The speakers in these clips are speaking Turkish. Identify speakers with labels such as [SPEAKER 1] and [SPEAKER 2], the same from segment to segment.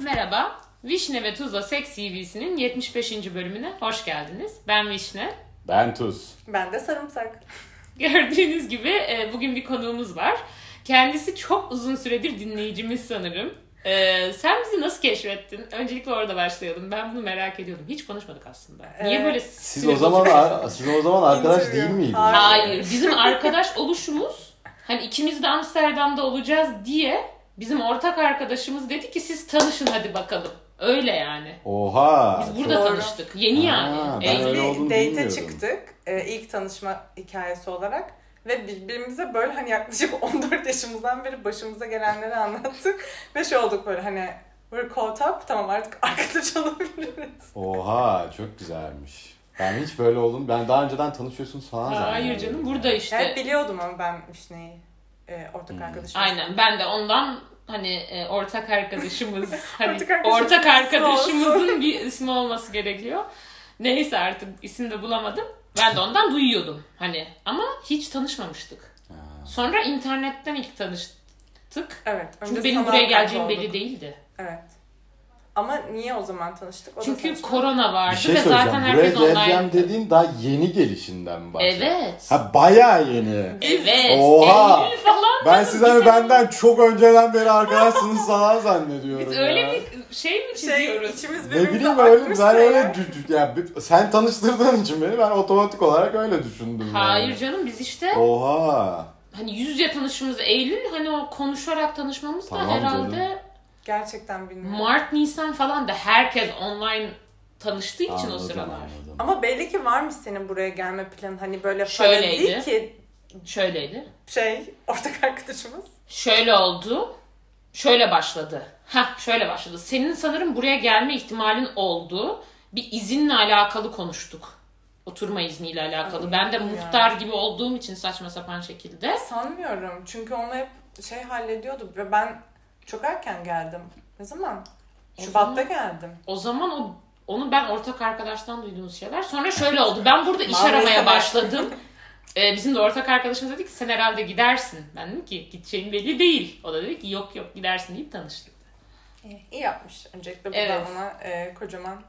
[SPEAKER 1] Merhaba, Vişne ve Tuzla Seks CV'sinin 75. bölümüne hoş geldiniz. Ben Vişne.
[SPEAKER 2] Ben Tuz.
[SPEAKER 3] Ben de sarımsak.
[SPEAKER 1] Gördüğünüz gibi e, bugün bir konuğumuz var. Kendisi çok uzun süredir dinleyicimiz sanırım. E, sen bizi nasıl keşfettin? Öncelikle orada başlayalım. Ben bunu merak ediyordum. Hiç konuşmadık aslında. Niye
[SPEAKER 3] Evet.
[SPEAKER 1] böyle
[SPEAKER 2] Ee, Siz
[SPEAKER 1] süre
[SPEAKER 2] o zaman
[SPEAKER 1] bozuyorsunuz?
[SPEAKER 2] siz o zaman arkadaş
[SPEAKER 3] Interview.
[SPEAKER 2] değil miydiniz?
[SPEAKER 3] Hayır.
[SPEAKER 1] Hayır. Bizim arkadaş oluşumuz hani ikimiz de Amsterdam'da olacağız diye bizim ortak arkadaşımız dedi ki siz tanışın hadi bakalım. Öyle yani.
[SPEAKER 2] Oha.
[SPEAKER 1] Biz burada
[SPEAKER 3] Doğru.
[SPEAKER 1] tanıştık. Yeni
[SPEAKER 2] Ha,
[SPEAKER 1] yani.
[SPEAKER 2] ben
[SPEAKER 1] Eylül.
[SPEAKER 2] öyle
[SPEAKER 3] bir
[SPEAKER 2] olduğunu
[SPEAKER 3] date
[SPEAKER 2] bilmiyordum.
[SPEAKER 3] çıktık. Ee, ilk tanışma hikayesi olarak. Ve birbirimize böyle hani yaklaşık 14 yaşımızdan beri başımıza gelenleri anlattık. Ve şey olduk böyle hani we're caught up tamam artık arkadaş olabiliriz.
[SPEAKER 2] Çok, oha çok güzelmiş. Ben hiç böyle oldum. Ben daha önceden tanışıyorsunuz falan
[SPEAKER 1] Aa, Hayır
[SPEAKER 2] zannediyordum.
[SPEAKER 1] canım burada işte.
[SPEAKER 3] Evet biliyordum ama ben Vişne'yi e, ortak
[SPEAKER 2] Hmm.
[SPEAKER 3] arkadaşım.
[SPEAKER 1] Aynen ben de ondan hani e, ortak arkadaşımız hani
[SPEAKER 3] Ortak
[SPEAKER 1] ortak,
[SPEAKER 3] arkadaşımız ismi
[SPEAKER 1] arkadaşımızın bir ismi olması gerekiyor. Neyse artık isim de bulamadım. Ben de ondan duyuyordum hani ama hiç tanışmamıştık.
[SPEAKER 2] Ha.
[SPEAKER 1] Sonra internetten ilk tanıştık.
[SPEAKER 3] Evet.
[SPEAKER 1] Çünkü
[SPEAKER 3] önce
[SPEAKER 1] benim
[SPEAKER 3] sanal
[SPEAKER 1] buraya
[SPEAKER 3] kanka
[SPEAKER 1] geleceğim
[SPEAKER 3] olduk.
[SPEAKER 1] belli değildi.
[SPEAKER 3] Evet. Ama niye o zaman tanıştık? O da
[SPEAKER 1] Çünkü
[SPEAKER 3] saçma.
[SPEAKER 1] korona vardı
[SPEAKER 2] Bir şey
[SPEAKER 1] ve zaten
[SPEAKER 2] söyleyeceğim.
[SPEAKER 1] herkes
[SPEAKER 2] Buraya
[SPEAKER 1] online.
[SPEAKER 2] geleceğim dediğin daha yeni gelişinden bahsediyor.
[SPEAKER 1] Evet.
[SPEAKER 2] Ha bayağı yeni.
[SPEAKER 1] Evet.
[SPEAKER 2] Oha!
[SPEAKER 1] Eylül falan.
[SPEAKER 2] Ben
[SPEAKER 1] dedim.
[SPEAKER 2] siz hani benden çok önceden beri arkadaşsınız falan zannediyorum
[SPEAKER 1] Biz
[SPEAKER 2] ya.
[SPEAKER 1] öyle bir şey mi
[SPEAKER 3] şey
[SPEAKER 1] çiziyoruz?
[SPEAKER 3] içimiz
[SPEAKER 2] Ne
[SPEAKER 3] birbirimize
[SPEAKER 2] bileyim öyle
[SPEAKER 3] akmış
[SPEAKER 2] ben öyle
[SPEAKER 3] şeyler.
[SPEAKER 2] dü- dü- ya bir- sen tanıştırdığın için beni ben otomatik olarak öyle düşündüm. yani.
[SPEAKER 1] Hayır canım biz işte
[SPEAKER 2] Oha.
[SPEAKER 1] hani yüz yüze tanışmamız Eylül hani o konuşarak tanışmamız
[SPEAKER 2] Tamam
[SPEAKER 1] da herhalde
[SPEAKER 2] canım.
[SPEAKER 3] Gerçekten bilmiyorum.
[SPEAKER 1] Mart Nisan falan da herkes online tanıştığı için o
[SPEAKER 2] Anladım,
[SPEAKER 1] sıralar.
[SPEAKER 2] anladım.
[SPEAKER 3] Ama belli ki varmış senin buraya gelme planı. Hani böyle
[SPEAKER 1] Şöyleydi.
[SPEAKER 3] farazi ki
[SPEAKER 1] Şöyleydi.
[SPEAKER 3] şey ortak arkadaşımız.
[SPEAKER 1] Şöyle oldu. Şöyle başladı. Ha şöyle başladı. Senin sanırım buraya gelme ihtimalin oldu. Bir izinle alakalı konuştuk. Oturma izniyle alakalı.
[SPEAKER 3] Ay,
[SPEAKER 1] Ben de
[SPEAKER 3] ya.
[SPEAKER 1] muhtar gibi olduğum için saçma sapan şekilde.
[SPEAKER 3] Sanmıyorum. Çünkü onu hep şey hallediyordu. Ve ben çok erken geldim. Ne zaman?
[SPEAKER 1] O
[SPEAKER 3] Şubat'ta
[SPEAKER 1] zaman-
[SPEAKER 3] geldim.
[SPEAKER 1] O zaman o onu ben ortak arkadaştan duyduğumuz şeyler. Sonra şöyle oldu. Ben burada iş
[SPEAKER 3] Vallahi
[SPEAKER 1] aramaya
[SPEAKER 3] sen-
[SPEAKER 1] başladım. Ee, bizim de ortak arkadaşımız dedi ki sen herhalde gidersin. Ben dedim ki gideceğim belli değil. O da dedi ki yok yok gidersin deyip tanıştık.
[SPEAKER 3] İyi, iyi yapmış. Öncelikle buradan
[SPEAKER 1] Evet.
[SPEAKER 3] ona e, kocaman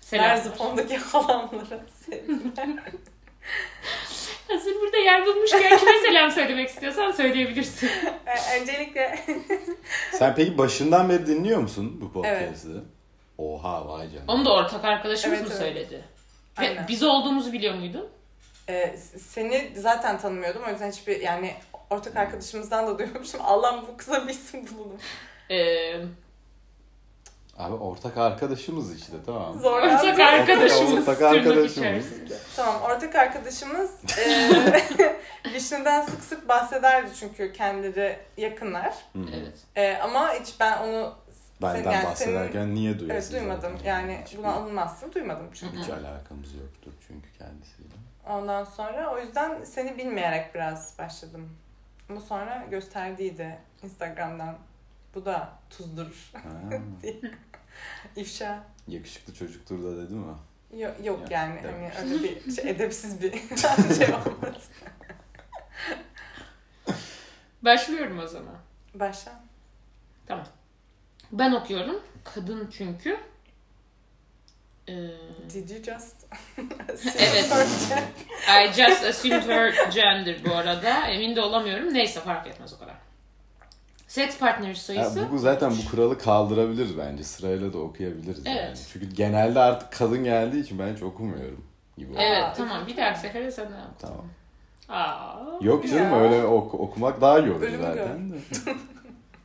[SPEAKER 1] Selam.
[SPEAKER 3] Merzifon'daki halamlara sevgiler.
[SPEAKER 1] Hazır burada yer bulmuşken kime selam söylemek istiyorsan söyleyebilirsin.
[SPEAKER 3] E, Öncelikle
[SPEAKER 2] Sen peki başından beri dinliyor musun bu
[SPEAKER 3] Evet.
[SPEAKER 2] podcast'i? Oha vay canına.
[SPEAKER 1] Onu da ortak arkadaşımız
[SPEAKER 3] Evet,
[SPEAKER 1] mı
[SPEAKER 3] evet.
[SPEAKER 1] söyledi? Ve
[SPEAKER 3] Aynen.
[SPEAKER 1] biz olduğumuzu biliyor muydun?
[SPEAKER 3] e, s- seni zaten tanımıyordum. O yüzden hiçbir yani ortak arkadaşımızdan da duymamıştım. Allah'ım bu kıza bir isim bulalım.
[SPEAKER 1] Ee,
[SPEAKER 2] Abi ortak arkadaşımız işte tamam.
[SPEAKER 1] ortak
[SPEAKER 3] Zorlandım.
[SPEAKER 1] arkadaşımız.
[SPEAKER 2] Ortak
[SPEAKER 1] tırnak
[SPEAKER 2] arkadaşımız.
[SPEAKER 1] içerisinde.
[SPEAKER 3] Tamam ortak arkadaşımız e, Vişne'den sık sık bahsederdi çünkü kendileri yakınlar.
[SPEAKER 2] Hı hı.
[SPEAKER 1] Evet.
[SPEAKER 3] E, ama hiç ben onu
[SPEAKER 2] Benden
[SPEAKER 3] Sen- yani
[SPEAKER 2] bahsederken niye
[SPEAKER 3] evet,
[SPEAKER 2] duyuyorsun?
[SPEAKER 3] duymadım.
[SPEAKER 2] zaten?
[SPEAKER 3] Yani
[SPEAKER 2] hiç,
[SPEAKER 3] buna alınmazsın duymadım çünkü.
[SPEAKER 2] hiç alakamız yoktur çünkü kendisiyle.
[SPEAKER 3] Ondan sonra o yüzden seni bilmeyerek biraz başladım. Ama sonra gösterdiydi Instagram'dan. Bu da tuzdur
[SPEAKER 2] Ha,
[SPEAKER 3] ifşa.
[SPEAKER 2] yakışıklı çocuktur da dedi mi?
[SPEAKER 3] Yo- yok
[SPEAKER 2] Ya,
[SPEAKER 3] yani hani
[SPEAKER 2] dememiş.
[SPEAKER 3] öyle bir şey, edepsiz bir şey olmadı.
[SPEAKER 1] Başlıyorum o zaman.
[SPEAKER 3] Başla.
[SPEAKER 1] Tamam. Ben okuyorum. Kadın çünkü. Ee,
[SPEAKER 3] Did you just?
[SPEAKER 1] Evet. I just assumed her gender bu arada. Emin de olamıyorum. Neyse fark etmez o kadar. Seks partneri
[SPEAKER 2] Ya
[SPEAKER 1] sayısı.
[SPEAKER 2] bu zaten bu kuralı kaldırabiliriz bence. Sırayla da okuyabiliriz yani.
[SPEAKER 1] Evet.
[SPEAKER 2] Çünkü genelde artık kadın geldiği için ben hiç okumuyorum gibi. oldu.
[SPEAKER 1] Evet
[SPEAKER 3] Aa,
[SPEAKER 1] tamam bir dahaki sefere sen de yap.
[SPEAKER 2] Tamam.
[SPEAKER 1] Aa.
[SPEAKER 2] Yok canım
[SPEAKER 3] Ya.
[SPEAKER 2] öyle ok- okumak daha yorucu
[SPEAKER 3] Ölümü gör.
[SPEAKER 2] zaten de.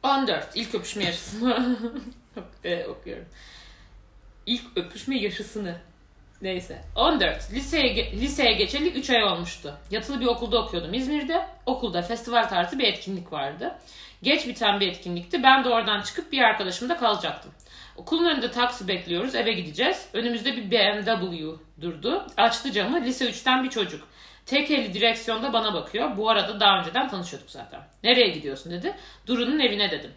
[SPEAKER 1] 14. İlk öpüşme yarışısını Ee, okuyorum. İlk öpüşme yarışısını. Neyse. 14. Liseye, ge- liseye geçeli 3 ay olmuştu. Yatılı bir okulda okuyordum İzmir'de. Okulda festival tarzı bir etkinlik vardı. Geç biten bir etkinlikti. Ben de oradan çıkıp bir arkadaşımda kalacaktım. Okulun önünde taksi bekliyoruz. Eve gideceğiz. Önümüzde bir BMW durdu. Açtı camı. Lise 3'ten bir çocuk. Tek eli direksiyonda bana bakıyor. Bu arada daha önceden tanışıyorduk zaten. Nereye gidiyorsun dedi. Duru'nun evine dedim.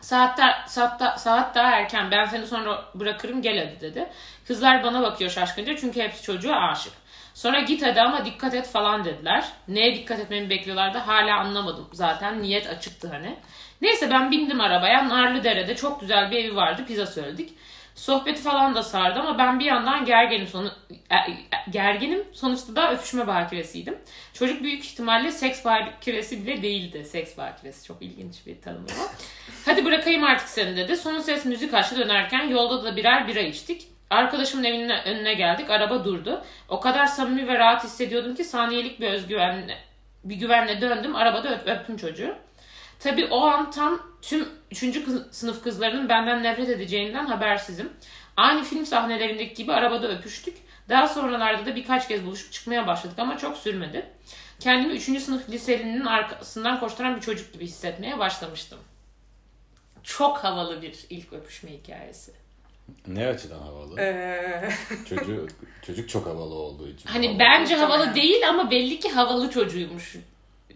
[SPEAKER 1] Saat, da- saat, da- saat daha erken ben seni sonra bırakırım gel hadi dedi. Kızlar bana bakıyor şaşkınca çünkü hepsi çocuğa aşık. Sonra git hadi ama dikkat et falan dediler. Neye dikkat etmemi bekliyorlardı hala anlamadım. Zaten niyet açıktı hani. Neyse ben bindim arabaya. Narlıdere'de çok güzel bir evi vardı. Pizza söyledik. Sohbeti falan da sardı ama ben bir yandan gerginim sonu e, e, gerginim sonuçta da öpüşme bakiresiydim. Çocuk büyük ihtimalle seks bakiresi bile değildi. Seks bakiresi çok ilginç bir tanım ama. Hadi bırakayım artık seni dedi. Son ses müzik açtı dönerken yolda da birer bira içtik. Arkadaşımın evinin önüne geldik. Araba durdu. O kadar samimi ve rahat hissediyordum ki saniyelik bir özgüvenle bir güvenle döndüm. Arabada öp, öptüm çocuğu. Tabii o an tam tüm 3. Kız, sınıf kızlarının benden nefret edeceğinden habersizim. Aynı film sahnelerindeki gibi arabada öpüştük. Daha sonralarda da birkaç kez buluşup çıkmaya başladık ama çok sürmedi. Kendimi 3. sınıf liselinin arkasından koşturan bir çocuk gibi hissetmeye başlamıştım. Çok havalı bir ilk öpüşme hikayesi.
[SPEAKER 2] Ne açıdan havalı?
[SPEAKER 3] Ee,
[SPEAKER 2] Çocuk, çocuk çok havalı olduğu için.
[SPEAKER 1] Hani
[SPEAKER 2] havalı.
[SPEAKER 1] bence
[SPEAKER 3] Muhtemelen.
[SPEAKER 1] havalı değil ama belli ki havalı çocuğuymuş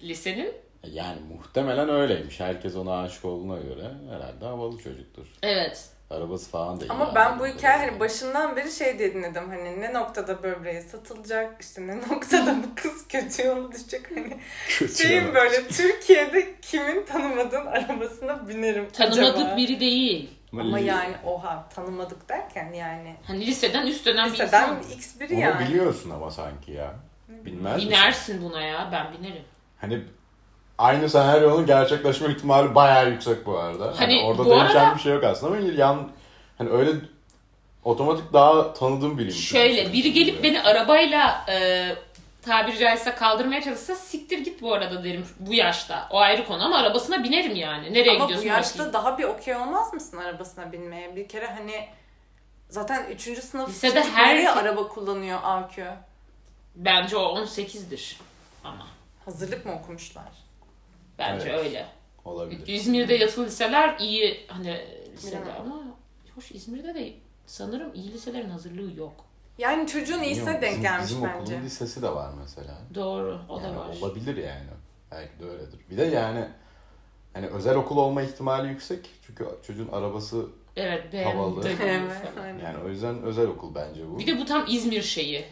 [SPEAKER 1] lisenin.
[SPEAKER 2] E, Yani muhtemelen öyleymiş. Herkes ona aşık olduğuna göre herhalde havalı çocuktur.
[SPEAKER 1] Evet.
[SPEAKER 2] Arabası falan değil.
[SPEAKER 3] ama
[SPEAKER 2] yani.
[SPEAKER 3] ben bu hikaye hani başından beri şey diye dinledim hani ne noktada böbreği satılacak işte ne noktada bu kız kötü yola düşecek hani
[SPEAKER 2] Kötü
[SPEAKER 3] şeyim
[SPEAKER 2] yalan.
[SPEAKER 3] böyle Türkiye'de kimin tanımadığın arabasına binerim acaba?
[SPEAKER 1] Tanımadık biri değil.
[SPEAKER 3] Ama yani oha tanımadık derken yani
[SPEAKER 1] Hani liseden üst dönem bir
[SPEAKER 3] liseden
[SPEAKER 1] insan.
[SPEAKER 3] x biri
[SPEAKER 2] Bunu
[SPEAKER 3] yani. Hmm.
[SPEAKER 2] biliyorsun ama sanki ya. Bilmez misin?
[SPEAKER 1] Binersin buna ya. Ben binerim.
[SPEAKER 2] Hani aynı senaryonun gerçekleşme ihtimali bayağı yüksek bu arada. Hani,
[SPEAKER 1] Hani
[SPEAKER 2] orada
[SPEAKER 1] bu
[SPEAKER 2] değişen
[SPEAKER 1] arada-
[SPEAKER 2] bir şey yok aslında ama yan hani öyle otomatik daha tanıdığım birim.
[SPEAKER 1] Şöyle biri gelip beni arabayla e, tabiri caizse kaldırmaya çalışsa siktir git bu arada derim bu yaşta. O ayrı konu ama arabasına binerim yani. Nereye
[SPEAKER 3] Ama bu
[SPEAKER 1] gidiyorsun?
[SPEAKER 3] yaşta
[SPEAKER 1] bakayım?
[SPEAKER 3] daha bir okey olmaz mısın arabasına binmeye? Bir kere hani zaten 3. sınıf
[SPEAKER 1] Lisede
[SPEAKER 3] çocuk
[SPEAKER 1] her-
[SPEAKER 3] nereye araba kullanıyor AQ?
[SPEAKER 1] Bence o 18'dir ama.
[SPEAKER 3] Hazırlık mı okumuşlar?
[SPEAKER 1] Bence
[SPEAKER 2] Evet.
[SPEAKER 1] öyle.
[SPEAKER 2] olabilir.
[SPEAKER 1] İzmir'de yatılı liseler iyi hani liseler
[SPEAKER 3] Bilemem.
[SPEAKER 1] ama hoş İzmir'de de sanırım iyi liselerin hazırlığı yok.
[SPEAKER 3] Yani çocuğun iyisine
[SPEAKER 2] Bilmiyorum,
[SPEAKER 3] denk
[SPEAKER 2] bizim-
[SPEAKER 3] gelmiş
[SPEAKER 2] bizim
[SPEAKER 3] bence.
[SPEAKER 2] okulun lisesi de var mesela.
[SPEAKER 1] Doğru o
[SPEAKER 2] Yani
[SPEAKER 1] da var.
[SPEAKER 2] olabilir yani. Belki de öyledir. Bir de yani hani özel okul olma ihtimali yüksek. Çünkü çocuğun arabası
[SPEAKER 1] Evet
[SPEAKER 2] Havalı.
[SPEAKER 1] BMW
[SPEAKER 3] Evet,
[SPEAKER 1] falan.
[SPEAKER 3] aynen.
[SPEAKER 2] yani o yüzden özel okul bence bu.
[SPEAKER 1] Bir de şey bu tam İzmir şeyi.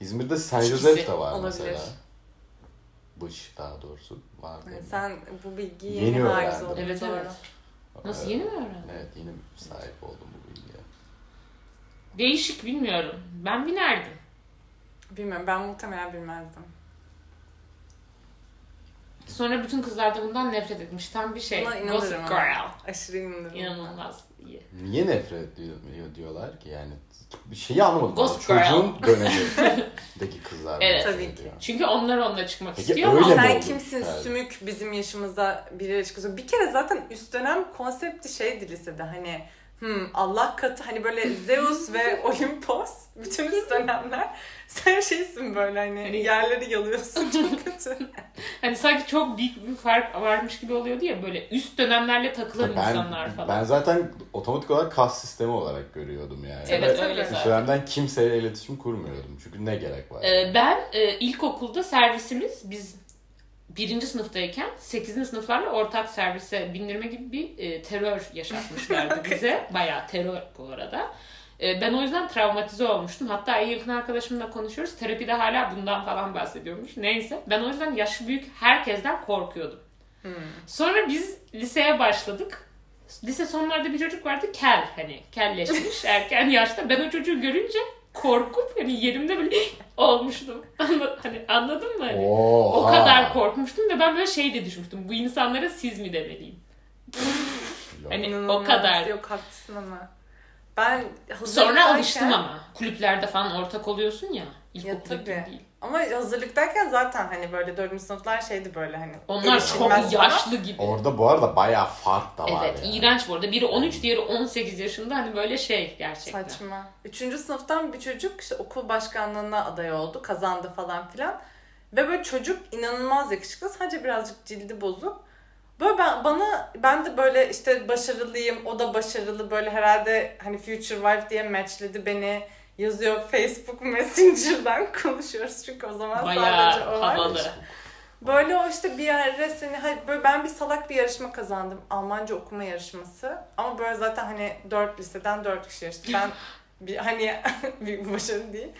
[SPEAKER 2] İzmir'de San
[SPEAKER 1] İkisi
[SPEAKER 2] Josef de var
[SPEAKER 3] olabilir.
[SPEAKER 2] mesela. Bış daha doğrusu var değil
[SPEAKER 3] Yani
[SPEAKER 2] mi?
[SPEAKER 3] sen bu bilgiyi
[SPEAKER 2] Yeni
[SPEAKER 3] yeni haiz
[SPEAKER 2] öğrendim.
[SPEAKER 3] oldun.
[SPEAKER 1] Evet
[SPEAKER 3] Doğru.
[SPEAKER 1] evet. Nasıl yeni mi öğrendin?
[SPEAKER 2] Ee, Evet yeni sahip oldum bu bilgiye.
[SPEAKER 1] Değişik bilmiyorum. Ben binerdim.
[SPEAKER 3] Bilmiyorum ben muhtemelen bilmezdim.
[SPEAKER 1] Sonra bütün kızlar da bundan nefret etmiş. Tam bir şey.
[SPEAKER 3] Buna
[SPEAKER 1] Gossip
[SPEAKER 3] inanırım.
[SPEAKER 1] Girl.
[SPEAKER 3] Aşırı inanırım.
[SPEAKER 1] İnanılmaz iyi.
[SPEAKER 2] Niye nefret ediyor diyorlar ki yani bir şeyi anlamadım.
[SPEAKER 1] Ghost
[SPEAKER 2] Çocuğun dönemindeki kızlar
[SPEAKER 1] Evet.
[SPEAKER 2] nefret
[SPEAKER 3] Tabii ki.
[SPEAKER 2] ediyor.
[SPEAKER 1] Çünkü onlar onunla çıkmak
[SPEAKER 2] Peki
[SPEAKER 1] istiyor
[SPEAKER 2] öyle
[SPEAKER 1] ama
[SPEAKER 2] mi?
[SPEAKER 3] Sen
[SPEAKER 2] oldu?
[SPEAKER 3] kimsin
[SPEAKER 2] Evet.
[SPEAKER 3] sümük bizim yaşımızda biriyle çıkıyorsun. Bir kere zaten üst dönem konsepti şeydi lisede hani hmm, Allah katı hani böyle Zeus ve Olimpos bütün üst dönemler sen şeysin böyle hani,
[SPEAKER 1] Hani-
[SPEAKER 3] yerleri yalıyorsun çok kötü.
[SPEAKER 1] hani sanki çok büyük bir fark varmış gibi oluyordu ya böyle üst dönemlerle takılan insanlar falan.
[SPEAKER 2] ben zaten otomatik olarak kas sistemi olarak görüyordum yani.
[SPEAKER 1] evet
[SPEAKER 3] Tabii,
[SPEAKER 1] öyle
[SPEAKER 3] tabii.
[SPEAKER 2] Ve
[SPEAKER 1] zaten.
[SPEAKER 2] Dönemden kimseyle iletişim kurmuyordum. Çünkü ne gerek var?
[SPEAKER 1] Ee, ben e, ilkokulda servisimiz biz birinci sınıftayken 8. sınıflarla ortak servise bindirme gibi bir e, terör yaşatmışlardı bize. Bayağı terör bu arada. E, ben o yüzden travmatize olmuştum. Hatta en yakın arkadaşımla konuşuyoruz. Terapide hala bundan falan bahsediyormuş. Neyse. Ben o yüzden yaşlı büyük herkesten korkuyordum. Sonra biz liseye başladık. Lise sonlarda bir çocuk vardı kel hani kelleşmiş erken yaşta. Ben o çocuğu görünce korkup hani yerimde böyle olmuştum. Anla- hani anladın mı? Hani?
[SPEAKER 2] Oha.
[SPEAKER 1] O kadar korkmuştum ve ben böyle şey de düşmüştüm. Bu insanlara siz mi demeliyim? Hani o
[SPEAKER 3] İnanılmaz.
[SPEAKER 1] kadar.
[SPEAKER 3] Yok haklısın ama. Ben
[SPEAKER 1] Sonra
[SPEAKER 3] hazırlıktayken-
[SPEAKER 1] alıştım ama. Kulüplerde falan ortak oluyorsun ya.
[SPEAKER 3] Ya
[SPEAKER 1] İlkokuldaki
[SPEAKER 3] tabii.
[SPEAKER 1] değil.
[SPEAKER 3] Ama hazırlıktayken zaten hani böyle dördüncü sınıflar şeydi böyle hani.
[SPEAKER 1] Onlar çok
[SPEAKER 3] erişilmez falan.
[SPEAKER 1] yaşlı gibi.
[SPEAKER 2] Orada bu arada bayağı fark da var
[SPEAKER 1] evet,
[SPEAKER 2] yani.
[SPEAKER 1] iğrenç bu arada. Biri 13, diğeri 18 yaşında hani böyle şey gerçekten.
[SPEAKER 3] Saçma. Üçüncü sınıftan bir çocuk işte okul başkanlığına aday oldu. Kazandı falan filan. Ve böyle çocuk inanılmaz yakışıklı. Sadece birazcık cildi bozuk. Böyle ben, bana ben de böyle işte başarılıyım. O da başarılı. Böyle herhalde hani Future Wife diye matchledi beni. Yazıyor Facebook Messenger'dan konuşuyoruz. Çünkü o zaman sadece
[SPEAKER 1] Bayağı
[SPEAKER 3] o var.
[SPEAKER 1] havalı.
[SPEAKER 3] Böyle o işte bir yerde seni hayır böyle ben bir salak bir yarışma kazandım. Almanca okuma yarışması. Ama böyle zaten hani dört liseden dört kişi yarıştı. Ben bir hani bir başarı değil.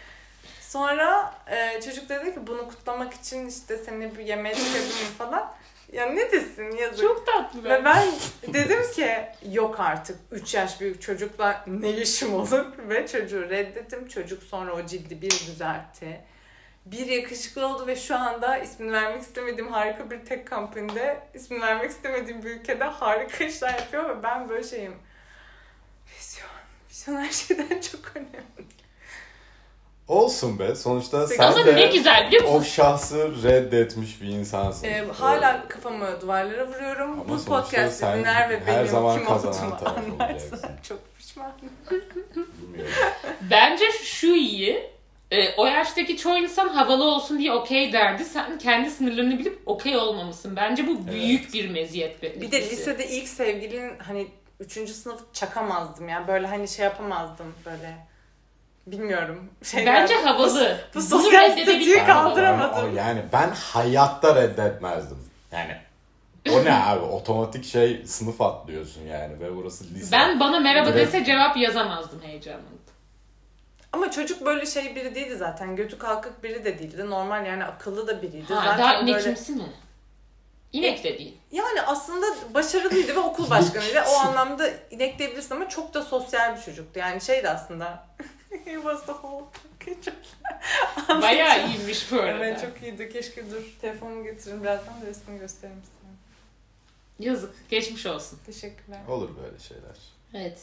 [SPEAKER 3] Sonra e, çocuk dedi ki bunu kutlamak için işte seni bir yemeğe çıkabilirim falan. Ya ne desin yazık.
[SPEAKER 1] Çok tatlı.
[SPEAKER 3] Ve
[SPEAKER 1] Ben.
[SPEAKER 3] ben dedim ki yok artık 3 yaş büyük çocukla ne işim olur ve çocuğu reddettim. Çocuk sonra o cildi bir düzeltti. Bir yakışıklı oldu ve şu anda ismini vermek istemediğim harika bir tek kampinde ismini vermek istemediğim bir ülkede harika işler yapıyor ve ben böyle şeyim. Vizyon. Vizyon her şeyden çok önemli.
[SPEAKER 2] Olsun be. Sonuçta
[SPEAKER 3] Peki,
[SPEAKER 2] sen
[SPEAKER 1] Ama
[SPEAKER 2] de
[SPEAKER 1] ne güzel biliyor musun?
[SPEAKER 2] o şahsı reddetmiş bir insansın.
[SPEAKER 3] Ee, hala kafamı duvarlara vuruyorum.
[SPEAKER 2] Ama
[SPEAKER 3] Bu
[SPEAKER 2] sonuçta
[SPEAKER 3] podcast'i
[SPEAKER 2] sen
[SPEAKER 3] dinler ve
[SPEAKER 2] her
[SPEAKER 3] benim
[SPEAKER 2] zaman
[SPEAKER 3] kim
[SPEAKER 2] kazanan
[SPEAKER 3] olduğumu
[SPEAKER 2] taraf
[SPEAKER 3] anlarsa
[SPEAKER 2] olacaksın.
[SPEAKER 3] çok pişmanım.
[SPEAKER 2] Bilmiyorum.
[SPEAKER 1] Bence şu iyi. E, o yaştaki çoğu insan havalı olsun diye okey derdi. Sen kendi sınırlarını bilip okey olmamışsın. Bence bu büyük bir meziyet. be-
[SPEAKER 3] Bir de
[SPEAKER 1] listesi.
[SPEAKER 3] lisede ilk sevgilin hani üçüncü sınıf çakamazdım yani böyle hani şey yapamazdım böyle bilmiyorum. Şeyler.
[SPEAKER 1] Bence havalı.
[SPEAKER 3] Bu
[SPEAKER 1] Bunu
[SPEAKER 3] sosyal
[SPEAKER 1] reddedebilmek-
[SPEAKER 3] statüyü kaldıramam.
[SPEAKER 2] Ben-
[SPEAKER 3] Kaldıramadım.
[SPEAKER 2] yani ben hayatta reddetmezdim. Yani o ne abi? Otomatik şey sınıf atlıyorsun yani ve burası lise.
[SPEAKER 1] Ben bana merhaba
[SPEAKER 2] Direkt-
[SPEAKER 1] dese cevap yazamazdım heyecanla.
[SPEAKER 3] Ama çocuk böyle şey biri değildi zaten. Götü kalkık biri de değildi. Normal yani akıllı da biriydi.
[SPEAKER 1] Ha,
[SPEAKER 3] zaten
[SPEAKER 1] daha
[SPEAKER 3] böyle...
[SPEAKER 1] inekçimsi mi? İnek de değil.
[SPEAKER 3] Yani aslında başarılıydı ve okul başkanıydı. O anlamda inekleyebilirsin ama çok da sosyal bir çocuktu. Yani şeydi aslında. He was the whole package.
[SPEAKER 1] Bayağı iyiymiş bu arada.
[SPEAKER 3] Ben çok iyiydi. Keşke dur telefonumu getirin birazdan da resmini göstereyim sana.
[SPEAKER 1] Yazık. Geçmiş olsun.
[SPEAKER 3] Teşekkürler.
[SPEAKER 2] Olur böyle şeyler.
[SPEAKER 1] Evet.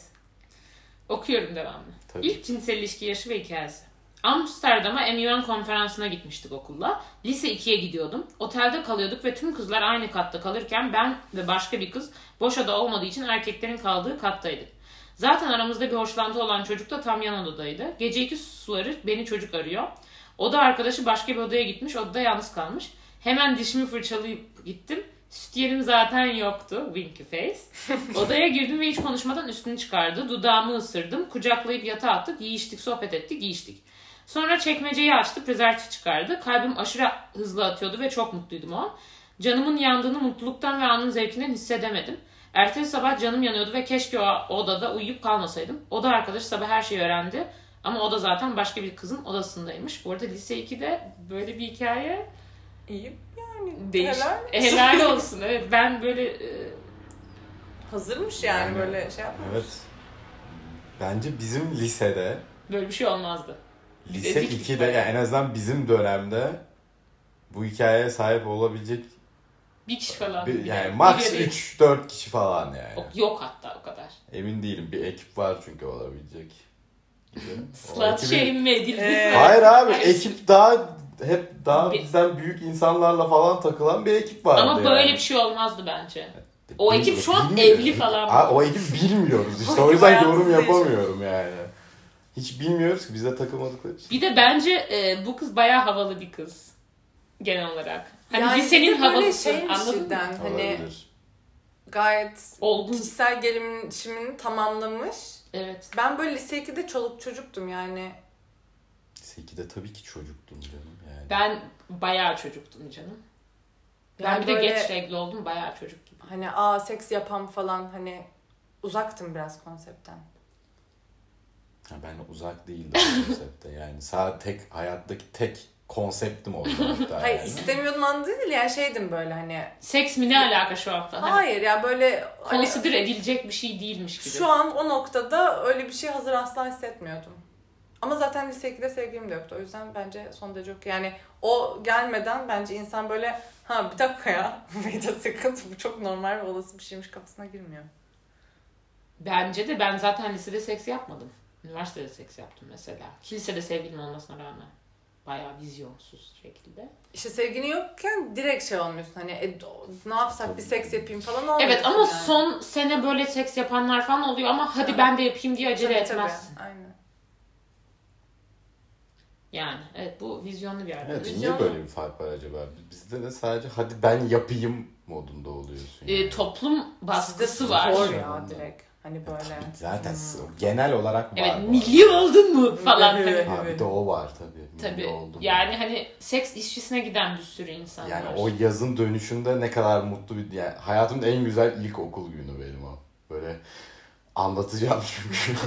[SPEAKER 1] Okuyorum devamlı.
[SPEAKER 2] Tabii.
[SPEAKER 1] İlk cinsel ilişki yaşı ve hikayesi. Amsterdam'a MUN konferansına gitmiştik okulla. Lise 2'ye gidiyordum. Otelde kalıyorduk ve tüm kızlar aynı katta kalırken ben ve başka bir kız boş oda olmadığı için erkeklerin kaldığı kattaydık. Zaten aramızda bir hoşlantı olan çocuk da tam yan odadaydı. Gece 2 suları beni çocuk arıyor. Oda arkadaşı başka bir odaya gitmiş. Odada yalnız kalmış. Hemen dişimi fırçalayıp gittim. Sütyerim zaten yoktu. Winky face. Odaya girdim ve hiç konuşmadan üstünü çıkardı. Dudağımı ısırdım. Kucaklayıp yatağa attık. Yiyiştik, sohbet ettik, yiyiştik. Sonra çekmeceyi açtı, prezervatif çıkardı. Kalbim aşırı hızlı atıyordu ve çok mutluydum o an. Canımın yandığını mutluluktan ve anın zevkinden hissedemedim. Ertesi sabah canım yanıyordu ve keşke o odada uyuyup kalmasaydım. Oda arkadaşı sabah her şeyi öğrendi. Ama o da zaten başka bir kızın odasındaymış. Bu arada lise 2'de böyle bir hikaye
[SPEAKER 3] İyi yani.
[SPEAKER 1] değiş.
[SPEAKER 3] Helal.
[SPEAKER 1] E, helal olsun. Evet ben böyle e,
[SPEAKER 3] Hazırmış yani,
[SPEAKER 2] Yani.
[SPEAKER 3] böyle şey yapma.
[SPEAKER 2] Evet. Bence bizim lisede,
[SPEAKER 1] böyle bir şey olmazdı.
[SPEAKER 2] lise
[SPEAKER 1] Dedik.
[SPEAKER 2] 2'de yani en azından bizim dönemde bu hikayeye sahip olabilecek
[SPEAKER 1] Bir kişi falan.
[SPEAKER 2] bir,
[SPEAKER 1] Bir şey de-
[SPEAKER 2] yani max
[SPEAKER 1] bir de-
[SPEAKER 2] 3-4 kişi falan yani.
[SPEAKER 1] O- Yok hatta o kadar.
[SPEAKER 2] Emin değilim. Bir ekip var çünkü olabilecek. gibi. O
[SPEAKER 1] Slut
[SPEAKER 2] ekibin-
[SPEAKER 1] shame mi edildi?
[SPEAKER 3] Ee,
[SPEAKER 2] Hayır abi
[SPEAKER 1] Hayır.
[SPEAKER 2] ekip daha hep daha
[SPEAKER 1] Bir-
[SPEAKER 2] bizden büyük insanlarla falan takılan bir ekip vardı.
[SPEAKER 1] Ama
[SPEAKER 2] yani.
[SPEAKER 1] böyle bir şey olmazdı bence. o
[SPEAKER 2] Bil-
[SPEAKER 1] ekip şu an
[SPEAKER 2] bilmiyorum.
[SPEAKER 1] evli falan.
[SPEAKER 2] Ha, o ekip bilmiyoruz
[SPEAKER 3] O
[SPEAKER 2] işte
[SPEAKER 3] ekip
[SPEAKER 2] o yüzden
[SPEAKER 3] hayatımızı
[SPEAKER 2] yorum
[SPEAKER 3] yaşamış.
[SPEAKER 2] yapamıyorum yani. Hiç bilmiyoruz ki bizde takılmadıkları için.
[SPEAKER 1] Bir de bence e, bu kız bayağı havalı bir kız. Genel olarak. Hani
[SPEAKER 3] yani
[SPEAKER 1] lisenin
[SPEAKER 3] bir de böyle şey
[SPEAKER 1] havalısı
[SPEAKER 3] şeymiş
[SPEAKER 1] anladın mı?
[SPEAKER 3] cidden, Hani
[SPEAKER 2] Olabilir.
[SPEAKER 3] gayet
[SPEAKER 1] Olgun.
[SPEAKER 3] kişisel gelişimini tamamlamış.
[SPEAKER 1] Evet.
[SPEAKER 3] Ben böyle lise 2'de çoluk çocuktum yani.
[SPEAKER 2] Lise 2'de tabii ki çocuktum canım yani.
[SPEAKER 1] Ben bayağı çocuktum canım. Ben
[SPEAKER 3] Yani
[SPEAKER 1] bir de
[SPEAKER 3] böyle-
[SPEAKER 1] geç şey- renkli oldum bayağı çocuk gibi.
[SPEAKER 3] Hani aa seks yapan falan hani uzaktım biraz konseptten.
[SPEAKER 2] Ha, ben uzak değildim o konsepte yani. Sadece tek hayattaki tek konseptim oldu hatta
[SPEAKER 3] Hayır
[SPEAKER 2] yani.
[SPEAKER 3] istemiyordum anı değil yani şeydim böyle hani.
[SPEAKER 1] Seks mi ne alaka şu an falan. Hani
[SPEAKER 3] Hayır ya böyle hani
[SPEAKER 1] Consider edilecek bir şey değilmiş gibi.
[SPEAKER 3] şu an o noktada öyle bir şey hazır asla hissetmiyordum. Ama zaten lise 2'de sevgilim de yoktu. O yüzden bence son derece okey. Yani o gelmeden bence insan böyle ha bir dakika ya. Wait a second. Bu çok normal ve olası bir şeymiş kafasına girmiyor.
[SPEAKER 1] Bence de ben zaten lisede seks yapmadım. Üniversitede seks yaptım mesela. Kilisede sevgilim olmasına rağmen. Bayağı vizyonsuz şekilde.
[SPEAKER 3] İşte sevgini yokken direkt şey olmuyorsun. Hani e, do- ne yapsak bir seks yapayım falan olmuyorsun.
[SPEAKER 1] Evet ama
[SPEAKER 3] yani.
[SPEAKER 1] son sene böyle seks yapanlar falan oluyor ama hadi
[SPEAKER 3] Evet.
[SPEAKER 1] ben de yapayım diye acele
[SPEAKER 3] Tabii, tabii.
[SPEAKER 1] etmezsin.
[SPEAKER 3] Aynen.
[SPEAKER 1] Yani evet bu vizyonlu bir arkadaş.
[SPEAKER 2] Evet, niye
[SPEAKER 3] Vizyon-
[SPEAKER 2] böyle bir fark var acaba? Bizde de sadece hadi ben yapayım modunda oluyorsun.
[SPEAKER 1] Ee,
[SPEAKER 2] yani.
[SPEAKER 1] toplum baskısı
[SPEAKER 3] Sizde
[SPEAKER 1] var.
[SPEAKER 3] spor ya direkt. Hani
[SPEAKER 2] Ya
[SPEAKER 3] böyle.
[SPEAKER 2] tabii, zaten genel olarak var.
[SPEAKER 1] Evet
[SPEAKER 2] bu
[SPEAKER 1] milli oldun mu falan.
[SPEAKER 3] Milli.
[SPEAKER 1] Tabii.
[SPEAKER 2] arada. Ha, bir de o var tabii.
[SPEAKER 1] Tabii.
[SPEAKER 2] Milli oldum.
[SPEAKER 1] Yani hani seks işçisine giden bir sürü insan
[SPEAKER 2] Yani
[SPEAKER 1] var.
[SPEAKER 2] o yazın dönüşünde ne kadar mutlu bir... Yani hayatımın en güzel ilkokul günü benim o. Böyle Anlatacağım çünkü.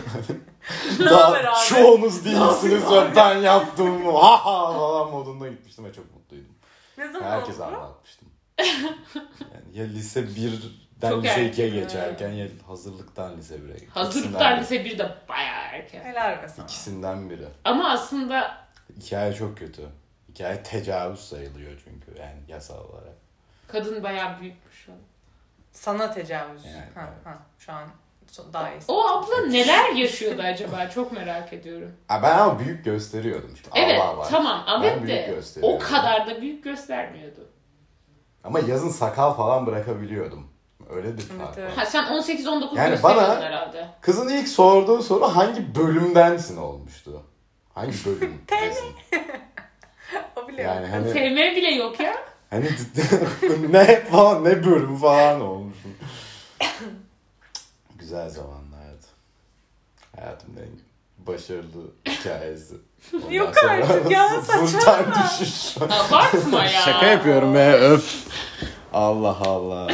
[SPEAKER 3] Ne haber abi?
[SPEAKER 2] Daha çoğunuz değilsiniz
[SPEAKER 3] yapıyorsun
[SPEAKER 2] ve ben yaptım. Ha ha falan modunda gitmiştim ve çok mutluydum.
[SPEAKER 3] Ne zaman
[SPEAKER 2] Herkese
[SPEAKER 3] oldu?
[SPEAKER 2] anlatmıştım. Yani ya lise 1'den
[SPEAKER 1] Çok
[SPEAKER 2] lise
[SPEAKER 1] erken.
[SPEAKER 2] 2'ye geçerken ya hazırlıktan lise 1'e. İkisinden
[SPEAKER 1] Hazırlıklar
[SPEAKER 2] biri.
[SPEAKER 1] lise 1'de bayağı erken.
[SPEAKER 3] Helal be sana.
[SPEAKER 2] İkisinden biri.
[SPEAKER 1] Ama aslında
[SPEAKER 2] Hikaye çok kötü. Hikaye tecavüz sayılıyor çünkü yani yasal olarak.
[SPEAKER 1] kadın bayağı büyükmüş. o.
[SPEAKER 3] Sana tecavüz.
[SPEAKER 2] Evet,
[SPEAKER 3] ha,
[SPEAKER 2] evet.
[SPEAKER 3] ha. Şu an so- daha iyi.
[SPEAKER 1] O abla neler yaşıyordu acaba çok merak ediyorum.
[SPEAKER 2] Ha, ben ama büyük gösteriyordum. Şimdi
[SPEAKER 1] Evet
[SPEAKER 2] Allah var.
[SPEAKER 1] tamam
[SPEAKER 2] Ben
[SPEAKER 1] evet
[SPEAKER 2] büyük
[SPEAKER 1] de o
[SPEAKER 2] gösteriyorum.
[SPEAKER 1] kadar da büyük göstermiyordu.
[SPEAKER 2] Ama yazın sakal falan bırakabiliyordum. Öyle bir
[SPEAKER 3] Evet,
[SPEAKER 2] fark var.
[SPEAKER 3] evet.
[SPEAKER 1] Ha sen 18-19
[SPEAKER 2] Yani
[SPEAKER 1] gösteriyordun
[SPEAKER 2] bana-
[SPEAKER 1] herhalde.
[SPEAKER 2] Kızın ilk sorduğu soru hangi bölümdensin olmuştu? Hangi bölüm?
[SPEAKER 3] O bile
[SPEAKER 2] yani
[SPEAKER 3] yok.
[SPEAKER 2] hani
[SPEAKER 1] TM bile yok ya.
[SPEAKER 2] hani ne falan ne bölüm falan olmuşum. Güzel zamanlardı. Hayatımın en başarılı hikayesi. Ondan
[SPEAKER 3] Yok
[SPEAKER 2] sonra
[SPEAKER 3] artık ya,
[SPEAKER 2] full-time düşüş.
[SPEAKER 1] Abartma ya.
[SPEAKER 2] Şaka yapıyorum be öf. Allah Allah.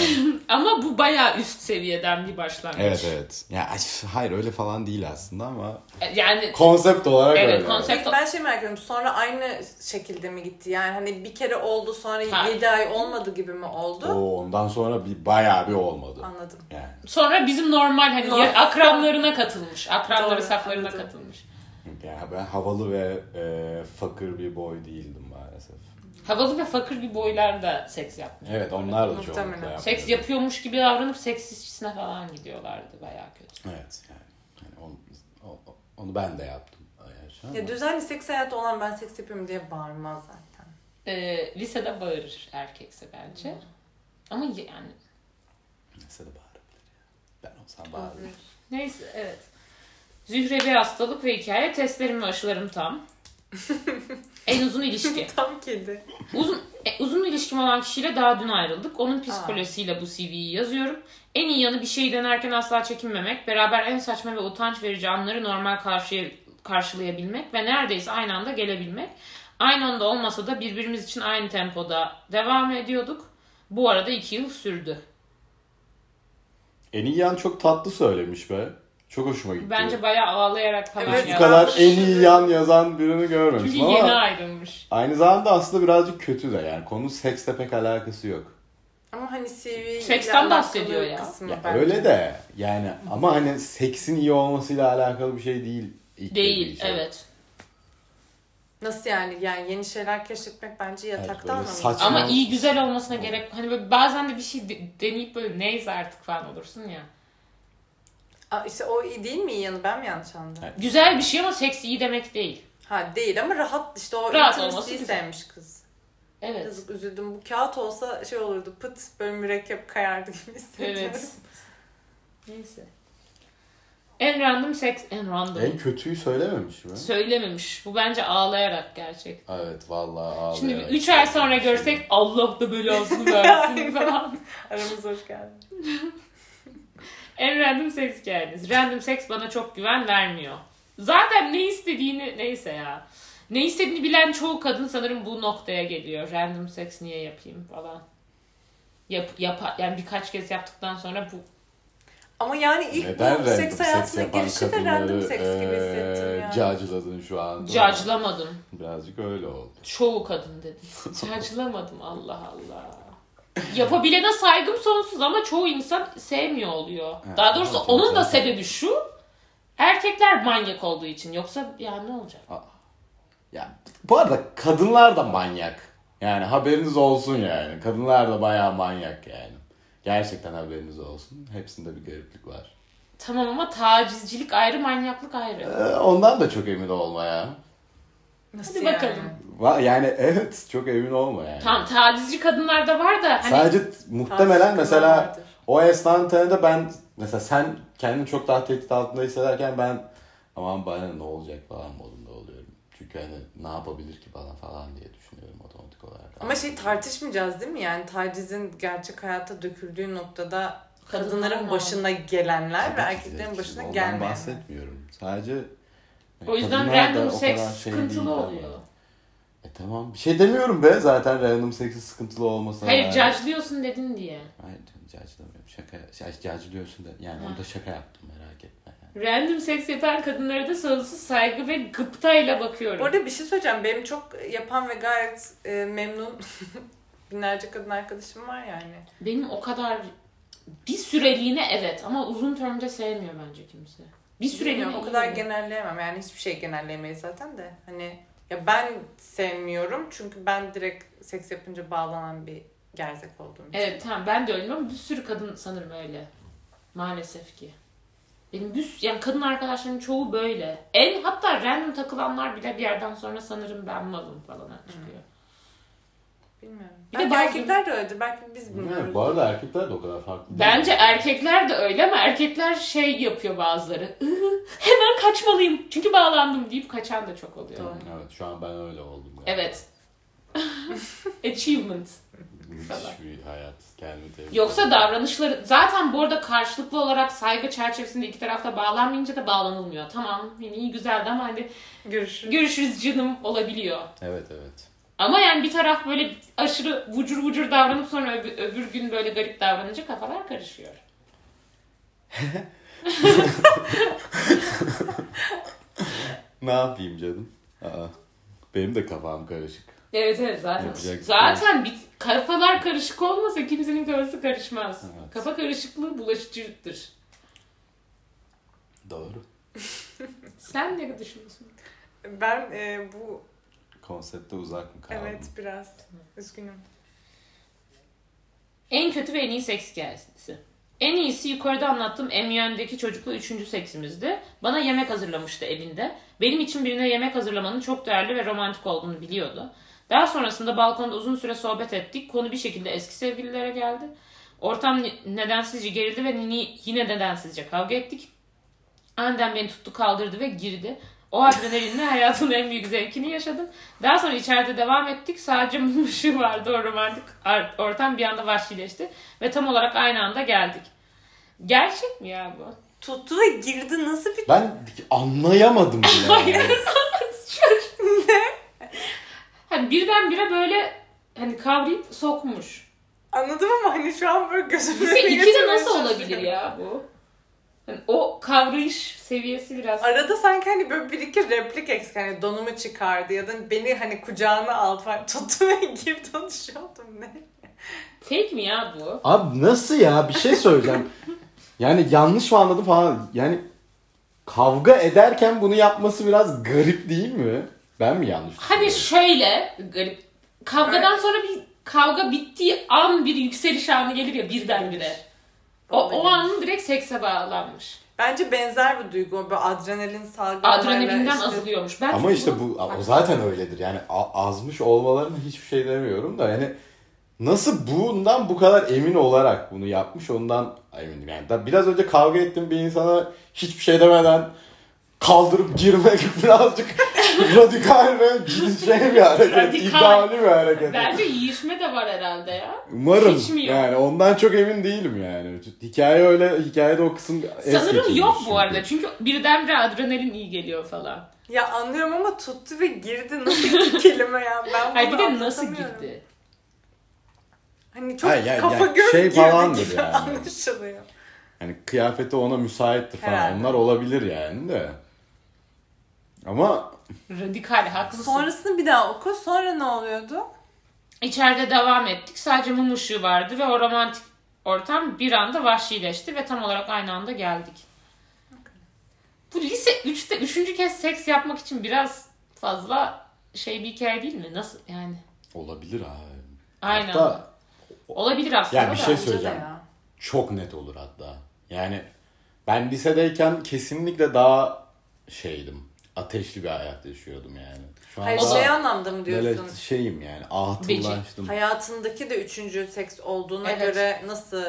[SPEAKER 1] Ama bu bayağı üst seviyeden bir başlangıç.
[SPEAKER 2] Evet evet. Ya ay, hayır öyle falan değil aslında ama
[SPEAKER 1] E, Yani
[SPEAKER 2] konsept olarak
[SPEAKER 1] Evet,
[SPEAKER 2] öyle.
[SPEAKER 1] konsept-
[SPEAKER 3] Peki ben şey merak ediyorum. Sonra aynı şekilde mi gitti? Yani hani bir kere oldu sonra
[SPEAKER 1] Ha.
[SPEAKER 3] 7 ay olmadı gibi mi oldu?
[SPEAKER 2] Oo, ondan sonra bir bayağı bir olmadı.
[SPEAKER 3] Anladım.
[SPEAKER 2] Yani.
[SPEAKER 1] sonra bizim normal hani
[SPEAKER 3] Normal.
[SPEAKER 1] akranlarına katılmış. Akranları
[SPEAKER 3] Doğru,
[SPEAKER 1] saflarına
[SPEAKER 3] anladım.
[SPEAKER 1] katılmış.
[SPEAKER 2] yani ben havalı ve e, fakir bir boy değildim maalesef.
[SPEAKER 1] Havalı ve fakir gibi boylar da seks yapmıyor.
[SPEAKER 2] Evet onlar da şey çoğunlukla
[SPEAKER 3] Muhtemelen.
[SPEAKER 2] yapmıyordu.
[SPEAKER 1] Seks yapıyormuş gibi davranıp seks işçisine falan gidiyorlardı bayağı kötü.
[SPEAKER 2] Evet yani. yani onu, o- onu ben de yaptım. Ayşe ama-
[SPEAKER 3] Ya düzenli seks hayatı olan ben seks yapıyorum diye bağırmaz zaten.
[SPEAKER 1] Ee, lisede bağırır erkekse bence. Ama yani
[SPEAKER 2] Neyse de bağırabilir ya. Ben olsam bağırırım.
[SPEAKER 1] neyse evet. Zührevi hastalık ve hikaye testlerim ve aşılarım tam. en uzun ilişki.
[SPEAKER 3] Tam kedi.
[SPEAKER 1] Uzun e, uzun ilişkim olan kişiyle daha dün ayrıldık. Onun psikolojisiyle bu CV'yi yazıyorum. En iyi yanı bir şeyi denerken asla çekinmemek, beraber en saçma ve utanç verici anları normal karşıya karşılayabilmek ve neredeyse aynı anda gelebilmek. Aynı anda olmasa da birbirimiz için aynı tempoda devam ediyorduk. Bu arada iki yıl sürdü.
[SPEAKER 2] En iyi yan çok tatlı söylemiş be. Çok hoşuma gitti.
[SPEAKER 1] Bence bayağı ağlayarak falan
[SPEAKER 3] Evet,
[SPEAKER 2] bu
[SPEAKER 1] yazmış.
[SPEAKER 2] kadar en iyi yan yazan birini görmemiştim
[SPEAKER 1] Çünkü
[SPEAKER 2] ama
[SPEAKER 1] yeni ayrılmış.
[SPEAKER 2] aynı zamanda aslında birazcık kötü de yani konu seksle pek alakası yok.
[SPEAKER 3] Ama hani CV ile
[SPEAKER 1] Seksten
[SPEAKER 3] alakalı
[SPEAKER 1] bahsediyor ya.
[SPEAKER 3] kısmı
[SPEAKER 2] Ya
[SPEAKER 3] bence.
[SPEAKER 2] öyle de yani ama hani seksin iyi olmasıyla alakalı bir şey değil. ilk dediği
[SPEAKER 1] Değil,
[SPEAKER 2] şey.
[SPEAKER 1] evet.
[SPEAKER 3] Nasıl yani? Yani yeni şeyler keşfetmek bence yatakta
[SPEAKER 2] böyle
[SPEAKER 3] anlamı.
[SPEAKER 2] saçma-
[SPEAKER 1] Ama
[SPEAKER 2] Tamam.
[SPEAKER 1] iyi güzel olmasına gerek hani böyle bazen de bir şey de- deneyip böyle neyse artık falan olursun ya.
[SPEAKER 3] Aa, işte o iyi değil mi iyi yanı? Ben mi yanlış anladım?
[SPEAKER 2] Evet.
[SPEAKER 1] Güzel bir şey ama seks iyi demek değil.
[SPEAKER 3] Ha değil ama rahat işte o
[SPEAKER 1] Rahat
[SPEAKER 3] intimacy'yi
[SPEAKER 1] olması güzel.
[SPEAKER 3] sevmiş kız.
[SPEAKER 1] Evet.
[SPEAKER 3] Yazık üzüldüm. Bu kağıt olsa şey olurdu pıt böyle mürekkep kayardı gibi hissediyorum.
[SPEAKER 1] Evet. Neyse. En random seks en random.
[SPEAKER 2] En kötüyü söylememiş mi?
[SPEAKER 1] Söylememiş. Bu bence ağlayarak gerçek.
[SPEAKER 2] Evet vallahi ağlayarak.
[SPEAKER 1] Şimdi 3 ay sonra görsek Allah da belasını versin
[SPEAKER 3] Aynen.
[SPEAKER 1] falan.
[SPEAKER 3] Aramıza hoş geldin.
[SPEAKER 1] En random seks geldiniz. Random seks bana çok güven vermiyor. Zaten ne istediğini neyse ya. Ne istediğini bilen çoğu kadın sanırım bu noktaya geliyor. Random seks niye yapayım falan. Yap, yapa- yani birkaç kez yaptıktan sonra bu
[SPEAKER 3] Ama yani ilk
[SPEAKER 2] Neden
[SPEAKER 3] bu
[SPEAKER 2] random
[SPEAKER 3] seks hayatına
[SPEAKER 2] yapan
[SPEAKER 3] girişi de
[SPEAKER 2] kadınları, e,
[SPEAKER 3] random seks gibi hissettim
[SPEAKER 2] eee,
[SPEAKER 3] ya.
[SPEAKER 2] Cacıladın şu an. değil mi?
[SPEAKER 1] cacılamadım.
[SPEAKER 2] Birazcık öyle oldu.
[SPEAKER 1] Çoğu kadın dedi. Cacılamadım Allah Allah. Yapabilene saygım sonsuz ama çoğu insan sevmiyor oluyor.
[SPEAKER 2] Evet,
[SPEAKER 1] Daha doğrusu
[SPEAKER 2] evet,
[SPEAKER 1] onun
[SPEAKER 2] evet,
[SPEAKER 1] da
[SPEAKER 2] evet.
[SPEAKER 1] sebebi şu. Erkekler manyak olduğu için. Yoksa ya ne olacak?
[SPEAKER 2] Ya bu arada kadınlar da manyak. Yani haberiniz olsun yani. Kadınlar da bayağı manyak yani. Gerçekten haberiniz olsun. Hepsinde bir gariplik var.
[SPEAKER 1] Tamam ama tacizcilik ayrı, manyaklık ayrı.
[SPEAKER 2] Ee, ondan da çok emin olma ya.
[SPEAKER 3] Nasıl
[SPEAKER 1] Hadi
[SPEAKER 3] yani?
[SPEAKER 1] bakalım.
[SPEAKER 2] Va- Yani evet çok emin olma yani.
[SPEAKER 1] Tamam tacizci kadınlar da var da hani
[SPEAKER 2] Sadece t- muhtemelen
[SPEAKER 3] Tartışma
[SPEAKER 2] mesela
[SPEAKER 3] vardır.
[SPEAKER 2] o esnanın tanıda ben mesela sen kendini çok daha tehdit altında hissederken ben aman bana ne olacak falan modunda oluyorum. Çünkü hani ne yapabilir ki bana falan diye düşünüyorum otomatik olarak.
[SPEAKER 3] Ama şey tartışmayacağız değil mi? Yani tacizin gerçek hayata döküldüğü noktada kadınların
[SPEAKER 1] mı?
[SPEAKER 3] başına gelenler
[SPEAKER 2] Tabii
[SPEAKER 3] ve
[SPEAKER 2] ki de
[SPEAKER 3] erkeklerin
[SPEAKER 2] şimdi
[SPEAKER 3] başına
[SPEAKER 2] ondan
[SPEAKER 3] gelmeyenler.
[SPEAKER 2] bahsetmiyorum. Sadece
[SPEAKER 1] o yüzden
[SPEAKER 2] kadınlar da
[SPEAKER 1] random
[SPEAKER 2] o
[SPEAKER 1] seks
[SPEAKER 2] kadar şey
[SPEAKER 1] sıkıntılı
[SPEAKER 2] değil ama.
[SPEAKER 1] oluyor.
[SPEAKER 2] E tamam bir şey demiyorum be zaten Ryan'ın seksi sıkıntılı olmasına.
[SPEAKER 1] Hayır
[SPEAKER 2] rağmen.
[SPEAKER 1] judge'lıyorsun dedin diye.
[SPEAKER 2] Hayır canım judge'lamıyorum. Şaka, şey, judge'lıyorsun da yani
[SPEAKER 1] Ha.
[SPEAKER 2] orada şaka yaptım merak etme. Yani.
[SPEAKER 1] Random seks yapan kadınlara da sonsuz saygı ve gıptayla bakıyorum.
[SPEAKER 3] Bu arada bir şey söyleyeceğim. Benim çok yapan ve gayet e, memnun binlerce kadın arkadaşım var yani.
[SPEAKER 1] Benim o kadar bir süreliğine evet ama uzun termde sevmiyor bence kimse. Bir süreliğine
[SPEAKER 3] Bilmiyorum, o kadar
[SPEAKER 1] iyi.
[SPEAKER 3] genelleyemem. Yani hiçbir şey genelleyemeyiz zaten de. Hani ya ben sevmiyorum çünkü ben direkt seks yapınca bağlanan bir gerzek olduğum için.
[SPEAKER 1] Evet tamam ben de öyleyim ama bir sürü kadın sanırım öyle. Maalesef ki. Benim bir sü- yani kadın arkadaşlarımın çoğu böyle. En hatta random takılanlar bile bir yerden sonra sanırım ben malım falan çıkıyor.
[SPEAKER 3] Bilmiyorum.
[SPEAKER 1] Bir de
[SPEAKER 3] belki
[SPEAKER 1] bazı-
[SPEAKER 3] erkekler de öyledir. Belki biz bilmiyoruz.
[SPEAKER 2] Evet, bu arada erkekler de o kadar farklı değil.
[SPEAKER 1] Bence er- erkekler de öyle ama erkekler şey yapıyor bazıları. "Ihı, Hemen kaçmalıyım çünkü bağlandım deyip kaçan da çok oluyor.
[SPEAKER 3] Doğru.
[SPEAKER 2] Evet şu an ben öyle oldum. galiba.
[SPEAKER 1] Evet. Achievement.
[SPEAKER 2] Müthiş bir hayat. Kendimi tebrik
[SPEAKER 1] Yoksa
[SPEAKER 2] ederim.
[SPEAKER 1] davranışları zaten bu arada karşılıklı olarak saygı çerçevesinde iki tarafta bağlanmayınca da bağlanılmıyor. Tamam hani iyi güzeldi ama hani
[SPEAKER 3] Görüşürüz.
[SPEAKER 1] görüşürüz canım olabiliyor.
[SPEAKER 2] Evet evet.
[SPEAKER 1] Ama yani bir taraf böyle aşırı vucur vucur davranıp sonra öbür, öbür gün böyle garip davranınca kafalar karışıyor.
[SPEAKER 2] Ne yapayım canım? Aa, benim de kafam karışık.
[SPEAKER 1] Evet evet zaten.
[SPEAKER 2] Yapacak bir şey yok.
[SPEAKER 1] zaten bir, kafalar karışık olmasa kimsenin kafası karışmaz.
[SPEAKER 2] Evet.
[SPEAKER 1] Kafa karışıklığı bulaşıcıdır.
[SPEAKER 2] Doğru.
[SPEAKER 1] Sen ne düşünüyorsun?
[SPEAKER 3] Ben e, bu
[SPEAKER 2] Konsepte uzak mı kaldım?
[SPEAKER 3] evet biraz üzgünüm.
[SPEAKER 1] En kötü ve en iyi seks hikayesi. En iyisi yukarıda anlattığım emyendeki çocukla üçüncü seksimizdi. Bana yemek hazırlamıştı elinde. Benim için birine yemek hazırlamanın çok değerli ve romantik olduğunu biliyordu. Daha sonrasında balkonda uzun süre sohbet ettik. Konu bir şekilde eski sevgililere geldi. Ortam ni- nedensizce gerildi ve nini yine nedensizce kavga ettik. Aniden beni tuttu kaldırdı ve girdi. O adrenalinle hayatımın en büyük zevkini yaşadım. Daha sonra içeride devam ettik. Sadece mum ışığı vardı o romantik ar- ortam bir anda vahşileşti. Ve tam olarak aynı anda geldik. Gerçek mi ya bu?
[SPEAKER 3] Tuttu ve girdi nasıl bir
[SPEAKER 2] Ben anlayamadım bile.
[SPEAKER 1] Hayır. Hani birdenbire böyle hani kavrayıp sokmuş.
[SPEAKER 3] anladım ama hani şu an böyle gözümün
[SPEAKER 1] Bize iki de
[SPEAKER 3] getirmeye
[SPEAKER 1] nasıl
[SPEAKER 3] çalışıyorum.
[SPEAKER 1] olabilir ya bu? Hani o kavrayış seviyesi biraz.
[SPEAKER 3] Arada sanki hani böyle bir iki replik eksik. Hani donumu çıkardı ya da beni hani kucağına aldı falan. Tuttu ve girdi onu şey oldum ne?
[SPEAKER 1] Fake mi ya bu?
[SPEAKER 2] Abi nasıl ya? Bir şey söyleyeceğim. Yani yanlış mı anladım falan. Yani kavga ederken bunu yapması biraz garip değil mi? Ben mi yanlış
[SPEAKER 1] Hani
[SPEAKER 2] düşünüyorum?
[SPEAKER 1] şöyle garip. Kavgadan sonra bir kavga bittiği an bir yükseliş anı gelir ya birdenbire. O, o
[SPEAKER 3] Olabilir.
[SPEAKER 1] anın direkt sekse bağlanmış.
[SPEAKER 3] Bence benzer bir duygu. Böyle adrenalin salgılamayla.
[SPEAKER 1] Adrenalinden
[SPEAKER 3] işte-
[SPEAKER 1] azalıyormuş. Ben
[SPEAKER 2] Ama işte
[SPEAKER 1] bunu-
[SPEAKER 2] bu o zaten öyledir. Yani a- azmış olmalarına hiçbir şey demiyorum da yani nasıl bundan bu kadar emin olarak bunu yapmış ondan eminim. Yani da biraz önce kavga ettim bir insana hiçbir şey demeden kaldırıp girmek birazcık radikal ve ciddi şey bir hareket.
[SPEAKER 1] Radikal.
[SPEAKER 2] İddialı bir hareket.
[SPEAKER 1] Bence yiyişme de var herhalde ya.
[SPEAKER 2] Umarım.
[SPEAKER 1] Hiç mi yok?
[SPEAKER 2] Yani ondan çok emin değilim yani. Hikaye öyle, hikayede o kısım es
[SPEAKER 1] Sanırım
[SPEAKER 2] geçilmiş
[SPEAKER 1] yok
[SPEAKER 2] çünkü.
[SPEAKER 1] bu arada. Çünkü birdenbire adrenalin iyi geliyor falan.
[SPEAKER 3] Ya anlıyorum ama tuttu ve girdi nasıl bir kelime ya. Ben
[SPEAKER 1] Ay bir
[SPEAKER 3] bunu
[SPEAKER 1] de nasıl
[SPEAKER 3] anlatamıyorum.
[SPEAKER 1] girdi?
[SPEAKER 3] Hani çok
[SPEAKER 2] Hayır, yani-
[SPEAKER 3] kafa
[SPEAKER 2] yani
[SPEAKER 3] göz
[SPEAKER 2] şey
[SPEAKER 3] girdi
[SPEAKER 2] falandır
[SPEAKER 3] gibi
[SPEAKER 2] yani.
[SPEAKER 3] anlaşılıyor.
[SPEAKER 2] Yani kıyafeti ona müsaittir falan.
[SPEAKER 3] Herhalde.
[SPEAKER 2] Onlar olabilir yani de. Ama
[SPEAKER 1] Radikal haklısın.
[SPEAKER 3] Sonrasını bir daha oku. Sonra ne oluyordu?
[SPEAKER 1] İçeride devam ettik. Sadece mum ışığı vardı ve o romantik ortam bir anda vahşileşti ve tam olarak aynı anda geldik. Bu lise 3'te 3. kez seks yapmak için biraz fazla şey bir hikaye değil mi? Nasıl yani?
[SPEAKER 2] olabilir abi.
[SPEAKER 1] Aynen.
[SPEAKER 2] Hatta
[SPEAKER 1] Olabilir aslında.
[SPEAKER 2] Ya bir
[SPEAKER 1] da.
[SPEAKER 2] şey
[SPEAKER 3] Bence de
[SPEAKER 2] söyleyeceğim.
[SPEAKER 3] ya.
[SPEAKER 2] çok net olur hatta. Yani ben lisedeyken kesinlikle daha şeydim. Ateşli bir hayat yaşıyordum yani. Şu an
[SPEAKER 3] Hayır
[SPEAKER 2] daha
[SPEAKER 3] şey anlamda mı diyorsun?
[SPEAKER 2] böyle şeyim yani. Atımlaştım.
[SPEAKER 3] Hayatındaki de üçüncü seks olduğuna
[SPEAKER 1] Evet.
[SPEAKER 3] göre nasıl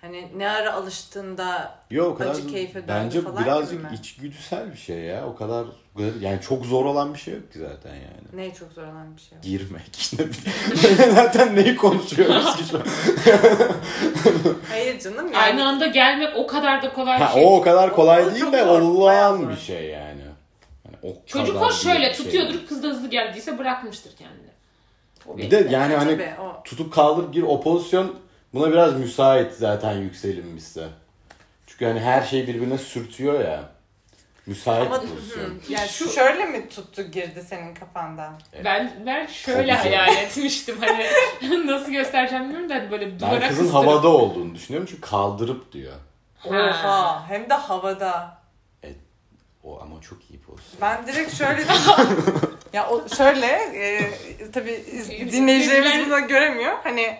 [SPEAKER 3] hani ne ara alıştığında
[SPEAKER 2] Yok o kadar
[SPEAKER 3] Acı keyfe döndü
[SPEAKER 2] bence
[SPEAKER 3] falan gibi
[SPEAKER 2] birazcık
[SPEAKER 3] mi?
[SPEAKER 2] içgüdüsel bir şey ya. O kadar yani çok zor olan bir şey yok ki zaten yani.
[SPEAKER 3] ne çok zor olan bir şey. var.
[SPEAKER 2] Girmek. Ne bileyim. zaten neyi konuşuyoruz ki şu an?
[SPEAKER 3] Hayır canım yani.
[SPEAKER 1] Aynı anda gelmek o kadar da kolay bir
[SPEAKER 2] Ha,
[SPEAKER 1] şey.
[SPEAKER 2] o o kadar kolay
[SPEAKER 3] O
[SPEAKER 2] değil
[SPEAKER 3] çok
[SPEAKER 2] de
[SPEAKER 3] zor, bayağı
[SPEAKER 2] olan
[SPEAKER 3] zor.
[SPEAKER 2] bir şey yani. yani o
[SPEAKER 1] Çocuk
[SPEAKER 2] kadar
[SPEAKER 1] hoş şöyle
[SPEAKER 2] bir şey.
[SPEAKER 1] tutuyordur. Kız da hızlı geldiyse bırakmıştır kendini. O
[SPEAKER 2] Bir
[SPEAKER 1] belli.
[SPEAKER 2] de yani hani
[SPEAKER 3] Tabii, o.
[SPEAKER 2] tutup kaldır gir o pozisyon buna biraz müsait zaten yükselimizde. Çünkü hani her şey birbirine sürtüyor ya. Müsait
[SPEAKER 3] Ama-
[SPEAKER 2] pozisyon.
[SPEAKER 1] yani şu
[SPEAKER 3] Şöyle mi tuttu girdi senin kafandan?
[SPEAKER 1] ben ben şöyle
[SPEAKER 2] Tabii canım.
[SPEAKER 1] hayal etmiştim hani nasıl göstereceğim bilmiyorum da hani böyle duvara
[SPEAKER 2] Ben kızın
[SPEAKER 1] kıstırıp-
[SPEAKER 2] havada olduğunu düşünüyorum çünkü kaldırıp diyor.
[SPEAKER 3] Oha hem de havada.
[SPEAKER 2] O ama çok iyi pozisyon.
[SPEAKER 3] Ben direkt şöyle ya o şöyle e, tabii iz- dinleyicilerimiz bunu göremiyor. Hani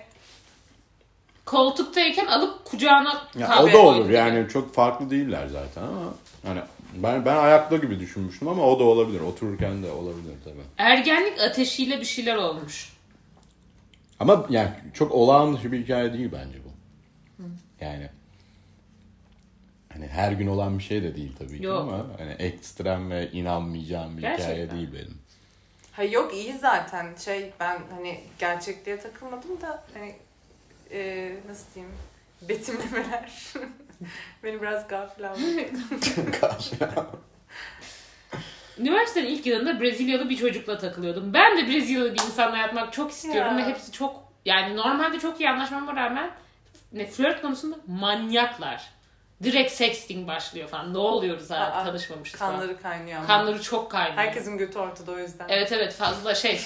[SPEAKER 1] Koltuktayken alıp kucağına
[SPEAKER 2] Ya o
[SPEAKER 1] kahve
[SPEAKER 2] da olur
[SPEAKER 1] koydu.
[SPEAKER 2] yani çok farklı değiller zaten ama hani ben ben ayakta gibi düşünmüştüm ama o da olabilir. Otururken de olabilir tabii.
[SPEAKER 1] Ergenlik ateşiyle bir şeyler olmuş.
[SPEAKER 2] Ama yani çok olağan dışı bir hikaye değil bence bu. Yani hani her gün olan bir şey de değil tabii ki
[SPEAKER 1] Yok.
[SPEAKER 2] ama hani ekstrem ve inanmayacağım bir hikaye
[SPEAKER 1] Gerçekten.
[SPEAKER 2] değil benim.
[SPEAKER 3] ha yok iyi zaten şey ben hani gerçekliğe takılmadım da hani e, nasıl diyeyim betimlemeler beni biraz gafil aldı.
[SPEAKER 1] Üniversitenin ilk yılında Brezilyalı bir çocukla takılıyordum. Ben de Brezilyalı bir insanla yatmak çok istiyorum ve
[SPEAKER 3] Ya.
[SPEAKER 1] hepsi çok yani normalde çok iyi anlaşmama rağmen ne flört konusunda manyaklar. Direkt sexting başlıyor falan. Ne oluyoruz abi
[SPEAKER 3] Aa,
[SPEAKER 1] tanışmamışız falan.
[SPEAKER 3] Kanları kaynıyor ama.
[SPEAKER 1] Kanları çok kaynıyor.
[SPEAKER 3] Herkesin götü ortada o yüzden.
[SPEAKER 1] Evet evet fazla şey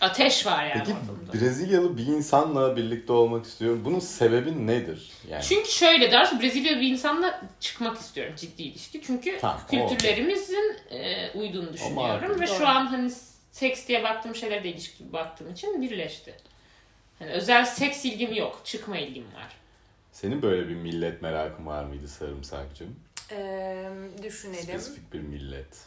[SPEAKER 1] ateş var yani
[SPEAKER 2] Peki
[SPEAKER 1] ortamda.
[SPEAKER 2] Brezilyalı bir insanla birlikte olmak istiyorum. Bunun sebebi nedir? Yani
[SPEAKER 1] Çünkü şöyle daha sonra Brezilyalı bir insanla çıkmak istiyorum ciddi ilişki. Çünkü
[SPEAKER 2] Tamam, o-
[SPEAKER 1] kültürlerimizin e, uyduğunu düşünüyorum.
[SPEAKER 2] makul.
[SPEAKER 1] Ve
[SPEAKER 3] Doğru.
[SPEAKER 1] şu an hani seks diye baktığım şeyler de ilişki gibi baktığım için birleşti. Hani özel seks ilgim yok. Çıkma ilgim var.
[SPEAKER 2] senin böyle bir millet merakın var mıydı sarımsakcığım?
[SPEAKER 3] Ee, düşünelim.
[SPEAKER 2] Spesifik bir millet.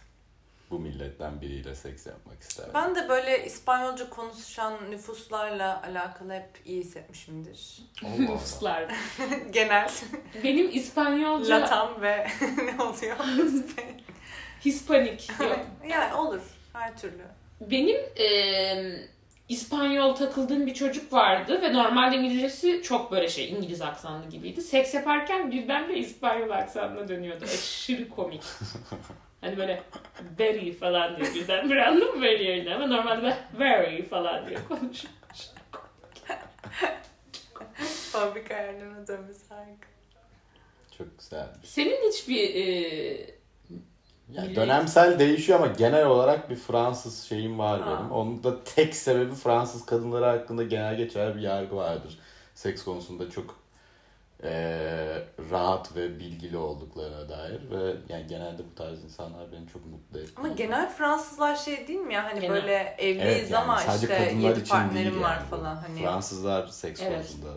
[SPEAKER 2] Bu milletten biriyle seks yapmak isterdim.
[SPEAKER 3] Ben de böyle İspanyolca konuşan nüfuslarla alakalı hep iyi hissetmişimdir.
[SPEAKER 2] Allah Allah.
[SPEAKER 1] Nüfuslar.
[SPEAKER 3] Genel,
[SPEAKER 1] Benim İspanyolca,
[SPEAKER 3] Latam ve ne oluyor?
[SPEAKER 1] Hispanik. Yok.
[SPEAKER 3] yani olur her türlü.
[SPEAKER 1] Benim eee, İspanyol takıldığım bir çocuk vardı ve normalde İngilizcesi çok böyle şey İngiliz aksanlı gibiydi. Seks yaparken birden de İspanyol aksanına dönüyordu. Aşırı komik. Hani böyle very falan diyor birden bir anladın mı böyle yerine ama normalde böyle very falan diyor konuşuyor.
[SPEAKER 3] Fabrika ayarlarına dönmesi harika.
[SPEAKER 2] Çok güzel.
[SPEAKER 1] Senin hiçbir eee
[SPEAKER 2] Yani
[SPEAKER 1] Millet.
[SPEAKER 2] dönemsel değişiyor ama genel olarak bir Fransız şeyim var
[SPEAKER 3] Ha.
[SPEAKER 2] benim. Onun da tek sebebi Fransız kadınları hakkında genel geçer bir yargı vardır. Seks konusunda çok eee, rahat ve bilgili olduklarına dair ve yani genelde bu tarz insanlar beni çok mutlu ediyor.
[SPEAKER 3] Ama genel Fransızlar şey değil mi ya hani
[SPEAKER 1] Genel.
[SPEAKER 3] böyle evliyiz ama işte yedi partnerim var falan hani.
[SPEAKER 2] Fransızlar seks
[SPEAKER 1] Evet.
[SPEAKER 2] konusunda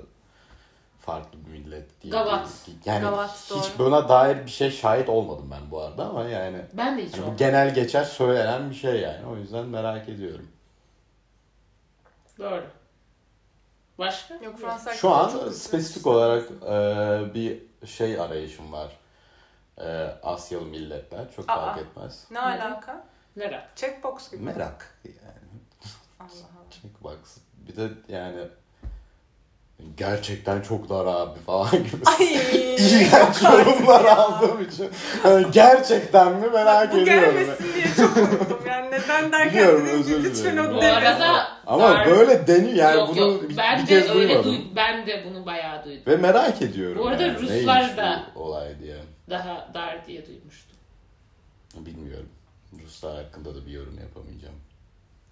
[SPEAKER 2] farklı bir millet değil.
[SPEAKER 1] Gavat.
[SPEAKER 2] Yani
[SPEAKER 3] Gavat,
[SPEAKER 2] hiç
[SPEAKER 3] doğru.
[SPEAKER 2] buna dair bir şey şahit olmadım ben bu arada ama yani
[SPEAKER 1] ben de hiç
[SPEAKER 2] yani bu
[SPEAKER 1] olmadı.
[SPEAKER 2] genel geçer söylenen bir şey yani. O yüzden merak ediyorum.
[SPEAKER 1] Doğru. Başka?
[SPEAKER 3] Yok Fransızlar
[SPEAKER 2] Şu an
[SPEAKER 3] çok-
[SPEAKER 2] spesifik olarak e, bir şey arayışım var. E, Asyalı milletler çok
[SPEAKER 3] Aa.
[SPEAKER 2] fark etmez.
[SPEAKER 3] Ne alaka?
[SPEAKER 1] Neren?
[SPEAKER 3] Checkbox gibi.
[SPEAKER 2] Merak yani.
[SPEAKER 3] Allah Allah.
[SPEAKER 2] Çünkü bak bir de yani gerçekten çok dar abi falan gibi.
[SPEAKER 3] Ay.
[SPEAKER 2] İğrenç yorumlar aldığım için. Yani gerçekten mi merak
[SPEAKER 3] Bu
[SPEAKER 2] ediyorum.
[SPEAKER 3] gelmesin diye çok korktum. Yani neden derken
[SPEAKER 2] Biliyorum,
[SPEAKER 3] dedim ki
[SPEAKER 2] özür
[SPEAKER 3] lütfen
[SPEAKER 2] dilerim.
[SPEAKER 1] Bu
[SPEAKER 3] o
[SPEAKER 2] Evet.
[SPEAKER 1] arada
[SPEAKER 2] Ama
[SPEAKER 1] Dar-
[SPEAKER 2] böyle deniyor yani
[SPEAKER 1] yok,
[SPEAKER 2] bunu
[SPEAKER 1] yok.
[SPEAKER 2] bir,
[SPEAKER 1] Ben
[SPEAKER 2] bir
[SPEAKER 1] de
[SPEAKER 2] kez
[SPEAKER 1] öyle
[SPEAKER 2] duymadım.
[SPEAKER 1] duy- ben de bunu bayağı duydum.
[SPEAKER 2] Ve merak ediyorum.
[SPEAKER 1] Bu arada
[SPEAKER 2] yani,
[SPEAKER 1] Ruslar
[SPEAKER 2] neymiş
[SPEAKER 1] da-
[SPEAKER 2] bu olay diye.
[SPEAKER 1] Daha dar diye duymuştum.
[SPEAKER 2] Bilmiyorum. Ruslar hakkında da bir yorum yapamayacağım.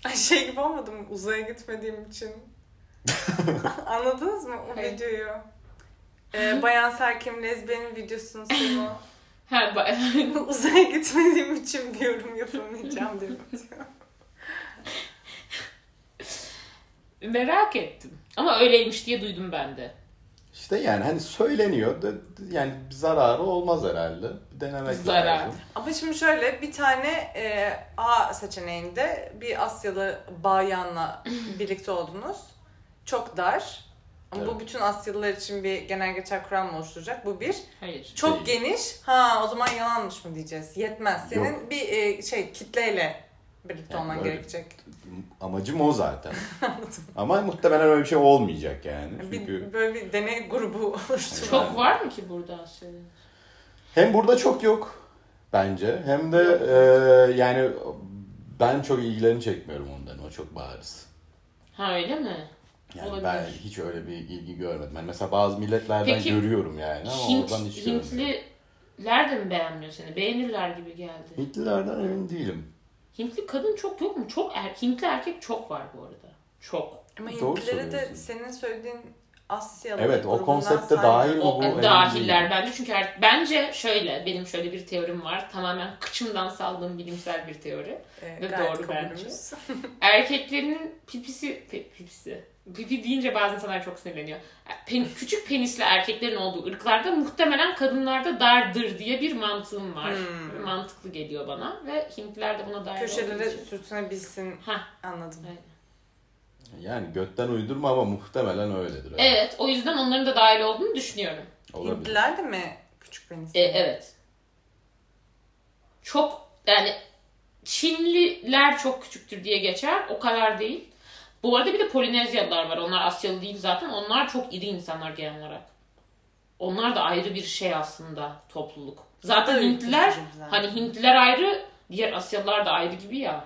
[SPEAKER 3] Ay şey gibi olmadım uzaya gitmediğim için. Anladınız mı o
[SPEAKER 1] Evet.
[SPEAKER 3] videoyu? Ee, Bayan Serkim lezbiyenin videosunu sonra
[SPEAKER 1] Ha, ba-
[SPEAKER 3] uzaya gitmediğim için bir yorum yapamayacağım diyor.
[SPEAKER 1] merak ettim. Ama öyleymiş diye duydum ben de.
[SPEAKER 2] İşte yani hani söyleniyor da yani bir zararı olmaz herhalde. Bir denemek
[SPEAKER 1] Zarar.
[SPEAKER 2] lazım.
[SPEAKER 3] Ama şimdi şöyle bir tane e, A seçeneğinde bir Asyalı bayanla birlikte oldunuz. Çok dar. Ama bu
[SPEAKER 2] Evet.
[SPEAKER 3] bütün Asyalılar için bir genel geçer kural mı oluşturacak? Bu bir.
[SPEAKER 1] Hayır.
[SPEAKER 2] Şey-
[SPEAKER 3] Çok geniş. Ha o zaman yalanmış mı diyeceğiz? Yetmez. Senin bir e, şey kitleyle birlikte
[SPEAKER 2] Yani
[SPEAKER 3] olman
[SPEAKER 2] böyle-
[SPEAKER 3] gerekecek.
[SPEAKER 2] Amacım o zaten. Ama muhtemelen öyle bir şey olmayacak yani. Çünkü
[SPEAKER 3] Bir, böyle bir deney grubu oluştur.
[SPEAKER 1] Çok var mı ki burada aslında?
[SPEAKER 2] hem burada çok yok. bence. Hem de e, yani ben çok ilgilerini çekmiyorum ondan. O çok bariz.
[SPEAKER 1] Ha öyle mi?
[SPEAKER 2] Yani
[SPEAKER 1] Olabilir.
[SPEAKER 2] ben hiç öyle bir ilgi görmedim. Yani mesela bazı milletlerden
[SPEAKER 1] Peki,
[SPEAKER 2] görüyorum yani ama
[SPEAKER 1] Hint,
[SPEAKER 2] oradan hiç görmedim.
[SPEAKER 1] Hintliler de mi beğenmiyor seni? Beğenirler gibi geldi.
[SPEAKER 2] Hintlilerden emin değilim.
[SPEAKER 1] Hintli kadın çok yok mu? Çok er, Hintli erkek çok var bu arada. Çok.
[SPEAKER 3] Ama
[SPEAKER 2] Doğru
[SPEAKER 3] Hintlileri de
[SPEAKER 2] söylüyorsun.
[SPEAKER 3] senin söylediğin Asyalı
[SPEAKER 2] Evet o
[SPEAKER 3] grubundan e,
[SPEAKER 2] konsepte
[SPEAKER 3] saymıyorum.
[SPEAKER 2] dahil mi
[SPEAKER 1] O
[SPEAKER 2] bu? emin
[SPEAKER 1] dahiller
[SPEAKER 2] değilim.
[SPEAKER 1] bence çünkü er- bence şöyle benim şöyle bir teorim var. Tamamen kıçımdan saldığım bilimsel bir teori.
[SPEAKER 3] Ee,
[SPEAKER 1] Ve
[SPEAKER 3] gayet
[SPEAKER 1] doğru
[SPEAKER 3] kabulümüz.
[SPEAKER 1] Erkeklerin pipisi pi- pipisi. Pipi deyince bazı insanlar çok sinirleniyor. Pen- küçük penisli erkeklerin olduğu ırklarda muhtemelen kadınlarda dardır diye bir mantığım var.
[SPEAKER 3] Hmm.
[SPEAKER 1] Mantıklı geliyor bana ve Hintliler de buna dair olduğu
[SPEAKER 3] Köşelere
[SPEAKER 1] için.
[SPEAKER 3] sürtünebilsin
[SPEAKER 1] Hah,
[SPEAKER 3] anladım.
[SPEAKER 1] evet.
[SPEAKER 2] Yani götten uydurma ama muhtemelen öyledir.
[SPEAKER 1] Evet, o yüzden onların da dahil olduğunu düşünüyorum.
[SPEAKER 2] Olabilir.
[SPEAKER 3] Hintliler de mi küçük penis?
[SPEAKER 1] E, evet. Çok yani Çinliler çok küçüktür diye geçer. O kadar değil. Bu arada bir de Polinezyalılar var. Onlar Asyalı değil zaten. Onlar çok iri insanlar genel olarak. Onlar da ayrı bir şey aslında topluluk. Zaten
[SPEAKER 3] Öyle
[SPEAKER 1] Hintliler
[SPEAKER 3] düşünüyorum zaten.
[SPEAKER 1] hani Hintliler ayrı, diğer Asyalılar da ayrı gibi ya.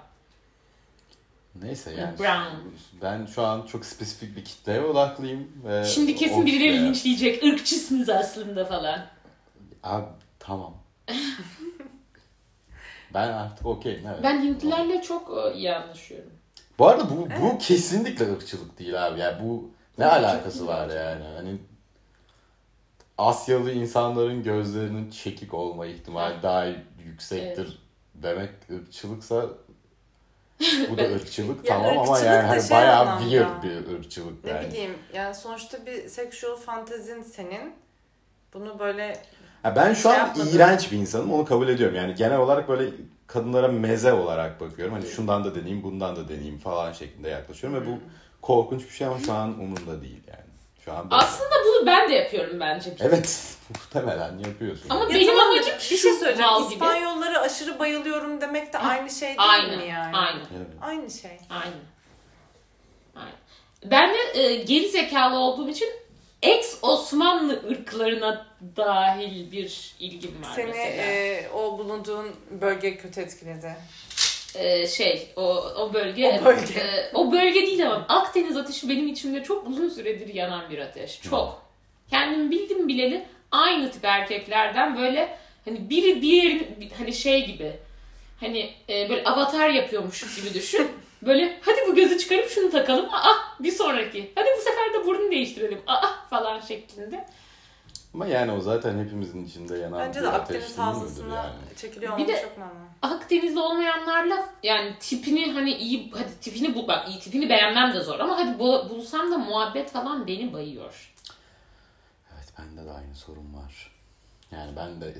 [SPEAKER 2] Neyse yani.
[SPEAKER 1] Brown.
[SPEAKER 2] Ben şu an çok spesifik bir kitleye odaklıyım. Ve
[SPEAKER 1] Şimdi kesin
[SPEAKER 2] o
[SPEAKER 1] birileri
[SPEAKER 2] kitleye-
[SPEAKER 1] linçleyecek. Irkçısınız aslında falan.
[SPEAKER 2] Abi tamam. ben artık okeyim evet.
[SPEAKER 1] Ben Hintlilerle çok e, iyi anlaşıyorum.
[SPEAKER 2] Bu arada bu, bu kesinlikle ırkçılık değil abi. Yani bu ne
[SPEAKER 1] Irkçılık
[SPEAKER 2] alakası var yani? Hani Asyalı insanların gözlerinin çekik olma ihtimali daha yüksektir demek ırkçılıksa bu da ırkçılık
[SPEAKER 3] Ya
[SPEAKER 2] tamam ama
[SPEAKER 3] ırkçılık
[SPEAKER 2] yani
[SPEAKER 3] da
[SPEAKER 2] hani
[SPEAKER 3] şey
[SPEAKER 2] bayağı
[SPEAKER 3] anlamda.
[SPEAKER 2] weird bir ırkçılık
[SPEAKER 3] Ne
[SPEAKER 2] yani.
[SPEAKER 3] bileyim yani sonuçta bir sexual fantezin senin. Bunu böyle
[SPEAKER 2] Ha, ben şu
[SPEAKER 3] Şey
[SPEAKER 2] an
[SPEAKER 3] yapmadım.
[SPEAKER 2] iğrenç bir insanım onu kabul ediyorum. Yani genel olarak böyle kadınlara meze olarak bakıyorum. Hani şundan da deneyeyim, bundan da deneyeyim falan şeklinde yaklaşıyorum ve bu korkunç bir şey ama şu an umurumda değil yani. Şu an böyle.
[SPEAKER 1] Aslında bunu ben de yapıyorum bence.
[SPEAKER 2] Evet, muhtemelen yapıyorsun.
[SPEAKER 1] Ama
[SPEAKER 3] Ya
[SPEAKER 1] benim
[SPEAKER 3] tamam da
[SPEAKER 1] amacım
[SPEAKER 3] bir şey
[SPEAKER 1] şu
[SPEAKER 3] söyleyeceğim.
[SPEAKER 1] mal gibi.
[SPEAKER 3] İspanyollara aşırı bayılıyorum demek de aynı şey değil
[SPEAKER 1] Aynı,
[SPEAKER 3] mi yani?
[SPEAKER 1] aynı,
[SPEAKER 2] Evet.
[SPEAKER 3] Aynı şey.
[SPEAKER 1] aynı. Aynı. Ben de e, geri zekalı olduğum için ex Osmanlı ırklarına dahil bir ilgim var
[SPEAKER 3] Seni
[SPEAKER 1] mesela.
[SPEAKER 3] e, o bulunduğun bölge kötü etkiledi.
[SPEAKER 1] E, şey, o, o bölge,
[SPEAKER 3] O bölge.
[SPEAKER 1] e, o bölge değil ama Akdeniz ateşi benim içimde çok uzun süredir yanan bir ateş. Çok. Kendimi bildim bileli aynı tip erkeklerden böyle hani biri diğerini hani şey gibi hani e, böyle avatar yapıyormuş gibi düşün. Böyle hadi bu gözü çıkarıp şunu takalım. Aa bir sonraki. Hadi bu sefer de burnu değiştirelim. Aa falan şeklinde.
[SPEAKER 2] Ama yani o zaten hepimizin içinde yanan
[SPEAKER 3] Bence
[SPEAKER 2] bir
[SPEAKER 3] de
[SPEAKER 2] ateş
[SPEAKER 3] Akdeniz
[SPEAKER 2] değil midir
[SPEAKER 3] havzasına
[SPEAKER 2] yani?
[SPEAKER 3] çekiliyor
[SPEAKER 1] Bir
[SPEAKER 3] olmak
[SPEAKER 1] de-
[SPEAKER 3] çok normal.
[SPEAKER 1] Akdenizli olmayanlarla yani tipini hani iyi hadi tipini bul bak iyi tipini beğenmem de zor ama hadi bu- bulsam da muhabbet falan beni bayıyor.
[SPEAKER 2] Evet, bende de aynı sorun var. Yani ben de